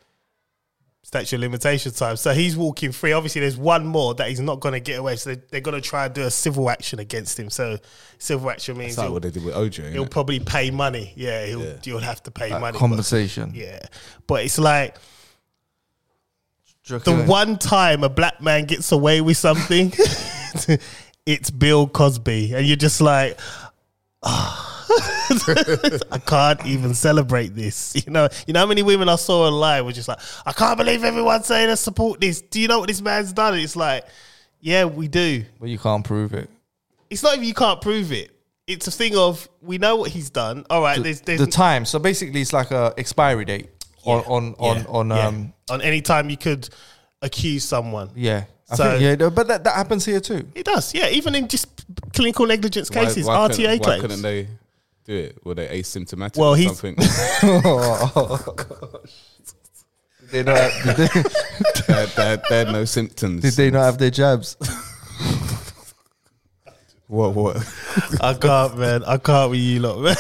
[SPEAKER 2] Statute of limitation time. So he's walking free. Obviously, there's one more that he's not going to get away. So they, they're going to try and do a civil action against him. So civil action
[SPEAKER 1] That's
[SPEAKER 2] means
[SPEAKER 1] like
[SPEAKER 2] he'll-
[SPEAKER 1] what they did with OJ.
[SPEAKER 2] He'll
[SPEAKER 1] innit?
[SPEAKER 2] probably pay money. Yeah, he'll you'll have to pay money.
[SPEAKER 3] Compensation.
[SPEAKER 2] but- yeah, but it's like
[SPEAKER 3] Do you
[SPEAKER 2] the
[SPEAKER 3] reckon-
[SPEAKER 2] one time a black man gets away with something, it's Bill Cosby, and you're just like. ah. I can't even celebrate this. You know, you know how many women I saw online were just like, I can't believe everyone's saying they support this. Do you know what this man's done? And it's like, yeah, we do.
[SPEAKER 3] Well, you can't prove it.
[SPEAKER 2] It's not even you can't prove it. It's a thing of we know what he's done. All right, there's there's
[SPEAKER 3] The time. So basically, it's like a expiry date on
[SPEAKER 2] Yeah.
[SPEAKER 3] on on
[SPEAKER 2] Yeah.
[SPEAKER 3] on
[SPEAKER 2] Yeah.
[SPEAKER 3] um
[SPEAKER 2] on any time you could accuse someone.
[SPEAKER 3] yeah. I
[SPEAKER 2] So-
[SPEAKER 3] think, yeah, no, but that, that happens here too.
[SPEAKER 2] It does, yeah. Even in just clinical negligence
[SPEAKER 1] Why-
[SPEAKER 2] cases,
[SPEAKER 1] why couldn't-
[SPEAKER 2] RTA
[SPEAKER 1] Why
[SPEAKER 2] claims.
[SPEAKER 1] couldn't they do it? Were they asymptomatic
[SPEAKER 2] Well,
[SPEAKER 1] or
[SPEAKER 2] he's-
[SPEAKER 1] something?
[SPEAKER 3] They don't have, did, they,
[SPEAKER 1] they, had, they had- they had no symptoms.
[SPEAKER 3] did they not have their jabs?
[SPEAKER 1] What? What?
[SPEAKER 2] I can't, man. I can't with you lot, man.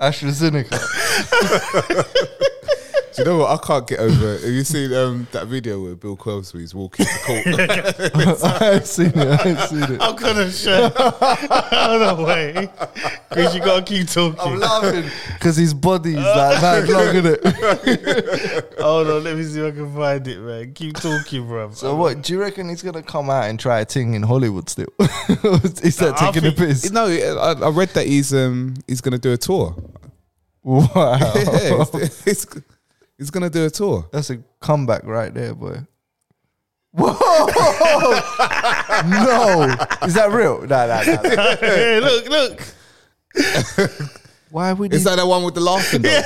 [SPEAKER 3] AstraZeneca.
[SPEAKER 1] Do you know what? I can't get over. Have you seen um, that video where Bill Cosby is walking to court?
[SPEAKER 3] I've seen it. I've seen it.
[SPEAKER 2] I'm gonna shut out of the way because you gotta keep talking.
[SPEAKER 3] laughing because his body is like mad long, is it?
[SPEAKER 2] Hold on, let me see if I can find it, man. Keep talking, bro.
[SPEAKER 3] So what? Do you reckon he's gonna come out and try a thing in Hollywood still? is that
[SPEAKER 2] Nah, I
[SPEAKER 3] taking a
[SPEAKER 2] think-
[SPEAKER 3] piss?
[SPEAKER 1] no, I, I read that he's um, he's going to do a tour. Yeah,
[SPEAKER 3] Wow,
[SPEAKER 1] he's, he's, he's going to do a tour.
[SPEAKER 3] that's a comeback right there, boy. Whoa! no, is that real? Nah, nah, nah. nah.
[SPEAKER 2] Hey, look, look.
[SPEAKER 3] Why would he?
[SPEAKER 1] Is that the one with the laughing? Though?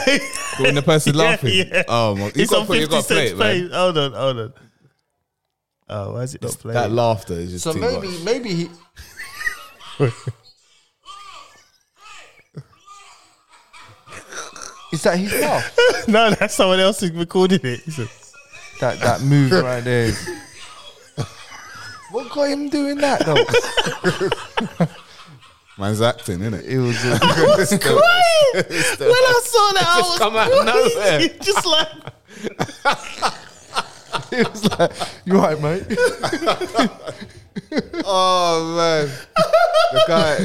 [SPEAKER 1] When the person laughing.
[SPEAKER 2] yeah.
[SPEAKER 1] Oh my! You
[SPEAKER 2] It's
[SPEAKER 1] got
[SPEAKER 2] on
[SPEAKER 1] to put, you
[SPEAKER 2] 50
[SPEAKER 1] got to play
[SPEAKER 2] Cent's
[SPEAKER 1] it, man.
[SPEAKER 2] page. Hold on, hold on. Oh, why is it not playing?
[SPEAKER 1] That laughter is just
[SPEAKER 3] so
[SPEAKER 1] too
[SPEAKER 3] maybe,
[SPEAKER 1] much.
[SPEAKER 3] maybe he. Is that his mouth?
[SPEAKER 2] no, that's someone else who recorded it. He said,
[SPEAKER 3] That that move right there. is- What got him doing that though?
[SPEAKER 1] Man's acting, innit?
[SPEAKER 3] It was. uh,
[SPEAKER 2] Quiet. when I saw that, I
[SPEAKER 1] just
[SPEAKER 2] was
[SPEAKER 1] come out of
[SPEAKER 2] crazy.
[SPEAKER 1] nowhere.
[SPEAKER 2] Just like
[SPEAKER 3] it was like, you right, mate?
[SPEAKER 1] Oh man, the guy,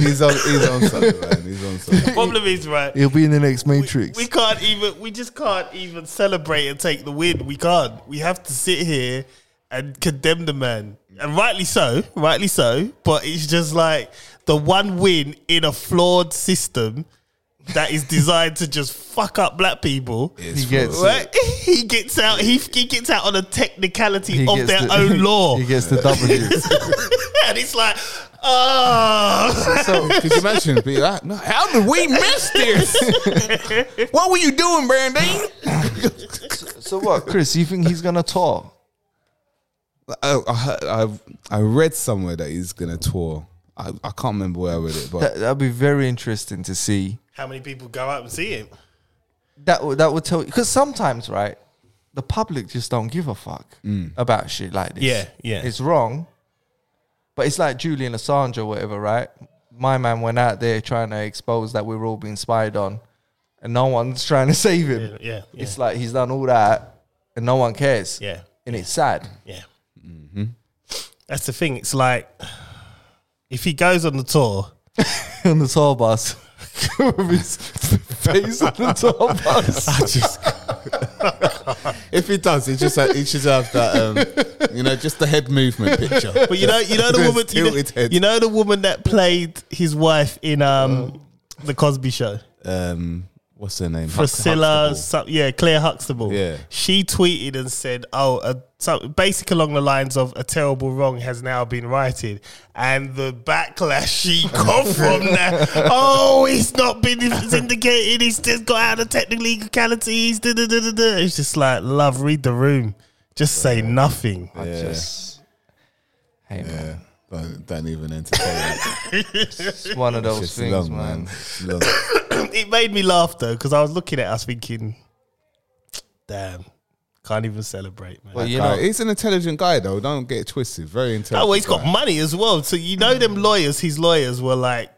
[SPEAKER 1] he's on, he's on something, man. He's on something.
[SPEAKER 2] problem is right.
[SPEAKER 3] He'll be in the next Matrix.
[SPEAKER 2] We can't even. We just can't even celebrate and take the win. We can't. We have to sit here and condemn the man, and rightly so. Rightly so. But it's just like the one win in a flawed system that is designed to just fuck up black people.
[SPEAKER 1] It's
[SPEAKER 3] He gets
[SPEAKER 1] real.
[SPEAKER 2] Right? He gets out. He, he gets out on a technicality
[SPEAKER 3] He
[SPEAKER 2] of
[SPEAKER 3] gets
[SPEAKER 2] their
[SPEAKER 3] the-
[SPEAKER 2] own law,
[SPEAKER 3] He gets the W.
[SPEAKER 2] and it's like, oh,
[SPEAKER 1] So could you imagine? Be like, no, how did we miss this? what were you doing, Brandy?
[SPEAKER 3] so what, Chris? You think he's gonna tour?
[SPEAKER 1] Oh, I, I, heard- I, I read somewhere that he's gonna tour. I, I can't remember where I read it, but
[SPEAKER 3] That that'd be very interesting to see.
[SPEAKER 2] how many people go out and see him?
[SPEAKER 3] That would that would tell you because sometimes, right, the public just don't give a fuck about shit like this.
[SPEAKER 2] Yeah, yeah.
[SPEAKER 3] it's wrong, but it's like Julian Assange or whatever, right? My man went out there trying to expose that we were all being spied on, and no one's trying to save him.
[SPEAKER 2] Yeah, yeah, yeah.
[SPEAKER 3] It's like he's done all that, and no one cares.
[SPEAKER 2] Yeah.
[SPEAKER 3] and it's sad.
[SPEAKER 2] Yeah. Mm-hmm. That's the thing. It's like if he goes on the tour,
[SPEAKER 3] on the tour bus with his face on the tour bus.
[SPEAKER 2] I just
[SPEAKER 1] if he does, he just he should have that, um, you know, just the head movement picture.
[SPEAKER 2] but you know you know the
[SPEAKER 1] His
[SPEAKER 2] woman you know,
[SPEAKER 1] tilted head.
[SPEAKER 2] you know the woman that played his wife in um the Cosby Show,
[SPEAKER 1] Um, what's her name?
[SPEAKER 2] Priscilla,
[SPEAKER 1] Huxtable.
[SPEAKER 2] some, yeah, Claire Huxtable.
[SPEAKER 1] Yeah.
[SPEAKER 2] she tweeted and said, "Oh, uh, so basically along the lines of a terrible wrong has now been righted," and the backlash she got from that. Oh, it's not been syndicated. It's just got out of technicalities. Da, da, da, da, da. It's just like, love, read the room. Just say nothing.
[SPEAKER 3] I just, hey man,
[SPEAKER 1] Yeah, don't, don't even entertain. it.
[SPEAKER 3] it's one of those
[SPEAKER 1] It's
[SPEAKER 3] things,
[SPEAKER 1] long,
[SPEAKER 3] man.
[SPEAKER 1] man. It's long.
[SPEAKER 2] it made me laugh though because I was looking at us thinking, "Damn, can't even celebrate, man."
[SPEAKER 3] But you
[SPEAKER 1] Guy-
[SPEAKER 3] know,
[SPEAKER 1] he's an intelligent guy, though. Don't get it twisted. Very intelligent.
[SPEAKER 2] uh, Oh, well, he's got
[SPEAKER 1] guy.
[SPEAKER 2] money as well. So you know
[SPEAKER 1] Mm.
[SPEAKER 2] them lawyers, his lawyers were like,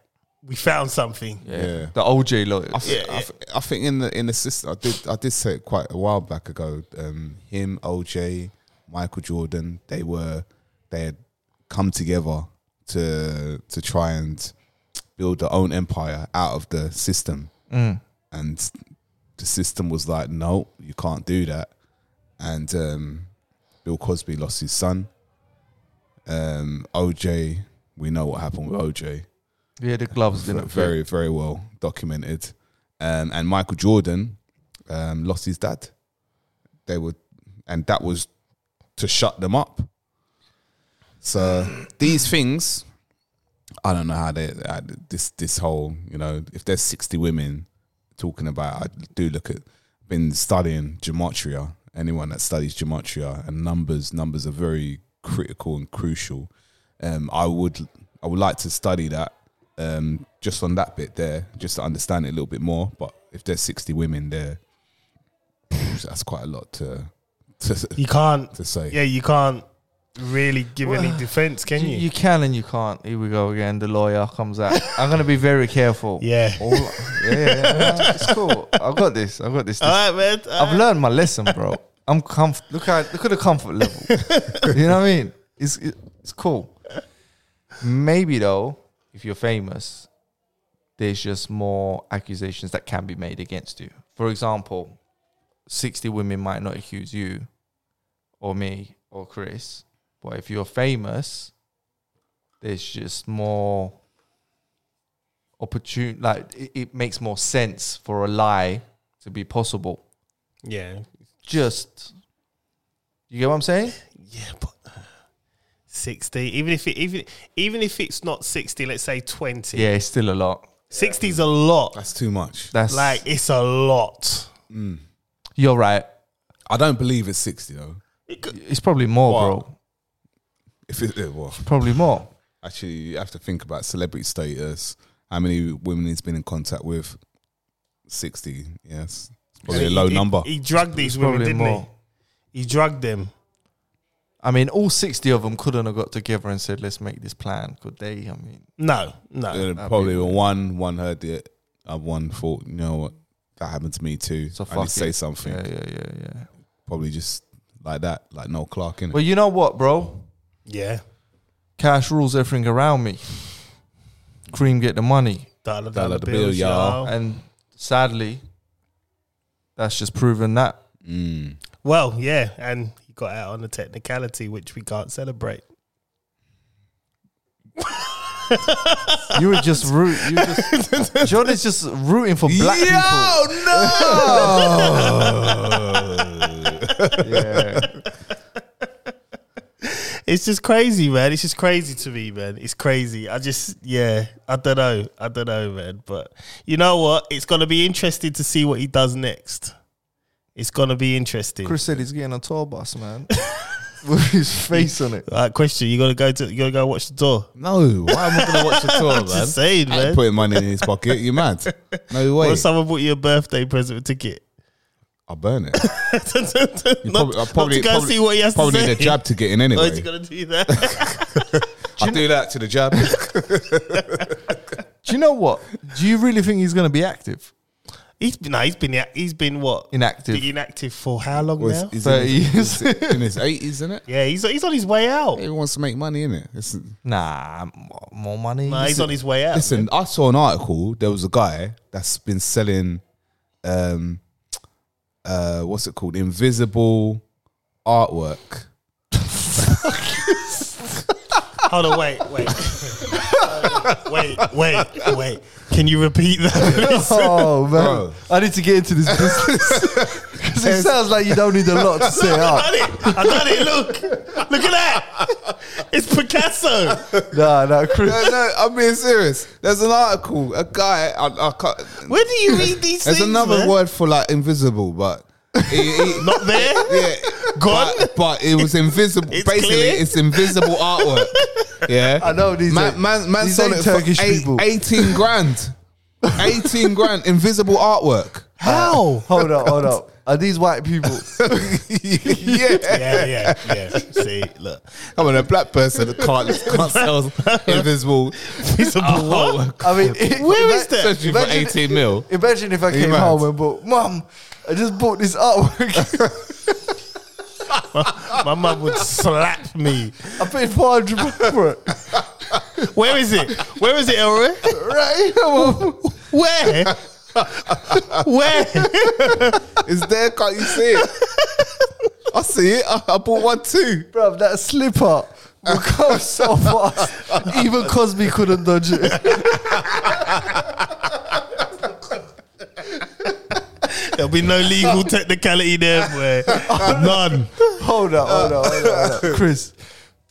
[SPEAKER 2] we found something.
[SPEAKER 3] yeah,
[SPEAKER 1] yeah.
[SPEAKER 3] the OJ lawyer.
[SPEAKER 1] I, th-
[SPEAKER 2] Yeah,
[SPEAKER 1] I, th- I think in the in the system, I did I did say it quite a while back ago. Um, him, OJ, Michael Jordan, they were they had come together to to try and build their own empire out of the system, and the system was like, no, you can't do that. And um, Bill Cosby lost his son. Um, OJ, we know what happened with OJ
[SPEAKER 3] yeah, the gloves didn't fit.
[SPEAKER 1] very very well documented. Um, and Michael Jordan um, lost his dad. They were, and that was to shut them up. So these things, I don't know how they how this this whole you know if there's sixty women talking about. I do look at been studying gematria. Anyone that studies gematria and numbers, numbers are very critical and crucial. Um, I would I would like to study that um, just on that bit there, just to understand it a little bit more. But if there's sixty women there, that's quite a lot to to,
[SPEAKER 2] You can't,
[SPEAKER 1] to say.
[SPEAKER 2] yeah, you can't really give any defense, can
[SPEAKER 3] You,
[SPEAKER 2] you?
[SPEAKER 3] you can and you can't. Here we go again. The lawyer comes out. I'm gonna be very careful.
[SPEAKER 2] Yeah.
[SPEAKER 3] All, yeah, yeah, yeah. It's cool. I've got this. I've got this. this
[SPEAKER 2] All right, man. All
[SPEAKER 3] I've
[SPEAKER 2] right.
[SPEAKER 3] learned my lesson, bro. I'm comf- look at look at the comfort level. you know what I mean? It's it- it's cool. Maybe though, if you're famous, there's just more accusations that can be made against you. For example, 60 women might not accuse you or me or Chris, but if you're famous, there's just more opportune like it, it makes more sense for a lie to be possible
[SPEAKER 2] yeah,
[SPEAKER 3] just you get what I'm saying?
[SPEAKER 2] yeah, but uh, sixty. Even if it, even even if it's not sixty, let's say twenty.
[SPEAKER 3] Yeah, it's still a lot.
[SPEAKER 2] sixty's a lot.
[SPEAKER 1] That's too much.
[SPEAKER 3] That's
[SPEAKER 2] Like it's a lot.
[SPEAKER 3] you're right.
[SPEAKER 1] I don't believe it's sixty though.
[SPEAKER 3] It's probably more,
[SPEAKER 1] What?
[SPEAKER 3] bro.
[SPEAKER 1] If it, it well,
[SPEAKER 3] Probably more.
[SPEAKER 1] Actually, you have to think about celebrity status. How many women he's been in contact with? Sixty. Yes, it's probably a low
[SPEAKER 2] He-
[SPEAKER 1] number.
[SPEAKER 2] He, drugged these women,
[SPEAKER 3] Probably
[SPEAKER 2] didn't
[SPEAKER 3] more.
[SPEAKER 2] he? He drugged them.
[SPEAKER 3] I mean, all 60 of them couldn't have got together and said, let's make this plan, could they? I mean,
[SPEAKER 2] No, no.
[SPEAKER 1] Uh,
[SPEAKER 3] be
[SPEAKER 1] probably
[SPEAKER 3] weird.
[SPEAKER 1] one one heard it, and one thought, you know what, that happened to me too.
[SPEAKER 3] so
[SPEAKER 1] I
[SPEAKER 3] fuck
[SPEAKER 1] need to say
[SPEAKER 3] it.
[SPEAKER 1] something.
[SPEAKER 3] Yeah, yeah, yeah, yeah.
[SPEAKER 1] Probably just like that, like Noel Clark in
[SPEAKER 3] Well, you know what, bro?
[SPEAKER 2] Yeah.
[SPEAKER 3] Cash rules everything around me. Cream get the money.
[SPEAKER 2] Dollar, dollar,
[SPEAKER 1] Dollar the bill,
[SPEAKER 2] bills,
[SPEAKER 1] y'all.
[SPEAKER 2] y'all.
[SPEAKER 3] And sadly, that's just proven that.
[SPEAKER 1] Mm.
[SPEAKER 2] Well, yeah, and he got out on the technicality, which we can't celebrate.
[SPEAKER 3] You were just root. You just, John is just rooting for black
[SPEAKER 1] Yo, no!
[SPEAKER 3] people. Yeah.
[SPEAKER 2] It's just crazy, man. It's just crazy to me, man. It's crazy. I just, yeah, I don't know. I don't know, man. But you know what? It's going to be interesting to see what he does next. It's going to be interesting.
[SPEAKER 3] Chris said he's getting a tour bus, man. With his face on it.
[SPEAKER 2] Uh, question: You got to go to you got to go watch the door.
[SPEAKER 1] no, why am I going to watch the tour, man?
[SPEAKER 2] Just saying,
[SPEAKER 1] I ain't
[SPEAKER 2] man.
[SPEAKER 1] putting money in his pocket. You mad? No way.
[SPEAKER 2] Or someone bought you a birthday present ticket.
[SPEAKER 1] I'll burn it.
[SPEAKER 2] not,
[SPEAKER 1] You
[SPEAKER 2] not
[SPEAKER 1] I'll
[SPEAKER 2] to go see what he has to
[SPEAKER 1] probably
[SPEAKER 2] say.
[SPEAKER 1] need a jab to get in
[SPEAKER 2] Oh, he's
[SPEAKER 1] anyway.
[SPEAKER 2] gonna do that.
[SPEAKER 1] I'll do that to the jab.
[SPEAKER 3] Do you know what? Do you really think he's going to be active?
[SPEAKER 2] he's been, no, he's been, he's been what?
[SPEAKER 3] Inactive.
[SPEAKER 2] Been inactive for how long
[SPEAKER 1] Well,
[SPEAKER 2] now?
[SPEAKER 1] he's in,
[SPEAKER 3] Thirty
[SPEAKER 1] his,
[SPEAKER 3] years.
[SPEAKER 1] he's in his 80s, isn't it?
[SPEAKER 2] Yeah, he's he's on his way out.
[SPEAKER 1] He wants to make money, innit? It's,
[SPEAKER 3] Nah, m- more money.
[SPEAKER 2] Nah, he's on his way out.
[SPEAKER 1] Listen, I saw an article. There was a guy that's been selling, um, uh, what's it called? Invisible artwork.
[SPEAKER 2] Hold on, wait, wait, wait, wait, wait. Can you repeat that?
[SPEAKER 3] Oh man,
[SPEAKER 1] Bro.
[SPEAKER 3] I need to get into this business because it sounds like you don't need a lot to say.
[SPEAKER 2] I
[SPEAKER 3] Up.
[SPEAKER 2] done it. I done it. Look, look at that. It's Picasso.
[SPEAKER 3] Nah, nah, Chris.
[SPEAKER 1] no, no, I'm being serious. There's an article. A guy. I, I can't,
[SPEAKER 2] Where do you read these
[SPEAKER 1] there's
[SPEAKER 2] things?
[SPEAKER 1] another
[SPEAKER 2] man?
[SPEAKER 1] word for like invisible, but he- he-
[SPEAKER 2] Not there.
[SPEAKER 1] yeah,
[SPEAKER 2] Gone?
[SPEAKER 1] But, uh, but it was invisible.
[SPEAKER 2] It's
[SPEAKER 1] Basically,
[SPEAKER 2] clear?
[SPEAKER 1] it's invisible artwork. Yeah,
[SPEAKER 3] I know these
[SPEAKER 1] Man,
[SPEAKER 3] ain't-
[SPEAKER 1] man, man
[SPEAKER 3] these
[SPEAKER 1] sold
[SPEAKER 3] ain't
[SPEAKER 1] it for
[SPEAKER 3] Turkish
[SPEAKER 1] eight-
[SPEAKER 3] people.
[SPEAKER 1] eighteen grand. Eighteen grand. Invisible artwork.
[SPEAKER 2] How?
[SPEAKER 3] Hold up, hold up. Are these white people?
[SPEAKER 1] yeah.
[SPEAKER 2] Yeah, yeah, yeah. See, look.
[SPEAKER 1] Come on, a black person can't, can't sell invisible.
[SPEAKER 2] He's a
[SPEAKER 1] Oh,
[SPEAKER 2] blow.
[SPEAKER 3] I mean, it,
[SPEAKER 2] Where is that?
[SPEAKER 1] Especially for
[SPEAKER 3] Oh, Imagine-
[SPEAKER 1] 18 mil.
[SPEAKER 3] Imagine if I came
[SPEAKER 1] mad?
[SPEAKER 3] home and bought, Mum, I just bought this artwork.
[SPEAKER 2] My mum would slap me.
[SPEAKER 3] I paid four hundred for it.
[SPEAKER 2] Where is it? Where is it, Elroy?
[SPEAKER 3] Right? Come on.
[SPEAKER 2] Where? Where?
[SPEAKER 1] It's there, can't you see it? I see it. I, I bought one too.
[SPEAKER 3] Bruv, that slipper will come so fast. Even Cosby couldn't dodge it.
[SPEAKER 2] There'll be no legal technicality there, boy. None.
[SPEAKER 3] Hold up, hold up, hold up, hold up. Chris,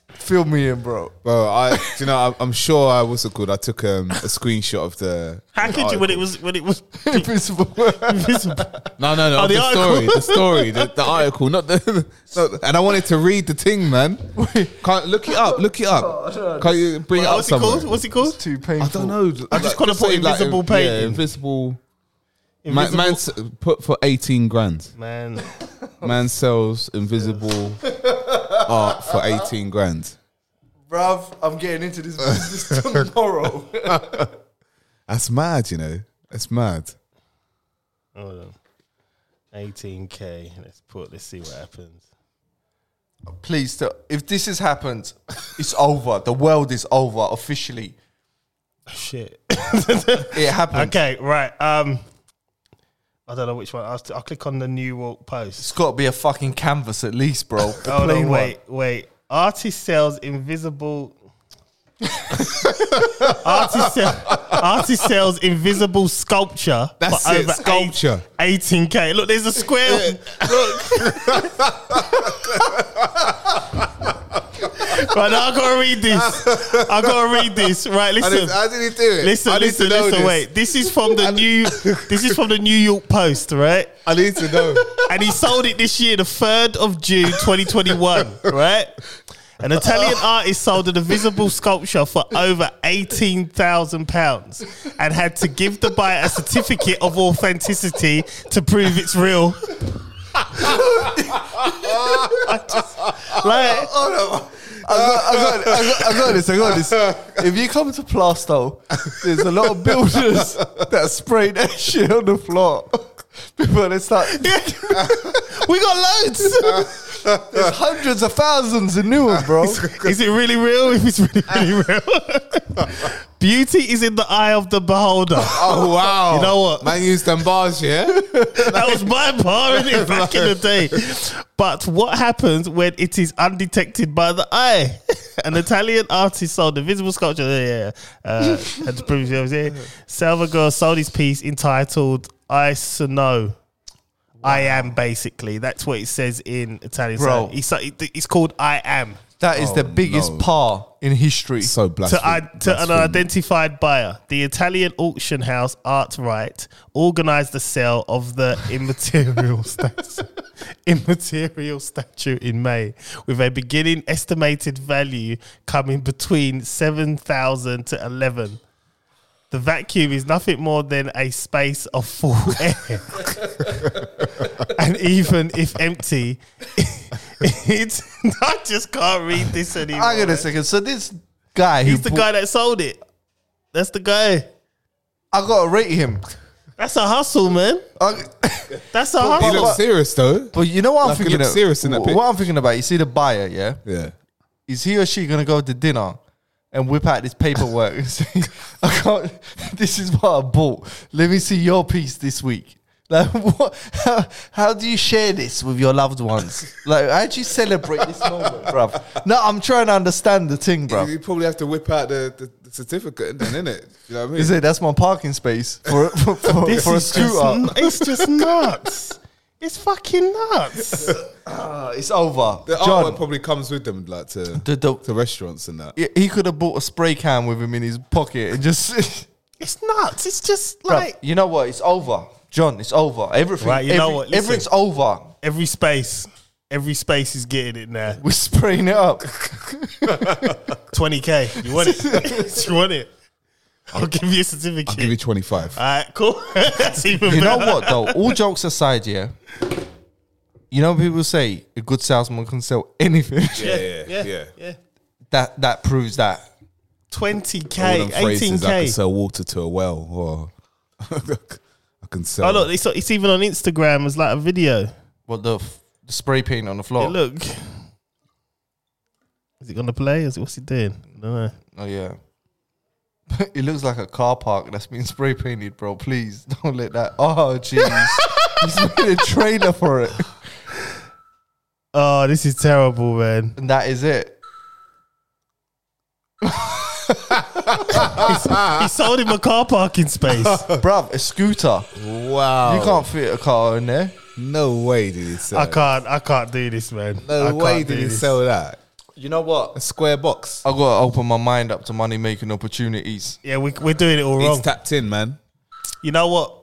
[SPEAKER 3] fill me in, bro.
[SPEAKER 1] Bro, I, do you know, I'm, I'm sure I was so good. I took um, a screenshot of the.
[SPEAKER 2] How
[SPEAKER 1] the
[SPEAKER 2] could you when
[SPEAKER 1] article.
[SPEAKER 2] it was when it was
[SPEAKER 3] Invisible.
[SPEAKER 2] invisible?
[SPEAKER 1] No, no, no.
[SPEAKER 2] Oh,
[SPEAKER 1] of the,
[SPEAKER 2] the
[SPEAKER 1] story,
[SPEAKER 2] article.
[SPEAKER 1] the story, the, the article, not the. not- and I wanted to read the thing, man. Can't look it up. Look it up. Can't you bring it up
[SPEAKER 2] What's it
[SPEAKER 1] somewhere?
[SPEAKER 2] called? What's it called?
[SPEAKER 3] Too painful.
[SPEAKER 1] I don't know. I
[SPEAKER 2] just gotta put invisible
[SPEAKER 1] Yeah,
[SPEAKER 2] painting.
[SPEAKER 1] invisible. Man,
[SPEAKER 2] Invisible-
[SPEAKER 1] man s- put for eighteen grand.
[SPEAKER 2] man.
[SPEAKER 1] Man sells invisible art for eighteen grand.
[SPEAKER 3] Bruv, I'm getting into this business tomorrow.
[SPEAKER 1] That's mad, you know. That's mad.
[SPEAKER 2] Hold on. 18k. Let's put. Let's see what happens.
[SPEAKER 3] Please, tell- if this has happened, it's over. The world is over officially.
[SPEAKER 2] Shit.
[SPEAKER 3] It happened.
[SPEAKER 2] okay. Right. Um. I don't know which one. I'll, I'll click on the New York Post.
[SPEAKER 3] It's got to be a fucking canvas at least, bro. A
[SPEAKER 2] Hold
[SPEAKER 3] plain
[SPEAKER 2] on.
[SPEAKER 3] one.
[SPEAKER 2] Oh, Wait. Wait. Artist sells invisible. artist, sell, artist sells invisible sculpture
[SPEAKER 1] That's
[SPEAKER 2] for
[SPEAKER 1] it,
[SPEAKER 2] over eight-
[SPEAKER 1] sculpture.
[SPEAKER 2] 18k. Look, there's a square. Look. right now, I gotta read this. I gotta read this. Right,
[SPEAKER 1] How
[SPEAKER 2] listen.
[SPEAKER 1] did, how did he do it? I
[SPEAKER 2] Listen,
[SPEAKER 1] need
[SPEAKER 2] listen,
[SPEAKER 1] to know
[SPEAKER 2] listen.
[SPEAKER 1] this.
[SPEAKER 2] Wait, this is from the new. This is from the New York Post, right?
[SPEAKER 1] I need to know.
[SPEAKER 2] And he sold it this year, the third of June, 2021, right? An Italian artist sold an invisible sculpture for over eighteen thousand pounds, and had to give the buyer a certificate of authenticity to prove it's real. Like,
[SPEAKER 3] I got, I, got, I, got, I got this. I got this. If you come to Plasto, there's a lot of builders that spray that shit on the floor before they start.
[SPEAKER 2] we got loads.
[SPEAKER 3] There's hundreds of thousands of new ones, bro.
[SPEAKER 2] is it really real? If it's really, really real, beauty is in the eye of the beholder.
[SPEAKER 1] Oh wow!
[SPEAKER 2] You know what?
[SPEAKER 1] Man used them bars, yeah.
[SPEAKER 2] that was my bar in it back in the day. But what happens when it is undetected by the eye? An Italian artist sold a visible sculpture. Yeah, yeah. Uh, had to prove it was here. Salvador sold his piece entitled "I Sono." I am basically. That's what it says in Italian.
[SPEAKER 3] Bro.
[SPEAKER 2] So it's, it's called "I am."
[SPEAKER 3] That is the biggest
[SPEAKER 1] Oh, no.
[SPEAKER 3] par in history.
[SPEAKER 1] So blasphemy.
[SPEAKER 2] to, ad- to an unidentified buyer. The Italian auction house Artwright organized the sale of the immaterial statue, immaterial statue in May, with a beginning estimated value coming between seven thousand to eleven. The vacuum is nothing more than a space of full air. and even if empty, it's. I just can't read this anymore.
[SPEAKER 3] Hang on a second. So this guy, who
[SPEAKER 2] He's the
[SPEAKER 3] bought-
[SPEAKER 2] guy that sold it. That's the guy.
[SPEAKER 3] I gotta rate him.
[SPEAKER 2] That's a hustle, man.
[SPEAKER 3] I-
[SPEAKER 2] That's a
[SPEAKER 1] He
[SPEAKER 2] hustle.
[SPEAKER 1] looked serious though.
[SPEAKER 3] but you know what I'm
[SPEAKER 1] Like, he
[SPEAKER 3] thinking
[SPEAKER 1] looked
[SPEAKER 3] of?
[SPEAKER 1] serious in that
[SPEAKER 3] what
[SPEAKER 1] pic.
[SPEAKER 3] I'm thinking about, you see the buyer, yeah?
[SPEAKER 1] Yeah.
[SPEAKER 3] Is he or she gonna go to dinner and whip out this paperwork and say, I can't this is what I bought. Let me see your piece this week. Like what how, how do you share this with your loved ones? Like how do you celebrate this moment, bruv? No, I'm trying to understand the thing, bruv.
[SPEAKER 1] You probably have to whip out the, the, the certificate then, innit? You know what I mean?
[SPEAKER 3] Is it that's my parking space for for, for,
[SPEAKER 2] This
[SPEAKER 3] for a
[SPEAKER 2] is just
[SPEAKER 3] scooter?
[SPEAKER 2] nu- it's just nuts. It's fucking nuts.
[SPEAKER 3] Ah, it's over.
[SPEAKER 1] The
[SPEAKER 3] John,
[SPEAKER 1] artwork probably comes with them, like to
[SPEAKER 3] the, the,
[SPEAKER 1] to restaurants and that.
[SPEAKER 3] he- he could have bought a spray can with him in his pocket and just.
[SPEAKER 2] It's nuts. It's just
[SPEAKER 3] Bruv,
[SPEAKER 2] like
[SPEAKER 3] you know what? It's over, John. It's over. Everything.
[SPEAKER 2] Right, you know what? Listen.
[SPEAKER 3] Everything's over.
[SPEAKER 2] every space, every space is getting it now.
[SPEAKER 3] We're spraying it up.
[SPEAKER 2] Twenty k. You want it? you want it? I'll give you a certificate.
[SPEAKER 1] I'll give you twenty five.
[SPEAKER 2] All right, cool. That's even
[SPEAKER 3] you know
[SPEAKER 2] better.
[SPEAKER 3] what though? All jokes aside, yeah. You know people say a good salesman can sell anything.
[SPEAKER 1] Yeah, yeah, yeah.
[SPEAKER 2] yeah.
[SPEAKER 3] that that proves that.
[SPEAKER 2] Twenty
[SPEAKER 1] All
[SPEAKER 2] k,
[SPEAKER 1] them
[SPEAKER 2] eighteen
[SPEAKER 1] phrases, I
[SPEAKER 2] k.
[SPEAKER 1] can sell water to a well, or I can sell.
[SPEAKER 2] Oh look, it's, it's even on Instagram as like a video.
[SPEAKER 3] What the, f- the spray paint on
[SPEAKER 1] Oh.
[SPEAKER 3] the floor?
[SPEAKER 2] Hey, look. Is it gonna play? Is it, what's it doing? I don't know.
[SPEAKER 3] Oh yeah. it looks like a car park that's been spray painted, bro. Please don't let that. Oh jeez. He's made a trailer for it.
[SPEAKER 2] Oh, this is terrible, man.
[SPEAKER 3] And that is it.
[SPEAKER 1] Ah.
[SPEAKER 2] he sold him a car parking space.
[SPEAKER 3] Bruv, a scooter.
[SPEAKER 1] wow,
[SPEAKER 2] Oh.
[SPEAKER 3] You can't fit a car in there.
[SPEAKER 1] No way did he sell.
[SPEAKER 2] I can't. I can't do this, man.
[SPEAKER 1] No
[SPEAKER 2] I
[SPEAKER 1] way
[SPEAKER 2] can't
[SPEAKER 1] did
[SPEAKER 2] do
[SPEAKER 1] he
[SPEAKER 2] this.
[SPEAKER 1] sell that.
[SPEAKER 3] You know what?
[SPEAKER 1] A square box.
[SPEAKER 3] I gotta open my mind up to money making opportunities.
[SPEAKER 2] Yeah, we, we're doing it all
[SPEAKER 1] He's
[SPEAKER 2] wrong.
[SPEAKER 1] tapped in, man.
[SPEAKER 2] you know what?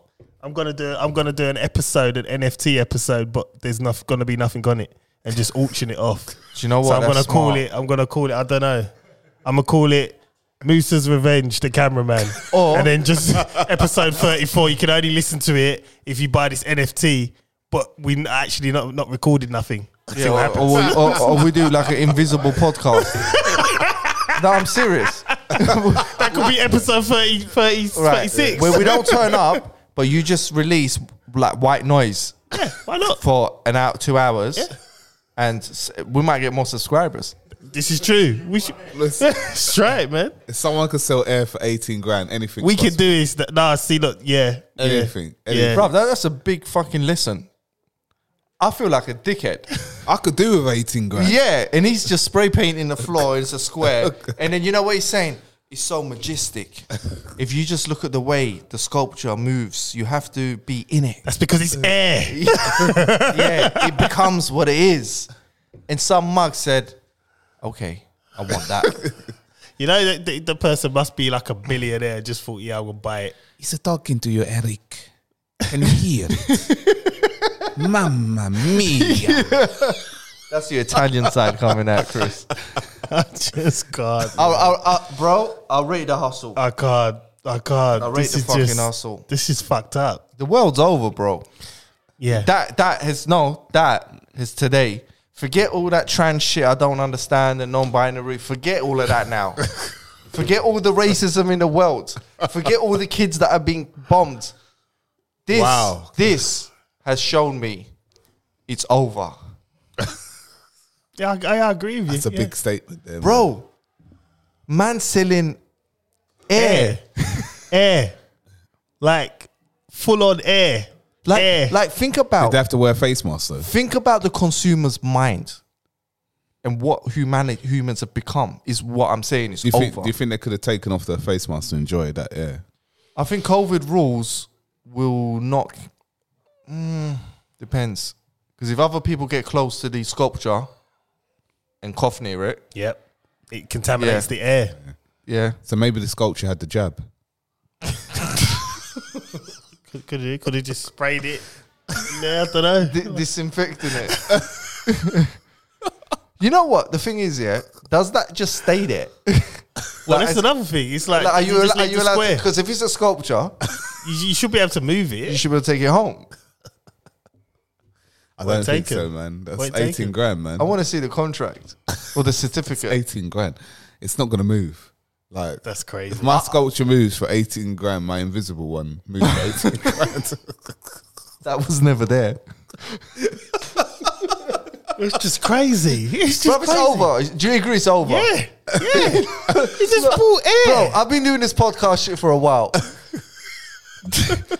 [SPEAKER 2] I'm gonna do. I'm gonna do an episode, an NFT episode, but there's not gonna be nothing on it, and just auction it off.
[SPEAKER 3] Do you know what?
[SPEAKER 2] so I'm gonna
[SPEAKER 3] Oh, That's
[SPEAKER 2] call
[SPEAKER 3] smart.
[SPEAKER 2] it. I'm gonna call it. I don't know. I'm gonna call it. Moose's Revenge, the cameraman.
[SPEAKER 3] Or-
[SPEAKER 2] and then just episode 34. You can only listen to it if you buy this NFT, but we n- actually not, not recorded nothing.
[SPEAKER 3] Yeah, or, or, or- or we do like an invisible podcast. no, I'm serious.
[SPEAKER 2] That could be episode 30, 30,
[SPEAKER 3] Right.
[SPEAKER 2] 36.
[SPEAKER 3] Where we don't turn up, but you just release like white noise
[SPEAKER 2] Yeah, why not?
[SPEAKER 3] for an out two hours, and s- we might get more subscribers.
[SPEAKER 2] This is true. We should.
[SPEAKER 1] Listen.
[SPEAKER 2] That's right, man.
[SPEAKER 1] If someone could sell air for eighteen grand, anything
[SPEAKER 2] We can
[SPEAKER 1] possible.
[SPEAKER 2] do this. th- Nah, see, look, yeah. yeah.
[SPEAKER 1] Anything,
[SPEAKER 2] Yeah.
[SPEAKER 1] anything.
[SPEAKER 3] Bruv, that, that's a big fucking listen. I feel like a dickhead.
[SPEAKER 1] I could do with eighteen grand.
[SPEAKER 3] Yeah, and he's just spray painting the floor. It's a square, and then you know what he's saying. It's so majestic. If you just look at the way the sculpture moves, you have to be in it.
[SPEAKER 2] That's because it's air.
[SPEAKER 3] yeah, it becomes what it is. And some mug said, "Okay, I want that."
[SPEAKER 2] You know, the, the, the person must be like a billionaire. Just thought, yeah, I will buy it.
[SPEAKER 1] He's talking to you, Eric. Can you hear it? Mamma mia.
[SPEAKER 3] That's the Italian side coming out, Chris.
[SPEAKER 2] I just can't.
[SPEAKER 3] I, I, I, bro, I'll rate the hustle.
[SPEAKER 2] I can't. I can't.
[SPEAKER 3] I rate
[SPEAKER 2] this
[SPEAKER 3] the
[SPEAKER 2] is
[SPEAKER 3] fucking
[SPEAKER 2] just,
[SPEAKER 3] arsehole.
[SPEAKER 2] This is fucked up.
[SPEAKER 3] The world's over, bro.
[SPEAKER 2] Yeah.
[SPEAKER 3] That that has no that is today. Forget all that trans shit I don't understand and non-binary. Forget all of that now. Forget all the racism in the world. Forget all the kids that are being bombed. This
[SPEAKER 2] Wow.
[SPEAKER 3] this has shown me it's over.
[SPEAKER 2] Yeah, I, I agree with you.
[SPEAKER 1] That's a
[SPEAKER 2] yeah.
[SPEAKER 1] big statement, there, man.
[SPEAKER 3] Bro, man selling air.
[SPEAKER 2] air, air, like full on air,
[SPEAKER 3] Like
[SPEAKER 2] air.
[SPEAKER 3] like think about
[SPEAKER 1] They have to wear face masks though.
[SPEAKER 3] think about the consumer's mind and what humanity humans have become is what I'm saying. It's
[SPEAKER 1] Do you,
[SPEAKER 3] over.
[SPEAKER 1] think, do you think they could have taken off their face mask to enjoy that air?
[SPEAKER 3] I think COVID rules will not. Mm, depends. Because if other people get close to the sculpture and cough near it,
[SPEAKER 2] yep, it contaminates
[SPEAKER 3] Yeah.
[SPEAKER 2] the air.
[SPEAKER 3] yeah.
[SPEAKER 1] So maybe the sculpture had the jab.
[SPEAKER 2] Could could have, could have just sprayed it. yeah, I don't know.
[SPEAKER 3] Di- disinfecting it. you know what? The thing is, yeah, does that just stay there?
[SPEAKER 2] well,
[SPEAKER 3] like,
[SPEAKER 2] that's
[SPEAKER 3] I-
[SPEAKER 2] another thing. It's like,
[SPEAKER 3] Like, are you,
[SPEAKER 2] you, just
[SPEAKER 3] al- are
[SPEAKER 2] leave
[SPEAKER 3] you
[SPEAKER 2] the
[SPEAKER 3] allowed?
[SPEAKER 2] square.
[SPEAKER 3] Because if it's a sculpture,
[SPEAKER 2] you, you should be able to move
[SPEAKER 3] you
[SPEAKER 2] it.
[SPEAKER 3] should be able to take it home.
[SPEAKER 1] I
[SPEAKER 2] Well
[SPEAKER 1] don't think
[SPEAKER 2] taken.
[SPEAKER 1] so, man. That's
[SPEAKER 2] Well
[SPEAKER 1] eighteen
[SPEAKER 2] taken.
[SPEAKER 1] grand, man.
[SPEAKER 3] I want to see the contract or the certificate.
[SPEAKER 1] eighteen grand. It's not gonna move. Like
[SPEAKER 2] That's crazy.
[SPEAKER 1] if my sculpture moves for eighteen grand, my invisible one moves for eighteen grand.
[SPEAKER 3] That was never there.
[SPEAKER 2] It's just crazy. It's just
[SPEAKER 3] Bro, it's
[SPEAKER 2] crazy.
[SPEAKER 3] over. Do you agree it's over?
[SPEAKER 2] Yeah, yeah. It's just full
[SPEAKER 3] Bro,
[SPEAKER 2] air.
[SPEAKER 3] I've been doing this podcast shit for a while.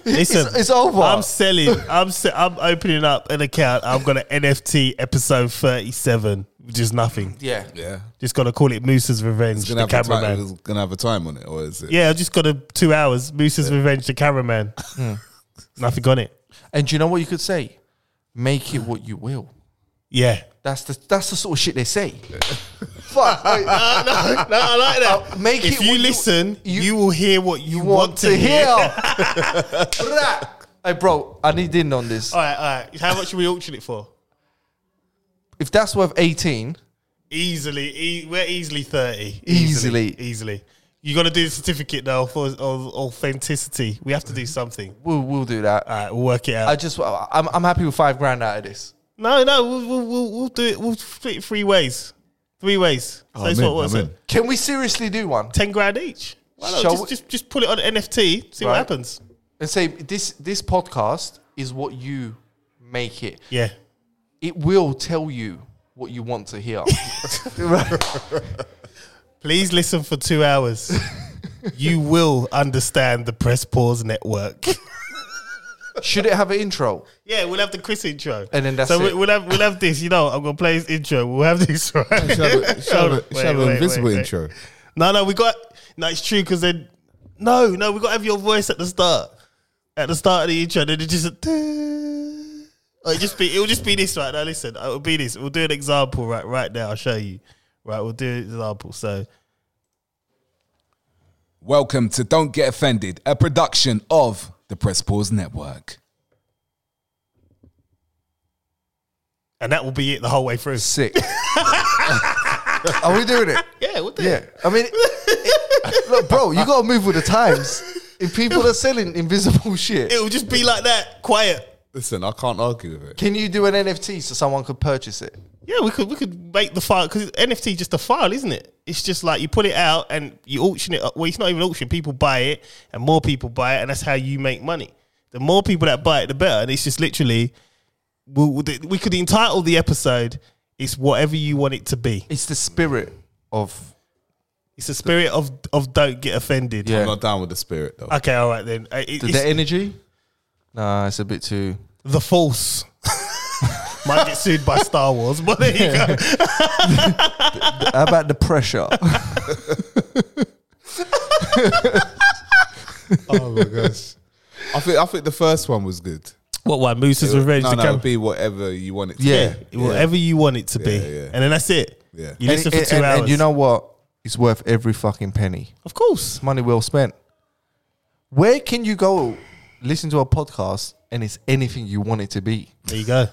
[SPEAKER 2] Listen,
[SPEAKER 3] it's over.
[SPEAKER 2] I'm selling. I'm se- I'm opening up an account. I'm gonna NFT episode 37, which is nothing.
[SPEAKER 3] yeah.
[SPEAKER 1] yeah.
[SPEAKER 2] Just gonna call it Moose's Revenge.
[SPEAKER 1] Gonna
[SPEAKER 2] The
[SPEAKER 1] have, a time,
[SPEAKER 2] cameraman.
[SPEAKER 1] it's gonna have a time on it, or is it?
[SPEAKER 2] Yeah, I just got a two hours. Moose's Revenge. The cameraman. Nothing on it.
[SPEAKER 3] And do you know what you could say? Make it what you will.
[SPEAKER 2] Yeah.
[SPEAKER 3] That's the that's the sort of shit they say. Fuck. wait,
[SPEAKER 2] no, I like that.
[SPEAKER 3] Uh, make
[SPEAKER 2] if
[SPEAKER 3] it
[SPEAKER 2] you
[SPEAKER 3] what you-
[SPEAKER 2] listen, you,
[SPEAKER 3] you-
[SPEAKER 2] will hear what you,
[SPEAKER 3] you
[SPEAKER 2] want, to hear.
[SPEAKER 3] Brat. hey, bro, I need in on this.
[SPEAKER 2] All right, all right. How much should we auction it for?
[SPEAKER 3] If that's worth 18,
[SPEAKER 2] Easily, e- we're easily thirty.
[SPEAKER 3] Easily.
[SPEAKER 2] easily. Easily. You got to do the certificate though for of authenticity. We have to do something.
[SPEAKER 3] we'll, we'll do that.
[SPEAKER 2] All right, we'll work it out.
[SPEAKER 3] I just, I'm, I'm happy with five grand out of this.
[SPEAKER 2] no, no, we'll, we'll, we'll, we'll do it. We'll split it three ways, three ways. So
[SPEAKER 1] Oh, I'm
[SPEAKER 2] it's
[SPEAKER 1] in,
[SPEAKER 2] what was
[SPEAKER 1] I'm
[SPEAKER 2] it?
[SPEAKER 1] in.
[SPEAKER 3] Can we seriously do one?
[SPEAKER 2] Ten grand each. Why not?
[SPEAKER 3] Shall
[SPEAKER 2] Just,
[SPEAKER 3] we-
[SPEAKER 2] just just put it on NFT. See what
[SPEAKER 3] Right.
[SPEAKER 2] happens.
[SPEAKER 3] And say, this, this podcast is what you make it.
[SPEAKER 2] Yeah.
[SPEAKER 3] It will tell you what you want to hear.
[SPEAKER 2] Please listen for two hours. you will understand the Press Pause Network.
[SPEAKER 3] Should it have an intro?
[SPEAKER 2] Yeah, we'll have the Chris intro,
[SPEAKER 3] And then that's
[SPEAKER 2] so we-
[SPEAKER 3] it.
[SPEAKER 2] we'll have we'll have this. You know, I'm gonna play his intro. We'll have this right.
[SPEAKER 1] Should have, a, should have, a,
[SPEAKER 2] Wait,
[SPEAKER 1] should have
[SPEAKER 2] wait,
[SPEAKER 1] an
[SPEAKER 2] wait,
[SPEAKER 1] invisible
[SPEAKER 2] wait.
[SPEAKER 1] intro.
[SPEAKER 2] No, no, we got. No, it's true because then. No, no, we got to have your voice at the start. At the start of the intro, then it just. Oh, it just be. It will just be this right now. Listen, it will be this. We'll do an example right right now. I'll show you. Right, we'll do an example. So
[SPEAKER 1] Welcome to Don't Get Offended, a production of the Press Pause Network.
[SPEAKER 2] and that will be it the whole way through.
[SPEAKER 3] Sick. Are we doing it?
[SPEAKER 2] Yeah, we'll do it.
[SPEAKER 3] Yeah. I mean, it- look, bro, you got to move with the times. If people are selling invisible shit,
[SPEAKER 2] It will just be like that, quiet.
[SPEAKER 1] Listen, I can't argue with it.
[SPEAKER 3] can you do an NFT so someone could purchase it?
[SPEAKER 2] Yeah, we could we could make the file because NFT is just a file, isn't it? It's just like you put it out and you auction it. Well, it's not even auction. People buy it, and more people buy it, and that's how you make money. The more people that buy it, the better. And it's just literally, we, we we could entitle the episode. It's whatever you want it to be.
[SPEAKER 3] It's the spirit of.
[SPEAKER 2] It's the spirit of of don't get offended.
[SPEAKER 1] I'm
[SPEAKER 3] Yeah.
[SPEAKER 1] not down with the spirit though.
[SPEAKER 2] Okay, all right then. Uh, it-
[SPEAKER 3] The,
[SPEAKER 2] it's
[SPEAKER 3] the energy? Nah, it's a bit too.
[SPEAKER 2] the false. Might get sued by Star Wars, but there you go.
[SPEAKER 3] How about the pressure?
[SPEAKER 1] oh my gosh. I think I think the first one was good.
[SPEAKER 2] What one? Moose's Revenge.
[SPEAKER 1] no,
[SPEAKER 2] the
[SPEAKER 1] no,
[SPEAKER 2] cam-
[SPEAKER 1] it'd be whatever you want it to
[SPEAKER 3] Yeah.
[SPEAKER 1] be.
[SPEAKER 2] whatever you want it to be,
[SPEAKER 1] yeah.
[SPEAKER 2] and then that's it.
[SPEAKER 1] Yeah.
[SPEAKER 2] You listen
[SPEAKER 3] and,
[SPEAKER 2] for two
[SPEAKER 3] and-
[SPEAKER 2] hours.
[SPEAKER 3] and you know what? It's worth every fucking penny.
[SPEAKER 2] of course,
[SPEAKER 3] Money well spent. Where can you go listen to a podcast and it's anything you want it to be?
[SPEAKER 2] there you go.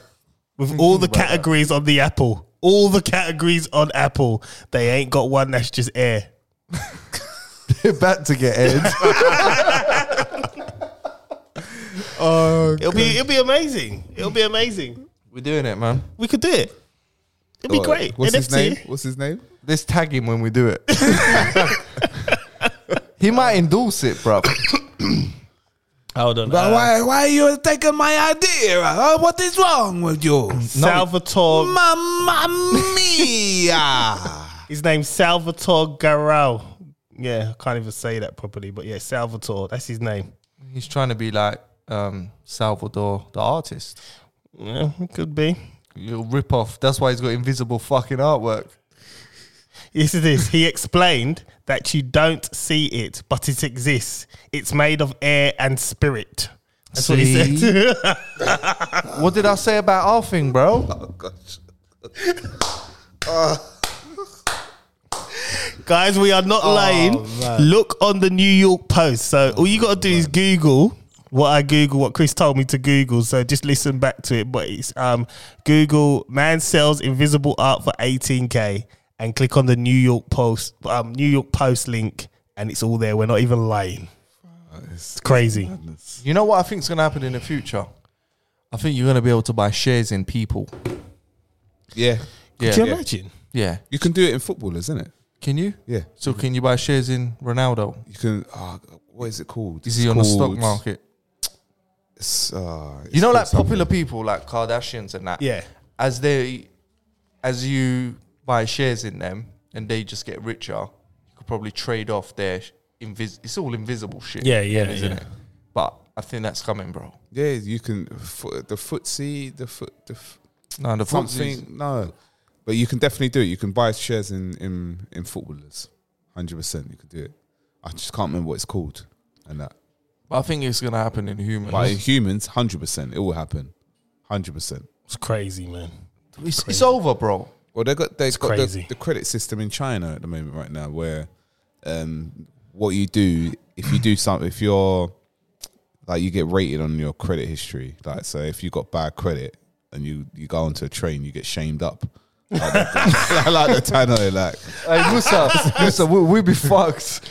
[SPEAKER 2] With all the categories on the Apple, all the categories on Apple, they ain't got one that's just air.
[SPEAKER 3] About to get aired. Oh,
[SPEAKER 2] It'll be it'll be amazing. It'll be amazing.
[SPEAKER 3] we're doing it, man.
[SPEAKER 2] We could do it. It'd be
[SPEAKER 1] What-
[SPEAKER 2] great.
[SPEAKER 1] What's his
[SPEAKER 2] NFT.
[SPEAKER 1] name? What's his name?
[SPEAKER 3] Let's tag him when we do it. he might endorse it, bruv.
[SPEAKER 2] Hold on.
[SPEAKER 1] But
[SPEAKER 2] uh,
[SPEAKER 1] why, why are you taking my idea? Uh, what is wrong with you?
[SPEAKER 2] Salvatore.
[SPEAKER 1] Mamma mia!
[SPEAKER 2] His name's Salvatore Garau. Yeah, I can't even say that properly, but yeah, Salvatore. That's his name.
[SPEAKER 3] He's trying to be like um, Salvador, the artist.
[SPEAKER 2] Yeah, it could be.
[SPEAKER 3] You'll rip off. That's why he's got invisible fucking artwork.
[SPEAKER 2] Yes, it is. He explained that you don't see it, but it exists. It's made of air and spirit. That's what he
[SPEAKER 3] See?
[SPEAKER 2] said.
[SPEAKER 3] What did I say about our thing, bro?
[SPEAKER 2] Guys, we are not lying. Look on the New York Post. So all you got to do is Google what I Google, what Chris told me to Google. So just listen back to it. But it's um, Google man sells invisible art for 18k and click on the New York Post um, New York Post link and it's all there. We're not even lying. It's crazy.
[SPEAKER 3] You know what I think's gonna happen in the future? I think you're gonna be able to buy shares in people.
[SPEAKER 1] Yeah,
[SPEAKER 3] Yeah,
[SPEAKER 2] Could you
[SPEAKER 1] yeah.
[SPEAKER 2] imagine?
[SPEAKER 3] yeah.
[SPEAKER 1] you can do it in football, isn't it?
[SPEAKER 3] Can you?
[SPEAKER 1] Yeah,
[SPEAKER 3] So can you buy shares in Ronaldo?
[SPEAKER 1] you can. ah, what is it called?
[SPEAKER 3] Is he
[SPEAKER 1] It's
[SPEAKER 3] on the stock
[SPEAKER 1] called-
[SPEAKER 3] market?
[SPEAKER 1] It's, ah, it's
[SPEAKER 3] You know,
[SPEAKER 1] called
[SPEAKER 3] like
[SPEAKER 1] something.
[SPEAKER 3] popular people like Kardashians and that.
[SPEAKER 2] Yeah.
[SPEAKER 3] As they, as you buy shares in them and they just get richer, you could probably trade off their sh- invis. It's all invisible shit.
[SPEAKER 2] Yeah, yeah,
[SPEAKER 3] isn't
[SPEAKER 2] yeah.
[SPEAKER 3] it? But I think that's coming, bro.
[SPEAKER 1] Yeah, you can fo- the footsie, the foot, the f-
[SPEAKER 3] No, the
[SPEAKER 1] something.
[SPEAKER 3] something.
[SPEAKER 1] No, but you can definitely do it. You can buy shares in in in footballers, hundred percent. You can do it. I just can't remember what it's called and that.
[SPEAKER 3] I think it's gonna happen in humans.
[SPEAKER 1] But in humans, hundred percent, it will happen, hundred percent.
[SPEAKER 2] It's crazy, man.
[SPEAKER 3] it's, it's over, bro.
[SPEAKER 1] Well, they got they've got the,
[SPEAKER 2] crazy.
[SPEAKER 1] the credit system in China at the moment right now, where um, what you do if you do something if you're like you get rated on your credit history, like so if you got bad credit and you you go onto a train, you get shamed up. Like the, like the Tano, like
[SPEAKER 3] Hey, Musa, Musa, we, we be fucked.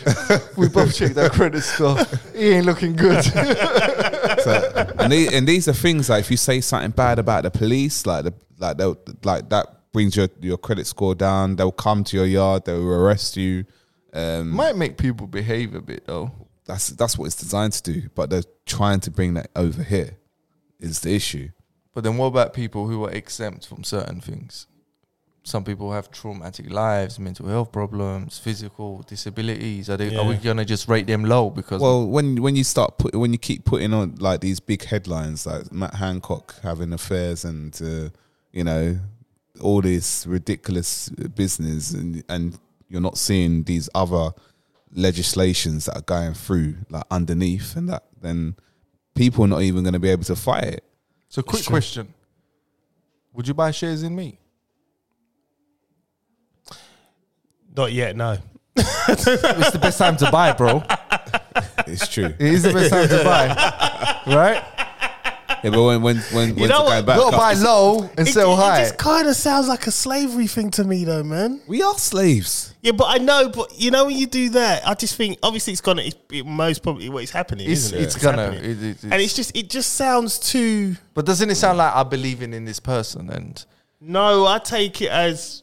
[SPEAKER 3] We both checked our credit score. He ain't looking good.
[SPEAKER 1] so, and, the- and these are things like if you say something bad about the police, like the like they'll like that brings your your credit score down. They'll come to your yard, they'll arrest you. Um,
[SPEAKER 3] Might make people behave a bit though.
[SPEAKER 1] that's that's what it's designed to do. But they're trying to bring that over here. Is the issue?
[SPEAKER 3] But then what about people who are exempt from certain things? Some people have traumatic lives, mental health problems, physical disabilities. Are they are we
[SPEAKER 2] Yeah.
[SPEAKER 3] gonna just rate them low because
[SPEAKER 1] Well, when when you start put, when you keep putting on like these big headlines, like Matt Hancock having affairs and uh, you know all this ridiculous business, and and you're not seeing these other legislations that are going through like underneath and that, then people are not even going to be able to fight it.
[SPEAKER 3] So quick
[SPEAKER 2] It's true.
[SPEAKER 3] question. Would you buy shares in me?
[SPEAKER 2] Not yet, no.
[SPEAKER 3] It's the best time to buy, bro.
[SPEAKER 1] It's true.
[SPEAKER 3] It is the best time to buy. Right?
[SPEAKER 1] yeah, but when when when when's it
[SPEAKER 2] know what?
[SPEAKER 1] going back
[SPEAKER 3] Gotta
[SPEAKER 1] up?
[SPEAKER 3] buy low and sell high.
[SPEAKER 2] just kind of sounds like a slavery thing to me, though, man.
[SPEAKER 1] we are slaves.
[SPEAKER 2] Yeah, but I know, but you know when you do that, I just think obviously it's gonna it, it most probably what is happening,
[SPEAKER 3] It's-
[SPEAKER 2] isn't it?
[SPEAKER 3] it's gonna-
[SPEAKER 2] happening.
[SPEAKER 3] it- it-
[SPEAKER 2] and it's just it just sounds too.
[SPEAKER 3] but doesn't it sound like I'm believing in this person and
[SPEAKER 2] No, I take it as.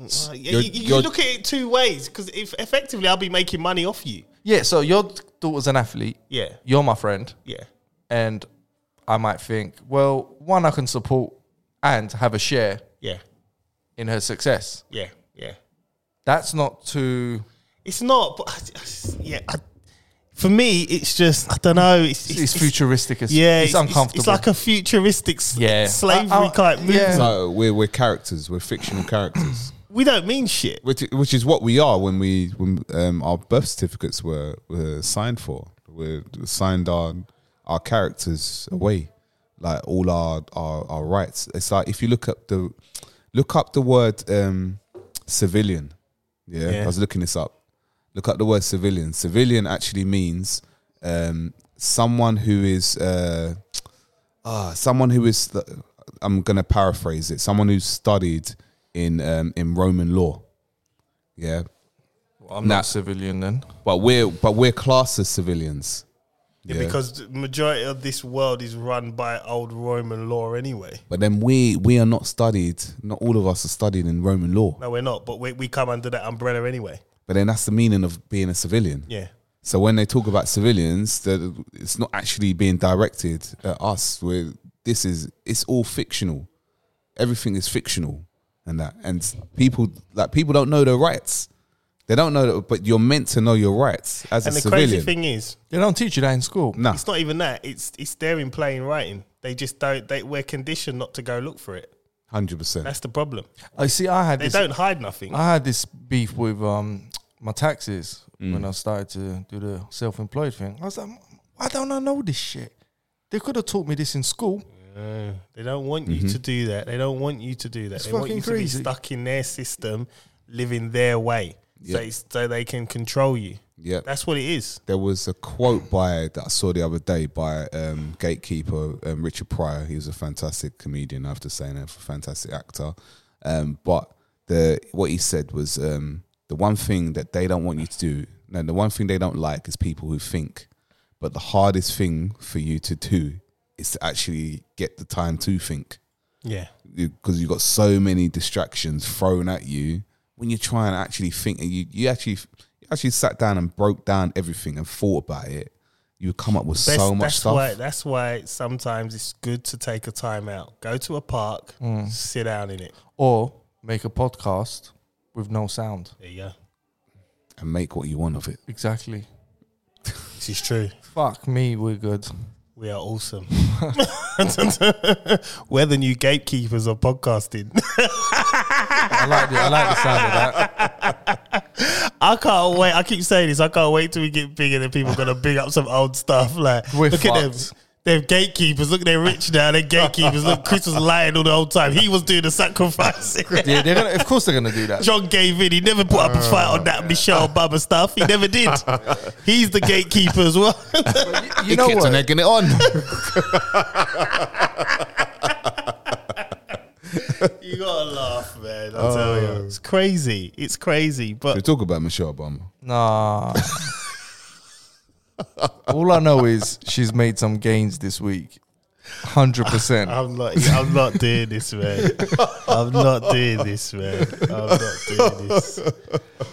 [SPEAKER 2] Uh, you,
[SPEAKER 1] You're-
[SPEAKER 2] you- you
[SPEAKER 1] you're-
[SPEAKER 2] look at it two ways because if effectively I'll be making money off you.
[SPEAKER 3] Yeah, so your daughter's an athlete.
[SPEAKER 2] Yeah,
[SPEAKER 3] You're my friend.
[SPEAKER 2] yeah,
[SPEAKER 3] And I might think, well, one I can support and have a share
[SPEAKER 2] yeah,
[SPEAKER 3] in her success.
[SPEAKER 2] yeah, yeah.
[SPEAKER 3] that's not too.
[SPEAKER 2] It's not, but I- I- yeah. I, for me, it's just I don't know. It's,
[SPEAKER 3] It's, futuristic. As,
[SPEAKER 2] Yeah,
[SPEAKER 3] it's, uncomfortable.
[SPEAKER 2] It's, Uh, like a futuristic s-
[SPEAKER 3] Yeah.
[SPEAKER 2] slavery
[SPEAKER 3] I- I-
[SPEAKER 2] type movie.
[SPEAKER 3] yeah.
[SPEAKER 1] So we're we're characters. We're fictional characters.
[SPEAKER 2] We don't mean shit.
[SPEAKER 1] which which is what we are when we when um, our birth certificates were, were signed for. We signed our our characters away, like all our, our our rights. It's like if you look up the look up the word um, civilian. Yeah,
[SPEAKER 2] Yeah.
[SPEAKER 1] I was looking this up. Look up the word civilian. Civilian actually means um, someone who is. Uh, uh, someone who is I'm going to paraphrase it someone who studied in um, in Roman law yeah
[SPEAKER 3] I'm
[SPEAKER 1] Nah.
[SPEAKER 3] not civilian then.
[SPEAKER 1] but we're but we're classed as civilians Yeah.
[SPEAKER 2] because the majority of this world is run by old Roman law anyway.
[SPEAKER 1] But then we we are not studied. Not all of us are studied in Roman law.
[SPEAKER 2] No, we're not, but we, we come under that umbrella anyway.
[SPEAKER 1] But then that's the meaning of being a civilian.
[SPEAKER 2] Yeah.
[SPEAKER 1] So when they talk about civilians, that it's not actually being directed at us. We're, this is it's all fictional. Everything is fictional, and that and people like people don't know their rights. They don't know that, but you're meant to know your rights as
[SPEAKER 2] And
[SPEAKER 1] a
[SPEAKER 2] the
[SPEAKER 1] civilian.
[SPEAKER 2] crazy thing is,
[SPEAKER 3] They don't teach you that in school.
[SPEAKER 1] nah,
[SPEAKER 2] it's not even that. It's it's there in plain writing. They just don't. They we're conditioned not to go look for it.
[SPEAKER 1] hundred percent.
[SPEAKER 2] That's the problem.
[SPEAKER 3] I see. I had
[SPEAKER 2] They
[SPEAKER 3] this.
[SPEAKER 2] don't hide
[SPEAKER 1] Uh,
[SPEAKER 2] nothing.
[SPEAKER 3] I had this beef with um my taxes when I started to do the self-employed thing. I was like, why don't I know this shit? They could have taught me this in school.
[SPEAKER 2] Uh, they don't want you
[SPEAKER 1] Mm-hmm.
[SPEAKER 2] to do that. They don't want you to do that.
[SPEAKER 3] It's
[SPEAKER 2] they want
[SPEAKER 3] fucking
[SPEAKER 2] you to
[SPEAKER 3] crazy.
[SPEAKER 2] be stuck in their system, living their way,
[SPEAKER 1] Yeah.
[SPEAKER 2] so, it's, so they can control you.
[SPEAKER 1] Yeah,
[SPEAKER 2] That's what it is.
[SPEAKER 1] there was a quote by that I saw the other day by um, gatekeeper um, Richard Pryor. He was a fantastic comedian. I have to say, and a fantastic actor. Um, but the what he said was um, the one thing that they don't want you to do. No, the one thing they don't like is people who think. But the hardest thing for you to do is to actually get the time to think
[SPEAKER 2] Yeah.
[SPEAKER 1] because you've got so many distractions thrown at you when you're trying to actually think and you, you actually you actually sat down and broke down everything and thought about it you come up with so
[SPEAKER 2] That's-
[SPEAKER 1] much
[SPEAKER 2] that's
[SPEAKER 1] stuff
[SPEAKER 2] Why, that's why sometimes it's good to take a time out, go to a park,
[SPEAKER 3] Mm.
[SPEAKER 2] sit down in it.
[SPEAKER 3] Or make a podcast with no sound.
[SPEAKER 2] There you go.
[SPEAKER 1] and make what you want of it
[SPEAKER 3] Exactly.
[SPEAKER 2] This is true.
[SPEAKER 3] Fuck me, we're good.
[SPEAKER 2] We are awesome. We're the new gatekeepers of podcasting.
[SPEAKER 3] I like the, I like the sound of that.
[SPEAKER 2] I can't wait. I keep saying this. I can't wait till we get bigger and people are gonna big up some old stuff. Like
[SPEAKER 3] We're
[SPEAKER 2] look at them.
[SPEAKER 3] fucked.
[SPEAKER 2] They're gatekeepers. Look, they're rich now. They're gatekeepers. Look, Chris was lying all the whole time. He was doing the sacrifice.
[SPEAKER 3] Yeah, they're gonna, of course they're gonna do that.
[SPEAKER 2] John gave in. He never put up a fight on that Michelle Bubba stuff. He never did. He's the gatekeeper as well.
[SPEAKER 3] You,
[SPEAKER 1] He
[SPEAKER 3] know
[SPEAKER 1] kept on
[SPEAKER 3] what?
[SPEAKER 1] egging it on
[SPEAKER 2] you gotta laugh, man. I tell you, it's crazy. It's crazy.
[SPEAKER 1] we
[SPEAKER 2] But
[SPEAKER 1] talk about Michelle Obama
[SPEAKER 3] Nah. All I know is she's made some gains this week. Hundred percent.
[SPEAKER 2] I'm not. I'm not doing this, man. I'm not doing this, man. I'm not doing this.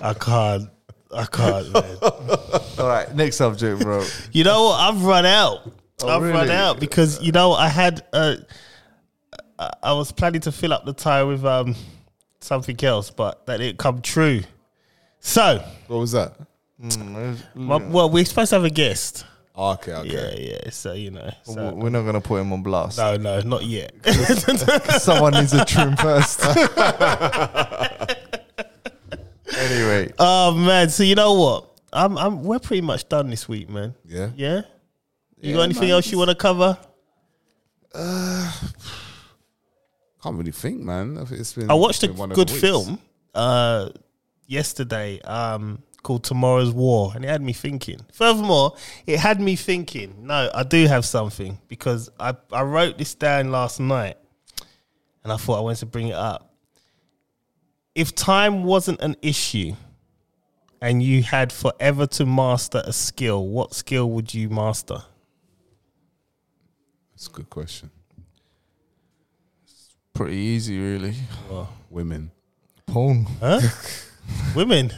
[SPEAKER 2] I can't. I can't, man.
[SPEAKER 3] All right, next subject, bro.
[SPEAKER 2] You know what? I've run out. I've run
[SPEAKER 3] really?
[SPEAKER 2] out because you know I had. Uh, I- I was planning to fill up the tire with um something else, but that didn't come true. So,
[SPEAKER 1] what was that
[SPEAKER 3] Hmm,
[SPEAKER 2] my, well, we're supposed to have a guest.
[SPEAKER 1] Ah, okay okay
[SPEAKER 2] Yeah, yeah. So you know, so-
[SPEAKER 3] We're not gonna put him on blast.
[SPEAKER 2] no, no, not yet.
[SPEAKER 3] Someone needs a trim first. anyway,
[SPEAKER 2] oh man. So you know what? I'm. I'm. We're pretty much done this week, man.
[SPEAKER 1] yeah,
[SPEAKER 2] Yeah. You got anything else you want to cover?
[SPEAKER 1] can't really think man I think it's been
[SPEAKER 2] I watched a
[SPEAKER 1] been one of
[SPEAKER 2] good
[SPEAKER 1] the weeks.
[SPEAKER 2] film uh, yesterday um, called Tomorrow's War, and it had me thinking. Furthermore, it had me thinking. No, I do have something because I I wrote this down last night, and I thought I wanted to bring it up. If time wasn't an issue, and you had forever to master a skill, what skill would you master?
[SPEAKER 1] it's a good question
[SPEAKER 3] pretty easy, really.
[SPEAKER 1] women
[SPEAKER 3] Porn.
[SPEAKER 2] Huh? Women?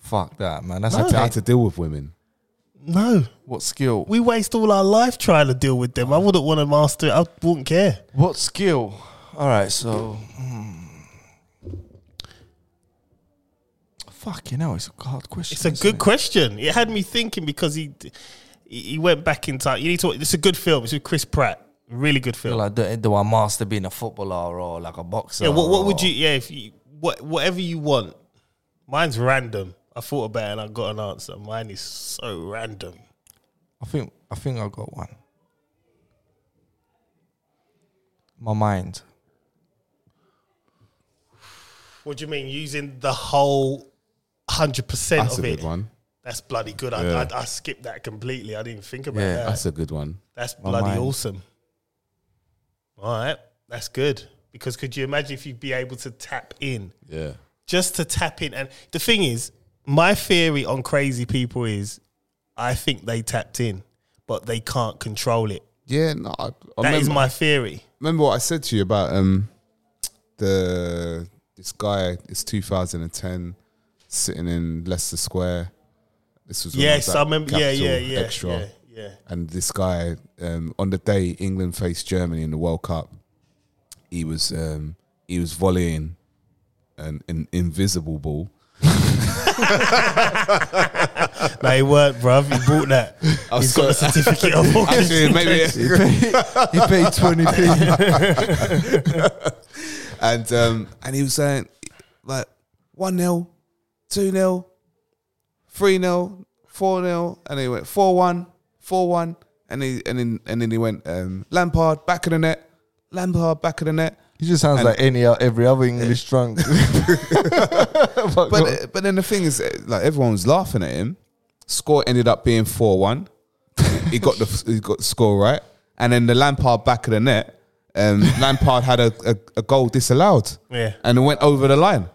[SPEAKER 3] Fuck that, man. That's
[SPEAKER 1] I
[SPEAKER 3] a
[SPEAKER 1] had
[SPEAKER 3] tad.
[SPEAKER 1] to deal with women
[SPEAKER 2] No.
[SPEAKER 3] What skill?
[SPEAKER 2] we waste all our life trying to deal with them. I wouldn't want to master it. I wouldn't care.
[SPEAKER 3] What skill? All right, so. hmm. Fuck, you know, it's a hard question.
[SPEAKER 2] It's a
[SPEAKER 3] isn't
[SPEAKER 2] good
[SPEAKER 3] it?
[SPEAKER 2] question. It had me thinking because he he he went back in time. You need to. It's a good film. It's with Chris Pratt. Really good film.
[SPEAKER 3] Like, do, do I master being a footballer or like a boxer?
[SPEAKER 2] yeah. What What
[SPEAKER 3] or-
[SPEAKER 1] "Oh."
[SPEAKER 2] would you? Yeah. If you what whatever you want. Mine's random. I thought about it and I got an answer. Mine is so random.
[SPEAKER 3] I think I think I got one. My mind.
[SPEAKER 2] What do you mean? Using the whole hundred percent
[SPEAKER 1] that's
[SPEAKER 2] of
[SPEAKER 1] a
[SPEAKER 2] it.
[SPEAKER 1] good one
[SPEAKER 2] That's bloody good. I,
[SPEAKER 1] Yeah.
[SPEAKER 2] I, I skipped that completely. I didn't think about
[SPEAKER 3] Yeah.
[SPEAKER 2] that.
[SPEAKER 1] that's a good one
[SPEAKER 2] That's bloody
[SPEAKER 3] mind.
[SPEAKER 2] awesome. All right, that's good. Because could you imagine if you'd be able to tap in,
[SPEAKER 1] yeah
[SPEAKER 2] just to tap in? And the thing is, my theory on crazy people is, I think they tapped in, but they can't control it.
[SPEAKER 1] Yeah, no. I, I
[SPEAKER 2] That
[SPEAKER 1] remember,
[SPEAKER 2] is my theory.
[SPEAKER 1] remember what I said to you about um the this guy. It's 2010, sitting in Leicester Square. This was when I was
[SPEAKER 2] Yes,
[SPEAKER 1] at
[SPEAKER 2] I remember. Yeah,
[SPEAKER 1] Capital
[SPEAKER 2] yeah, yeah,
[SPEAKER 1] Extra.
[SPEAKER 2] yeah, yeah.
[SPEAKER 1] and this guy um, on the day England faced Germany in the World Cup, he was um, he was volleying an, an invisible ball.
[SPEAKER 2] No, he weren't, bruv. He bought that.
[SPEAKER 1] I
[SPEAKER 2] He's got a certificate of
[SPEAKER 1] actually maybe,
[SPEAKER 4] he paid twenty p.
[SPEAKER 1] and um, and he was saying like one 0 two 0 three 0 four 0 and then he went four one, four one, and he and then and then he went um, Lampard back of the net, Lampard back of the net.
[SPEAKER 4] He just sounds like any o- every other English drunk. uh,
[SPEAKER 1] But but then the thing is, eh, like everyone was laughing at him. Score ended up being four one. he got the he got the score right, and then the Lampard back of the net. Um, Lampard had a, a, a goal disallowed,
[SPEAKER 2] Yeah.
[SPEAKER 1] and it went over the line,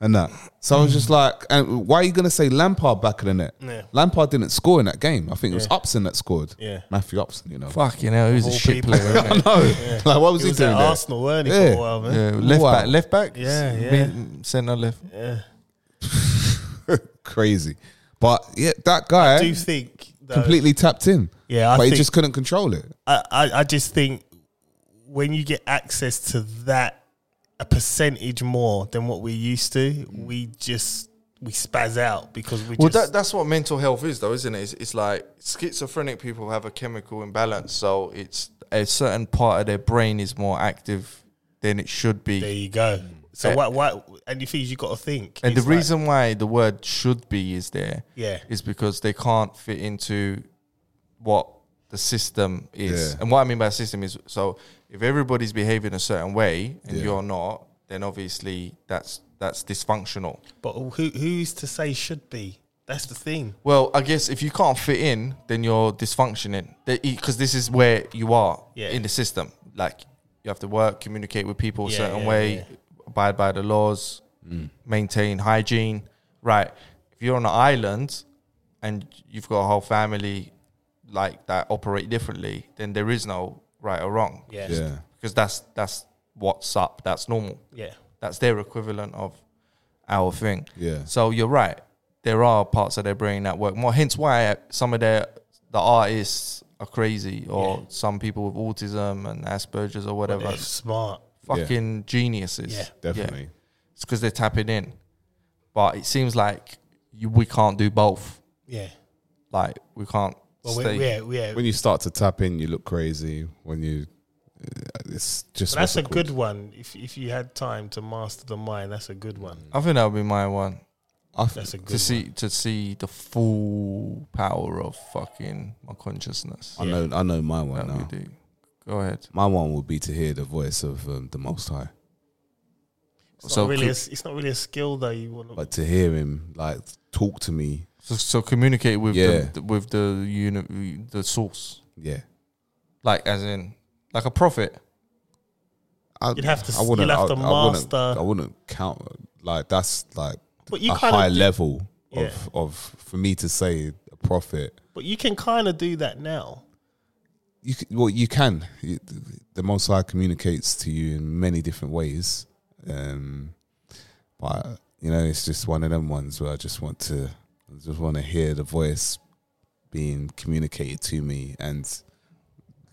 [SPEAKER 1] and that. So I was just like, and why are you gonna say Lampard back of the net?
[SPEAKER 2] Yeah.
[SPEAKER 1] Lampard didn't score in that game. I think it was
[SPEAKER 2] Yeah.
[SPEAKER 1] Upson that scored.
[SPEAKER 2] Yeah.
[SPEAKER 1] Matthew Upson, you know.
[SPEAKER 4] Fucking hell, he was a
[SPEAKER 2] All
[SPEAKER 4] shit
[SPEAKER 2] people.
[SPEAKER 4] player. wasn't he?
[SPEAKER 1] No, like what was
[SPEAKER 2] He
[SPEAKER 1] he,
[SPEAKER 2] was
[SPEAKER 1] doing
[SPEAKER 2] at
[SPEAKER 1] there?
[SPEAKER 2] Arsenal, weren't he, for
[SPEAKER 1] Yeah.
[SPEAKER 2] a while, man?
[SPEAKER 4] Yeah, left
[SPEAKER 1] Wow.
[SPEAKER 4] back, left back.
[SPEAKER 2] Yeah,
[SPEAKER 4] Me-
[SPEAKER 2] yeah.
[SPEAKER 4] Centre left.
[SPEAKER 2] Yeah.
[SPEAKER 1] Crazy, but yeah, that guy
[SPEAKER 2] Do you think though-
[SPEAKER 1] completely tapped in.
[SPEAKER 2] Yeah, I
[SPEAKER 1] but he
[SPEAKER 2] think-
[SPEAKER 1] just couldn't control it.
[SPEAKER 2] I, I, I just think when you get access to that a percentage more than what we're used to, we just we spaz out because we
[SPEAKER 3] Well, that,
[SPEAKER 2] just
[SPEAKER 3] that's what mental health is, though, isn't it? It's, it's like schizophrenic people have a chemical imbalance, so it's a certain part of their brain is more active than it should be.
[SPEAKER 2] there you go. So
[SPEAKER 3] Uh,
[SPEAKER 2] why why and the things you got to think
[SPEAKER 3] and the
[SPEAKER 2] It's like-
[SPEAKER 3] reason why the word "should be" is there is
[SPEAKER 2] yeah
[SPEAKER 3] because they can't fit into what the system is.
[SPEAKER 1] Yeah.
[SPEAKER 3] And what I mean by system is, so if everybody's behaving a certain way and
[SPEAKER 1] Yeah.
[SPEAKER 3] you're not, then obviously that's that's dysfunctional.
[SPEAKER 2] But who who's to say should be? That's the thing.
[SPEAKER 3] Well, I guess if you can't fit in, then you're dysfunctioning. Because this is where you are
[SPEAKER 2] Yeah.
[SPEAKER 3] in the system. Like you have to work, communicate with people a
[SPEAKER 2] Yeah,
[SPEAKER 3] certain
[SPEAKER 2] yeah,
[SPEAKER 3] way,
[SPEAKER 2] yeah.
[SPEAKER 3] abide by the laws, maintain hygiene. Right. If you're on an island and you've got a whole family like that operate differently, then there is no right or wrong.
[SPEAKER 2] Yeah. Yeah.
[SPEAKER 1] Yeah.
[SPEAKER 3] Because that's that's what's up. That's normal. That's their equivalent of our thing.
[SPEAKER 1] Yeah.
[SPEAKER 3] So you're right. There are parts of their brain that work more. Hence why some of their the artists are crazy, or
[SPEAKER 2] Yeah.
[SPEAKER 3] some people with autism and Asperger's or
[SPEAKER 2] But
[SPEAKER 3] whatever,
[SPEAKER 2] they're smart.
[SPEAKER 3] fucking geniuses.
[SPEAKER 2] Yeah.
[SPEAKER 1] Definitely.
[SPEAKER 3] It's because they're tapping in. But it seems like you, we can't do both.
[SPEAKER 2] Yeah.
[SPEAKER 3] Like we can't
[SPEAKER 2] Well, we,
[SPEAKER 3] stay.
[SPEAKER 2] yeah, yeah.
[SPEAKER 1] When you start to tap in, you look crazy. When you, uh, it's just
[SPEAKER 2] But that's a
[SPEAKER 1] what's it
[SPEAKER 2] good
[SPEAKER 1] called?
[SPEAKER 2] one. If if you had time to master the mind, that's a good one.
[SPEAKER 3] I think that would be my one
[SPEAKER 1] I f-
[SPEAKER 2] That's a good
[SPEAKER 3] to see to see the full power of fucking my consciousness.
[SPEAKER 1] I know. I know my one
[SPEAKER 3] that
[SPEAKER 1] now.
[SPEAKER 3] we do. Go ahead.
[SPEAKER 1] My one would be to hear the voice of um, the Most High,
[SPEAKER 2] It's not
[SPEAKER 3] so
[SPEAKER 2] really,
[SPEAKER 3] could-
[SPEAKER 2] a, s- it's not really a skill though. You want to
[SPEAKER 1] but to hear him like talk to me.
[SPEAKER 3] So, so communicate with
[SPEAKER 1] Yeah.
[SPEAKER 3] the, the with the uni, the source,
[SPEAKER 1] Yeah,
[SPEAKER 3] like as in like a prophet.
[SPEAKER 1] I,
[SPEAKER 2] You'd have to s-
[SPEAKER 1] wouldn't-
[SPEAKER 2] you'd have to
[SPEAKER 1] wouldn't-
[SPEAKER 2] master-
[SPEAKER 1] I wouldn't count like that's like
[SPEAKER 2] But you
[SPEAKER 1] a
[SPEAKER 2] kinda
[SPEAKER 1] high
[SPEAKER 2] do-
[SPEAKER 1] level
[SPEAKER 2] Yeah.
[SPEAKER 1] of of for me to say a prophet.
[SPEAKER 2] But you can kind of do that now.
[SPEAKER 1] you c- well you can You- the most high communicates to you in many different ways um but you know it's just one of them ones where i just want to I just want to hear the voice being communicated to me and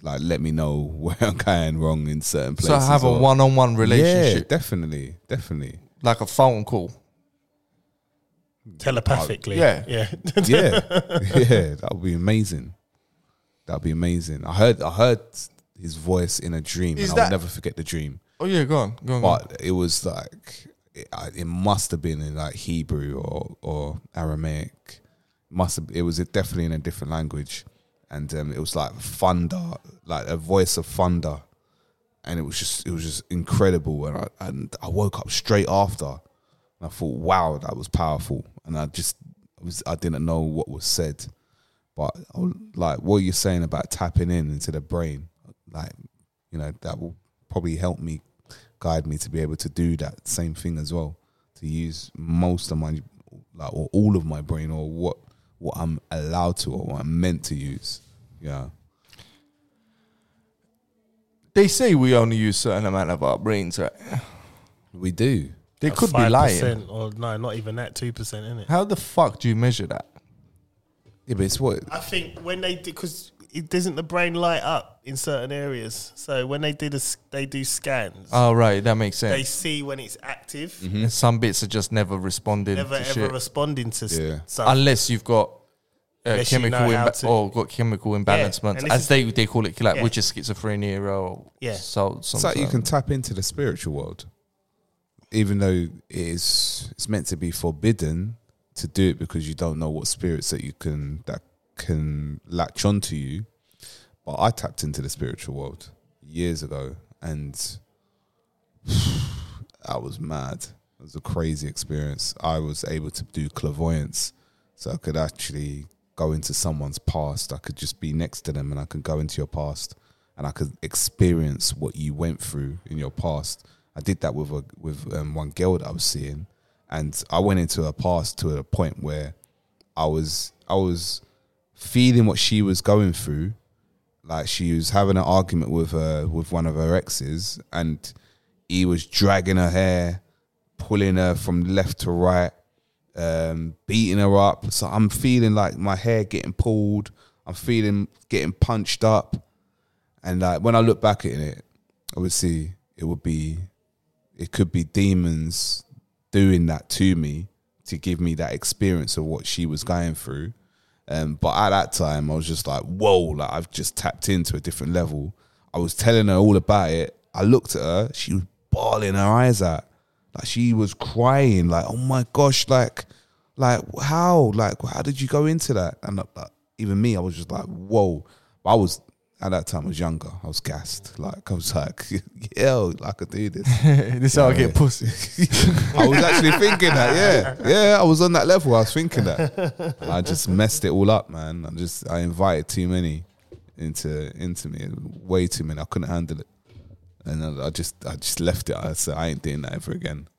[SPEAKER 1] like let me know where i'm going wrong in certain
[SPEAKER 3] So
[SPEAKER 1] places
[SPEAKER 3] have a
[SPEAKER 1] or-
[SPEAKER 3] one-on-one
[SPEAKER 1] yeah
[SPEAKER 3] relationship,
[SPEAKER 1] definitely definitely
[SPEAKER 3] like a phone call.
[SPEAKER 2] Telepathically.
[SPEAKER 3] Yeah.
[SPEAKER 2] Yeah.
[SPEAKER 1] yeah yeah that would be amazing that'd be amazing i heard i heard his voice in a dream
[SPEAKER 3] Is
[SPEAKER 1] and i'll
[SPEAKER 3] that-
[SPEAKER 1] never forget the dream
[SPEAKER 3] Oh yeah, go on, go on. go on.
[SPEAKER 1] but it was like it, I- it must have been in like Hebrew or or Aramaic. Must have, it was definitely in a different language, and um, it was like thunder, like a voice of thunder, and it was just it was just incredible. And I and I woke up straight after, and I thought, wow, that was powerful. And I just I was I didn't know what was said, but I was- like what you're saying about tapping in into the brain, like you know that will probably help me guide me to be able to do that same thing as well to use most of my like or all of my brain or what what I'm allowed to or what I'm meant to use you Yeah.
[SPEAKER 3] They say we only use certain amount of our brains, right?
[SPEAKER 1] We do.
[SPEAKER 3] They
[SPEAKER 2] At
[SPEAKER 3] could be lying.
[SPEAKER 2] 5% Or no, not even that two percent in it.
[SPEAKER 3] How the fuck do you measure that?
[SPEAKER 1] Yeah, but it's what
[SPEAKER 2] I think when they because it doesn't the brain light up in certain areas. So when they did a s- they do scans,
[SPEAKER 3] Oh right, that makes
[SPEAKER 2] they
[SPEAKER 3] sense.
[SPEAKER 2] see when it's active,
[SPEAKER 1] Mm-hmm.
[SPEAKER 3] And Some bits are just never responding
[SPEAKER 2] never
[SPEAKER 3] to
[SPEAKER 2] ever
[SPEAKER 3] shit
[SPEAKER 2] responding to s-
[SPEAKER 1] Yeah.
[SPEAKER 2] something.
[SPEAKER 3] unless you've got uh,
[SPEAKER 2] Unless you
[SPEAKER 3] chemical
[SPEAKER 2] know how
[SPEAKER 3] imba-
[SPEAKER 2] to-
[SPEAKER 3] or got chemical imbalancements,
[SPEAKER 2] and this
[SPEAKER 3] as
[SPEAKER 2] is-
[SPEAKER 3] they they call it, like
[SPEAKER 2] Yeah.
[SPEAKER 3] which is schizophrenia or
[SPEAKER 2] Yeah.
[SPEAKER 3] So
[SPEAKER 1] it's like you can tap into the spiritual world, even though it is it's meant to be forbidden to do it because you don't know what spirits that you can that can latch onto you. But I tapped into the spiritual world years ago, and I was mad. It was a crazy experience. I was able to do clairvoyance, so I could actually go into someone's past. I could just be next to them, and I could go into your past and I could experience what you went through in your past. I did that with a, with um, one girl that I was seeing, and I went into her past to a point where I was I was feeling what she was going through, like she was having an argument with her with one of her exes, and he was dragging her hair, pulling her from left to right, um, beating her up. So I'm feeling like my hair getting pulled. I'm feeling getting punched up. And like when I look back at it, obviously it would be, it could be demons doing that to me to give me that experience of what she was going through. Um, but at that time, I was just like, whoa, like I've just tapped into a different level. I was telling her all about it. I looked at her, she was bawling her eyes out. Like she was crying, like, oh my gosh, like, like how? Like, how did you go into that? And like, like, even me, I was just like, whoa. I was at that time I was younger. I was gassed. Like I was like, yo, I could do this.
[SPEAKER 3] this how I get pussy.
[SPEAKER 1] I was actually thinking that, yeah. Yeah, I was on that level. I was thinking that. I just messed it all up, man. I just I invited too many into into me. Way too many. I couldn't handle it. And I, I just I just left it. I said I ain't doing that ever again.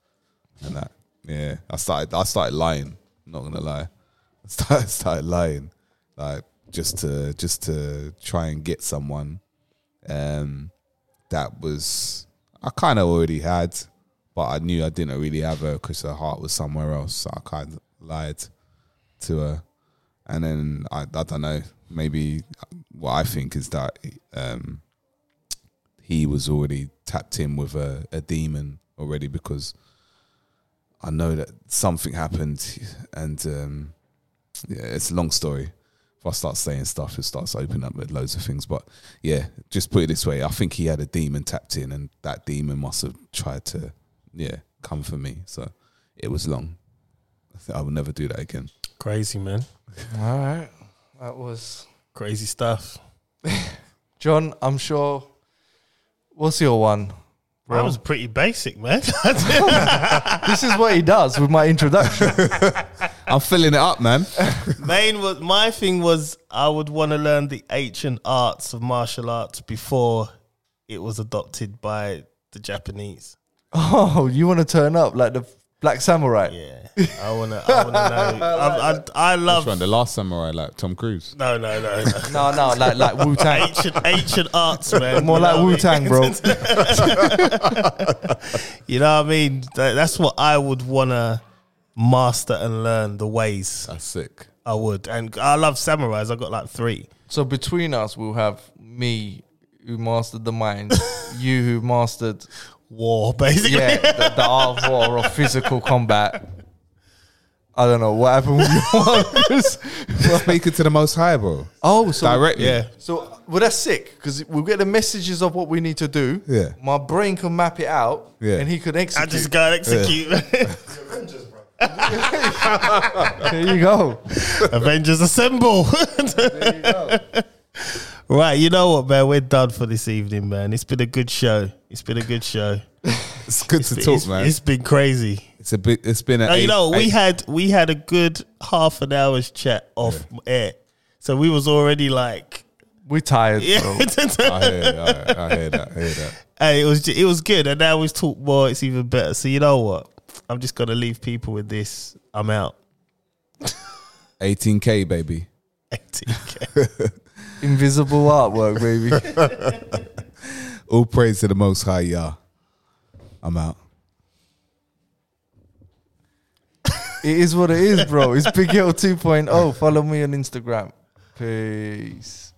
[SPEAKER 1] And that yeah. I started I started lying, not gonna lie. I started started lying. Like just to just to try and get someone um that was I kinda already had but I knew I didn't really have her because her heart was somewhere else. So I kind of lied to her, and then I, I don't know. Maybe what I think is that um, he was already tapped in with a, a demon already because I know that something happened, and um, yeah, it's a long story. If I start saying stuff, it starts opening up with loads of things. But yeah, just put it this way: I think he had a demon tapped in, and that demon must have tried to yeah come for me. So it was long. I th- I will never do that again.
[SPEAKER 2] Crazy man,
[SPEAKER 3] All right, that was
[SPEAKER 2] crazy stuff.
[SPEAKER 3] John. I'm sure. What's your one?
[SPEAKER 2] That was pretty basic, man.
[SPEAKER 3] this is what he does with my introduction.
[SPEAKER 1] I'm filling it up, man.
[SPEAKER 2] Main was my thing was I would want to learn the ancient arts of martial arts before it was adopted by the Japanese.
[SPEAKER 3] oh, you want to turn up like the Black Samurai?
[SPEAKER 2] Yeah, I wanna, I wanna know. I, I, I love.
[SPEAKER 1] the last samurai, like Tom Cruise.
[SPEAKER 2] No, no, no. no.
[SPEAKER 3] No, no, like like Wu Tang.
[SPEAKER 2] ancient, ancient arts, man.
[SPEAKER 3] More
[SPEAKER 2] You know
[SPEAKER 3] like
[SPEAKER 2] what I mean?
[SPEAKER 3] Wu Tang, bro.
[SPEAKER 2] You know what I mean? Tha- That's what I would wanna master and learn the ways.
[SPEAKER 1] That's sick.
[SPEAKER 2] I would, and I love samurais. I got like three.
[SPEAKER 3] So between us, we'll have me who mastered the mind, you who mastered
[SPEAKER 2] War, basically.
[SPEAKER 3] yeah the, the art of war or physical combat. I don't know what happened with your one. 'cause-
[SPEAKER 1] Speaking to the Most High, bro.
[SPEAKER 3] oh, so
[SPEAKER 1] Directly.
[SPEAKER 2] yeah.
[SPEAKER 3] So well, that's sick because we'll get the messages of what we need to do.
[SPEAKER 1] Yeah.
[SPEAKER 3] my brain can map it out,
[SPEAKER 1] Yeah.
[SPEAKER 3] and he can
[SPEAKER 2] I
[SPEAKER 3] execute.
[SPEAKER 2] just gotta execute.
[SPEAKER 3] there you go.
[SPEAKER 2] Avengers Assemble. right, you know what, man? We're done for this evening, man. It's been a good show. It's been a good show.
[SPEAKER 1] It's good to talk,
[SPEAKER 2] It's-
[SPEAKER 1] man.
[SPEAKER 2] it's
[SPEAKER 1] It's,
[SPEAKER 2] been crazy.
[SPEAKER 1] a bit. It's been. A
[SPEAKER 2] Now, you know, we
[SPEAKER 1] have
[SPEAKER 2] had we had a good half an hour's chat off air, so we was already like,
[SPEAKER 3] We're tired,
[SPEAKER 2] yeah,
[SPEAKER 3] bro.
[SPEAKER 1] I hear, I, I hear that. I hear that.
[SPEAKER 2] and it was ju- it was good. And now we've talked more; it's even better. So you know what? I'm just gonna leave people with this. I'm out.
[SPEAKER 1] 18k, baby.
[SPEAKER 2] 18K.
[SPEAKER 3] Invisible artwork, baby.
[SPEAKER 1] All praise to the Most High, Yah. I'm out.
[SPEAKER 3] It oh. is what it is, bro. It's Big L 2.0. Follow me on Instagram. Peace.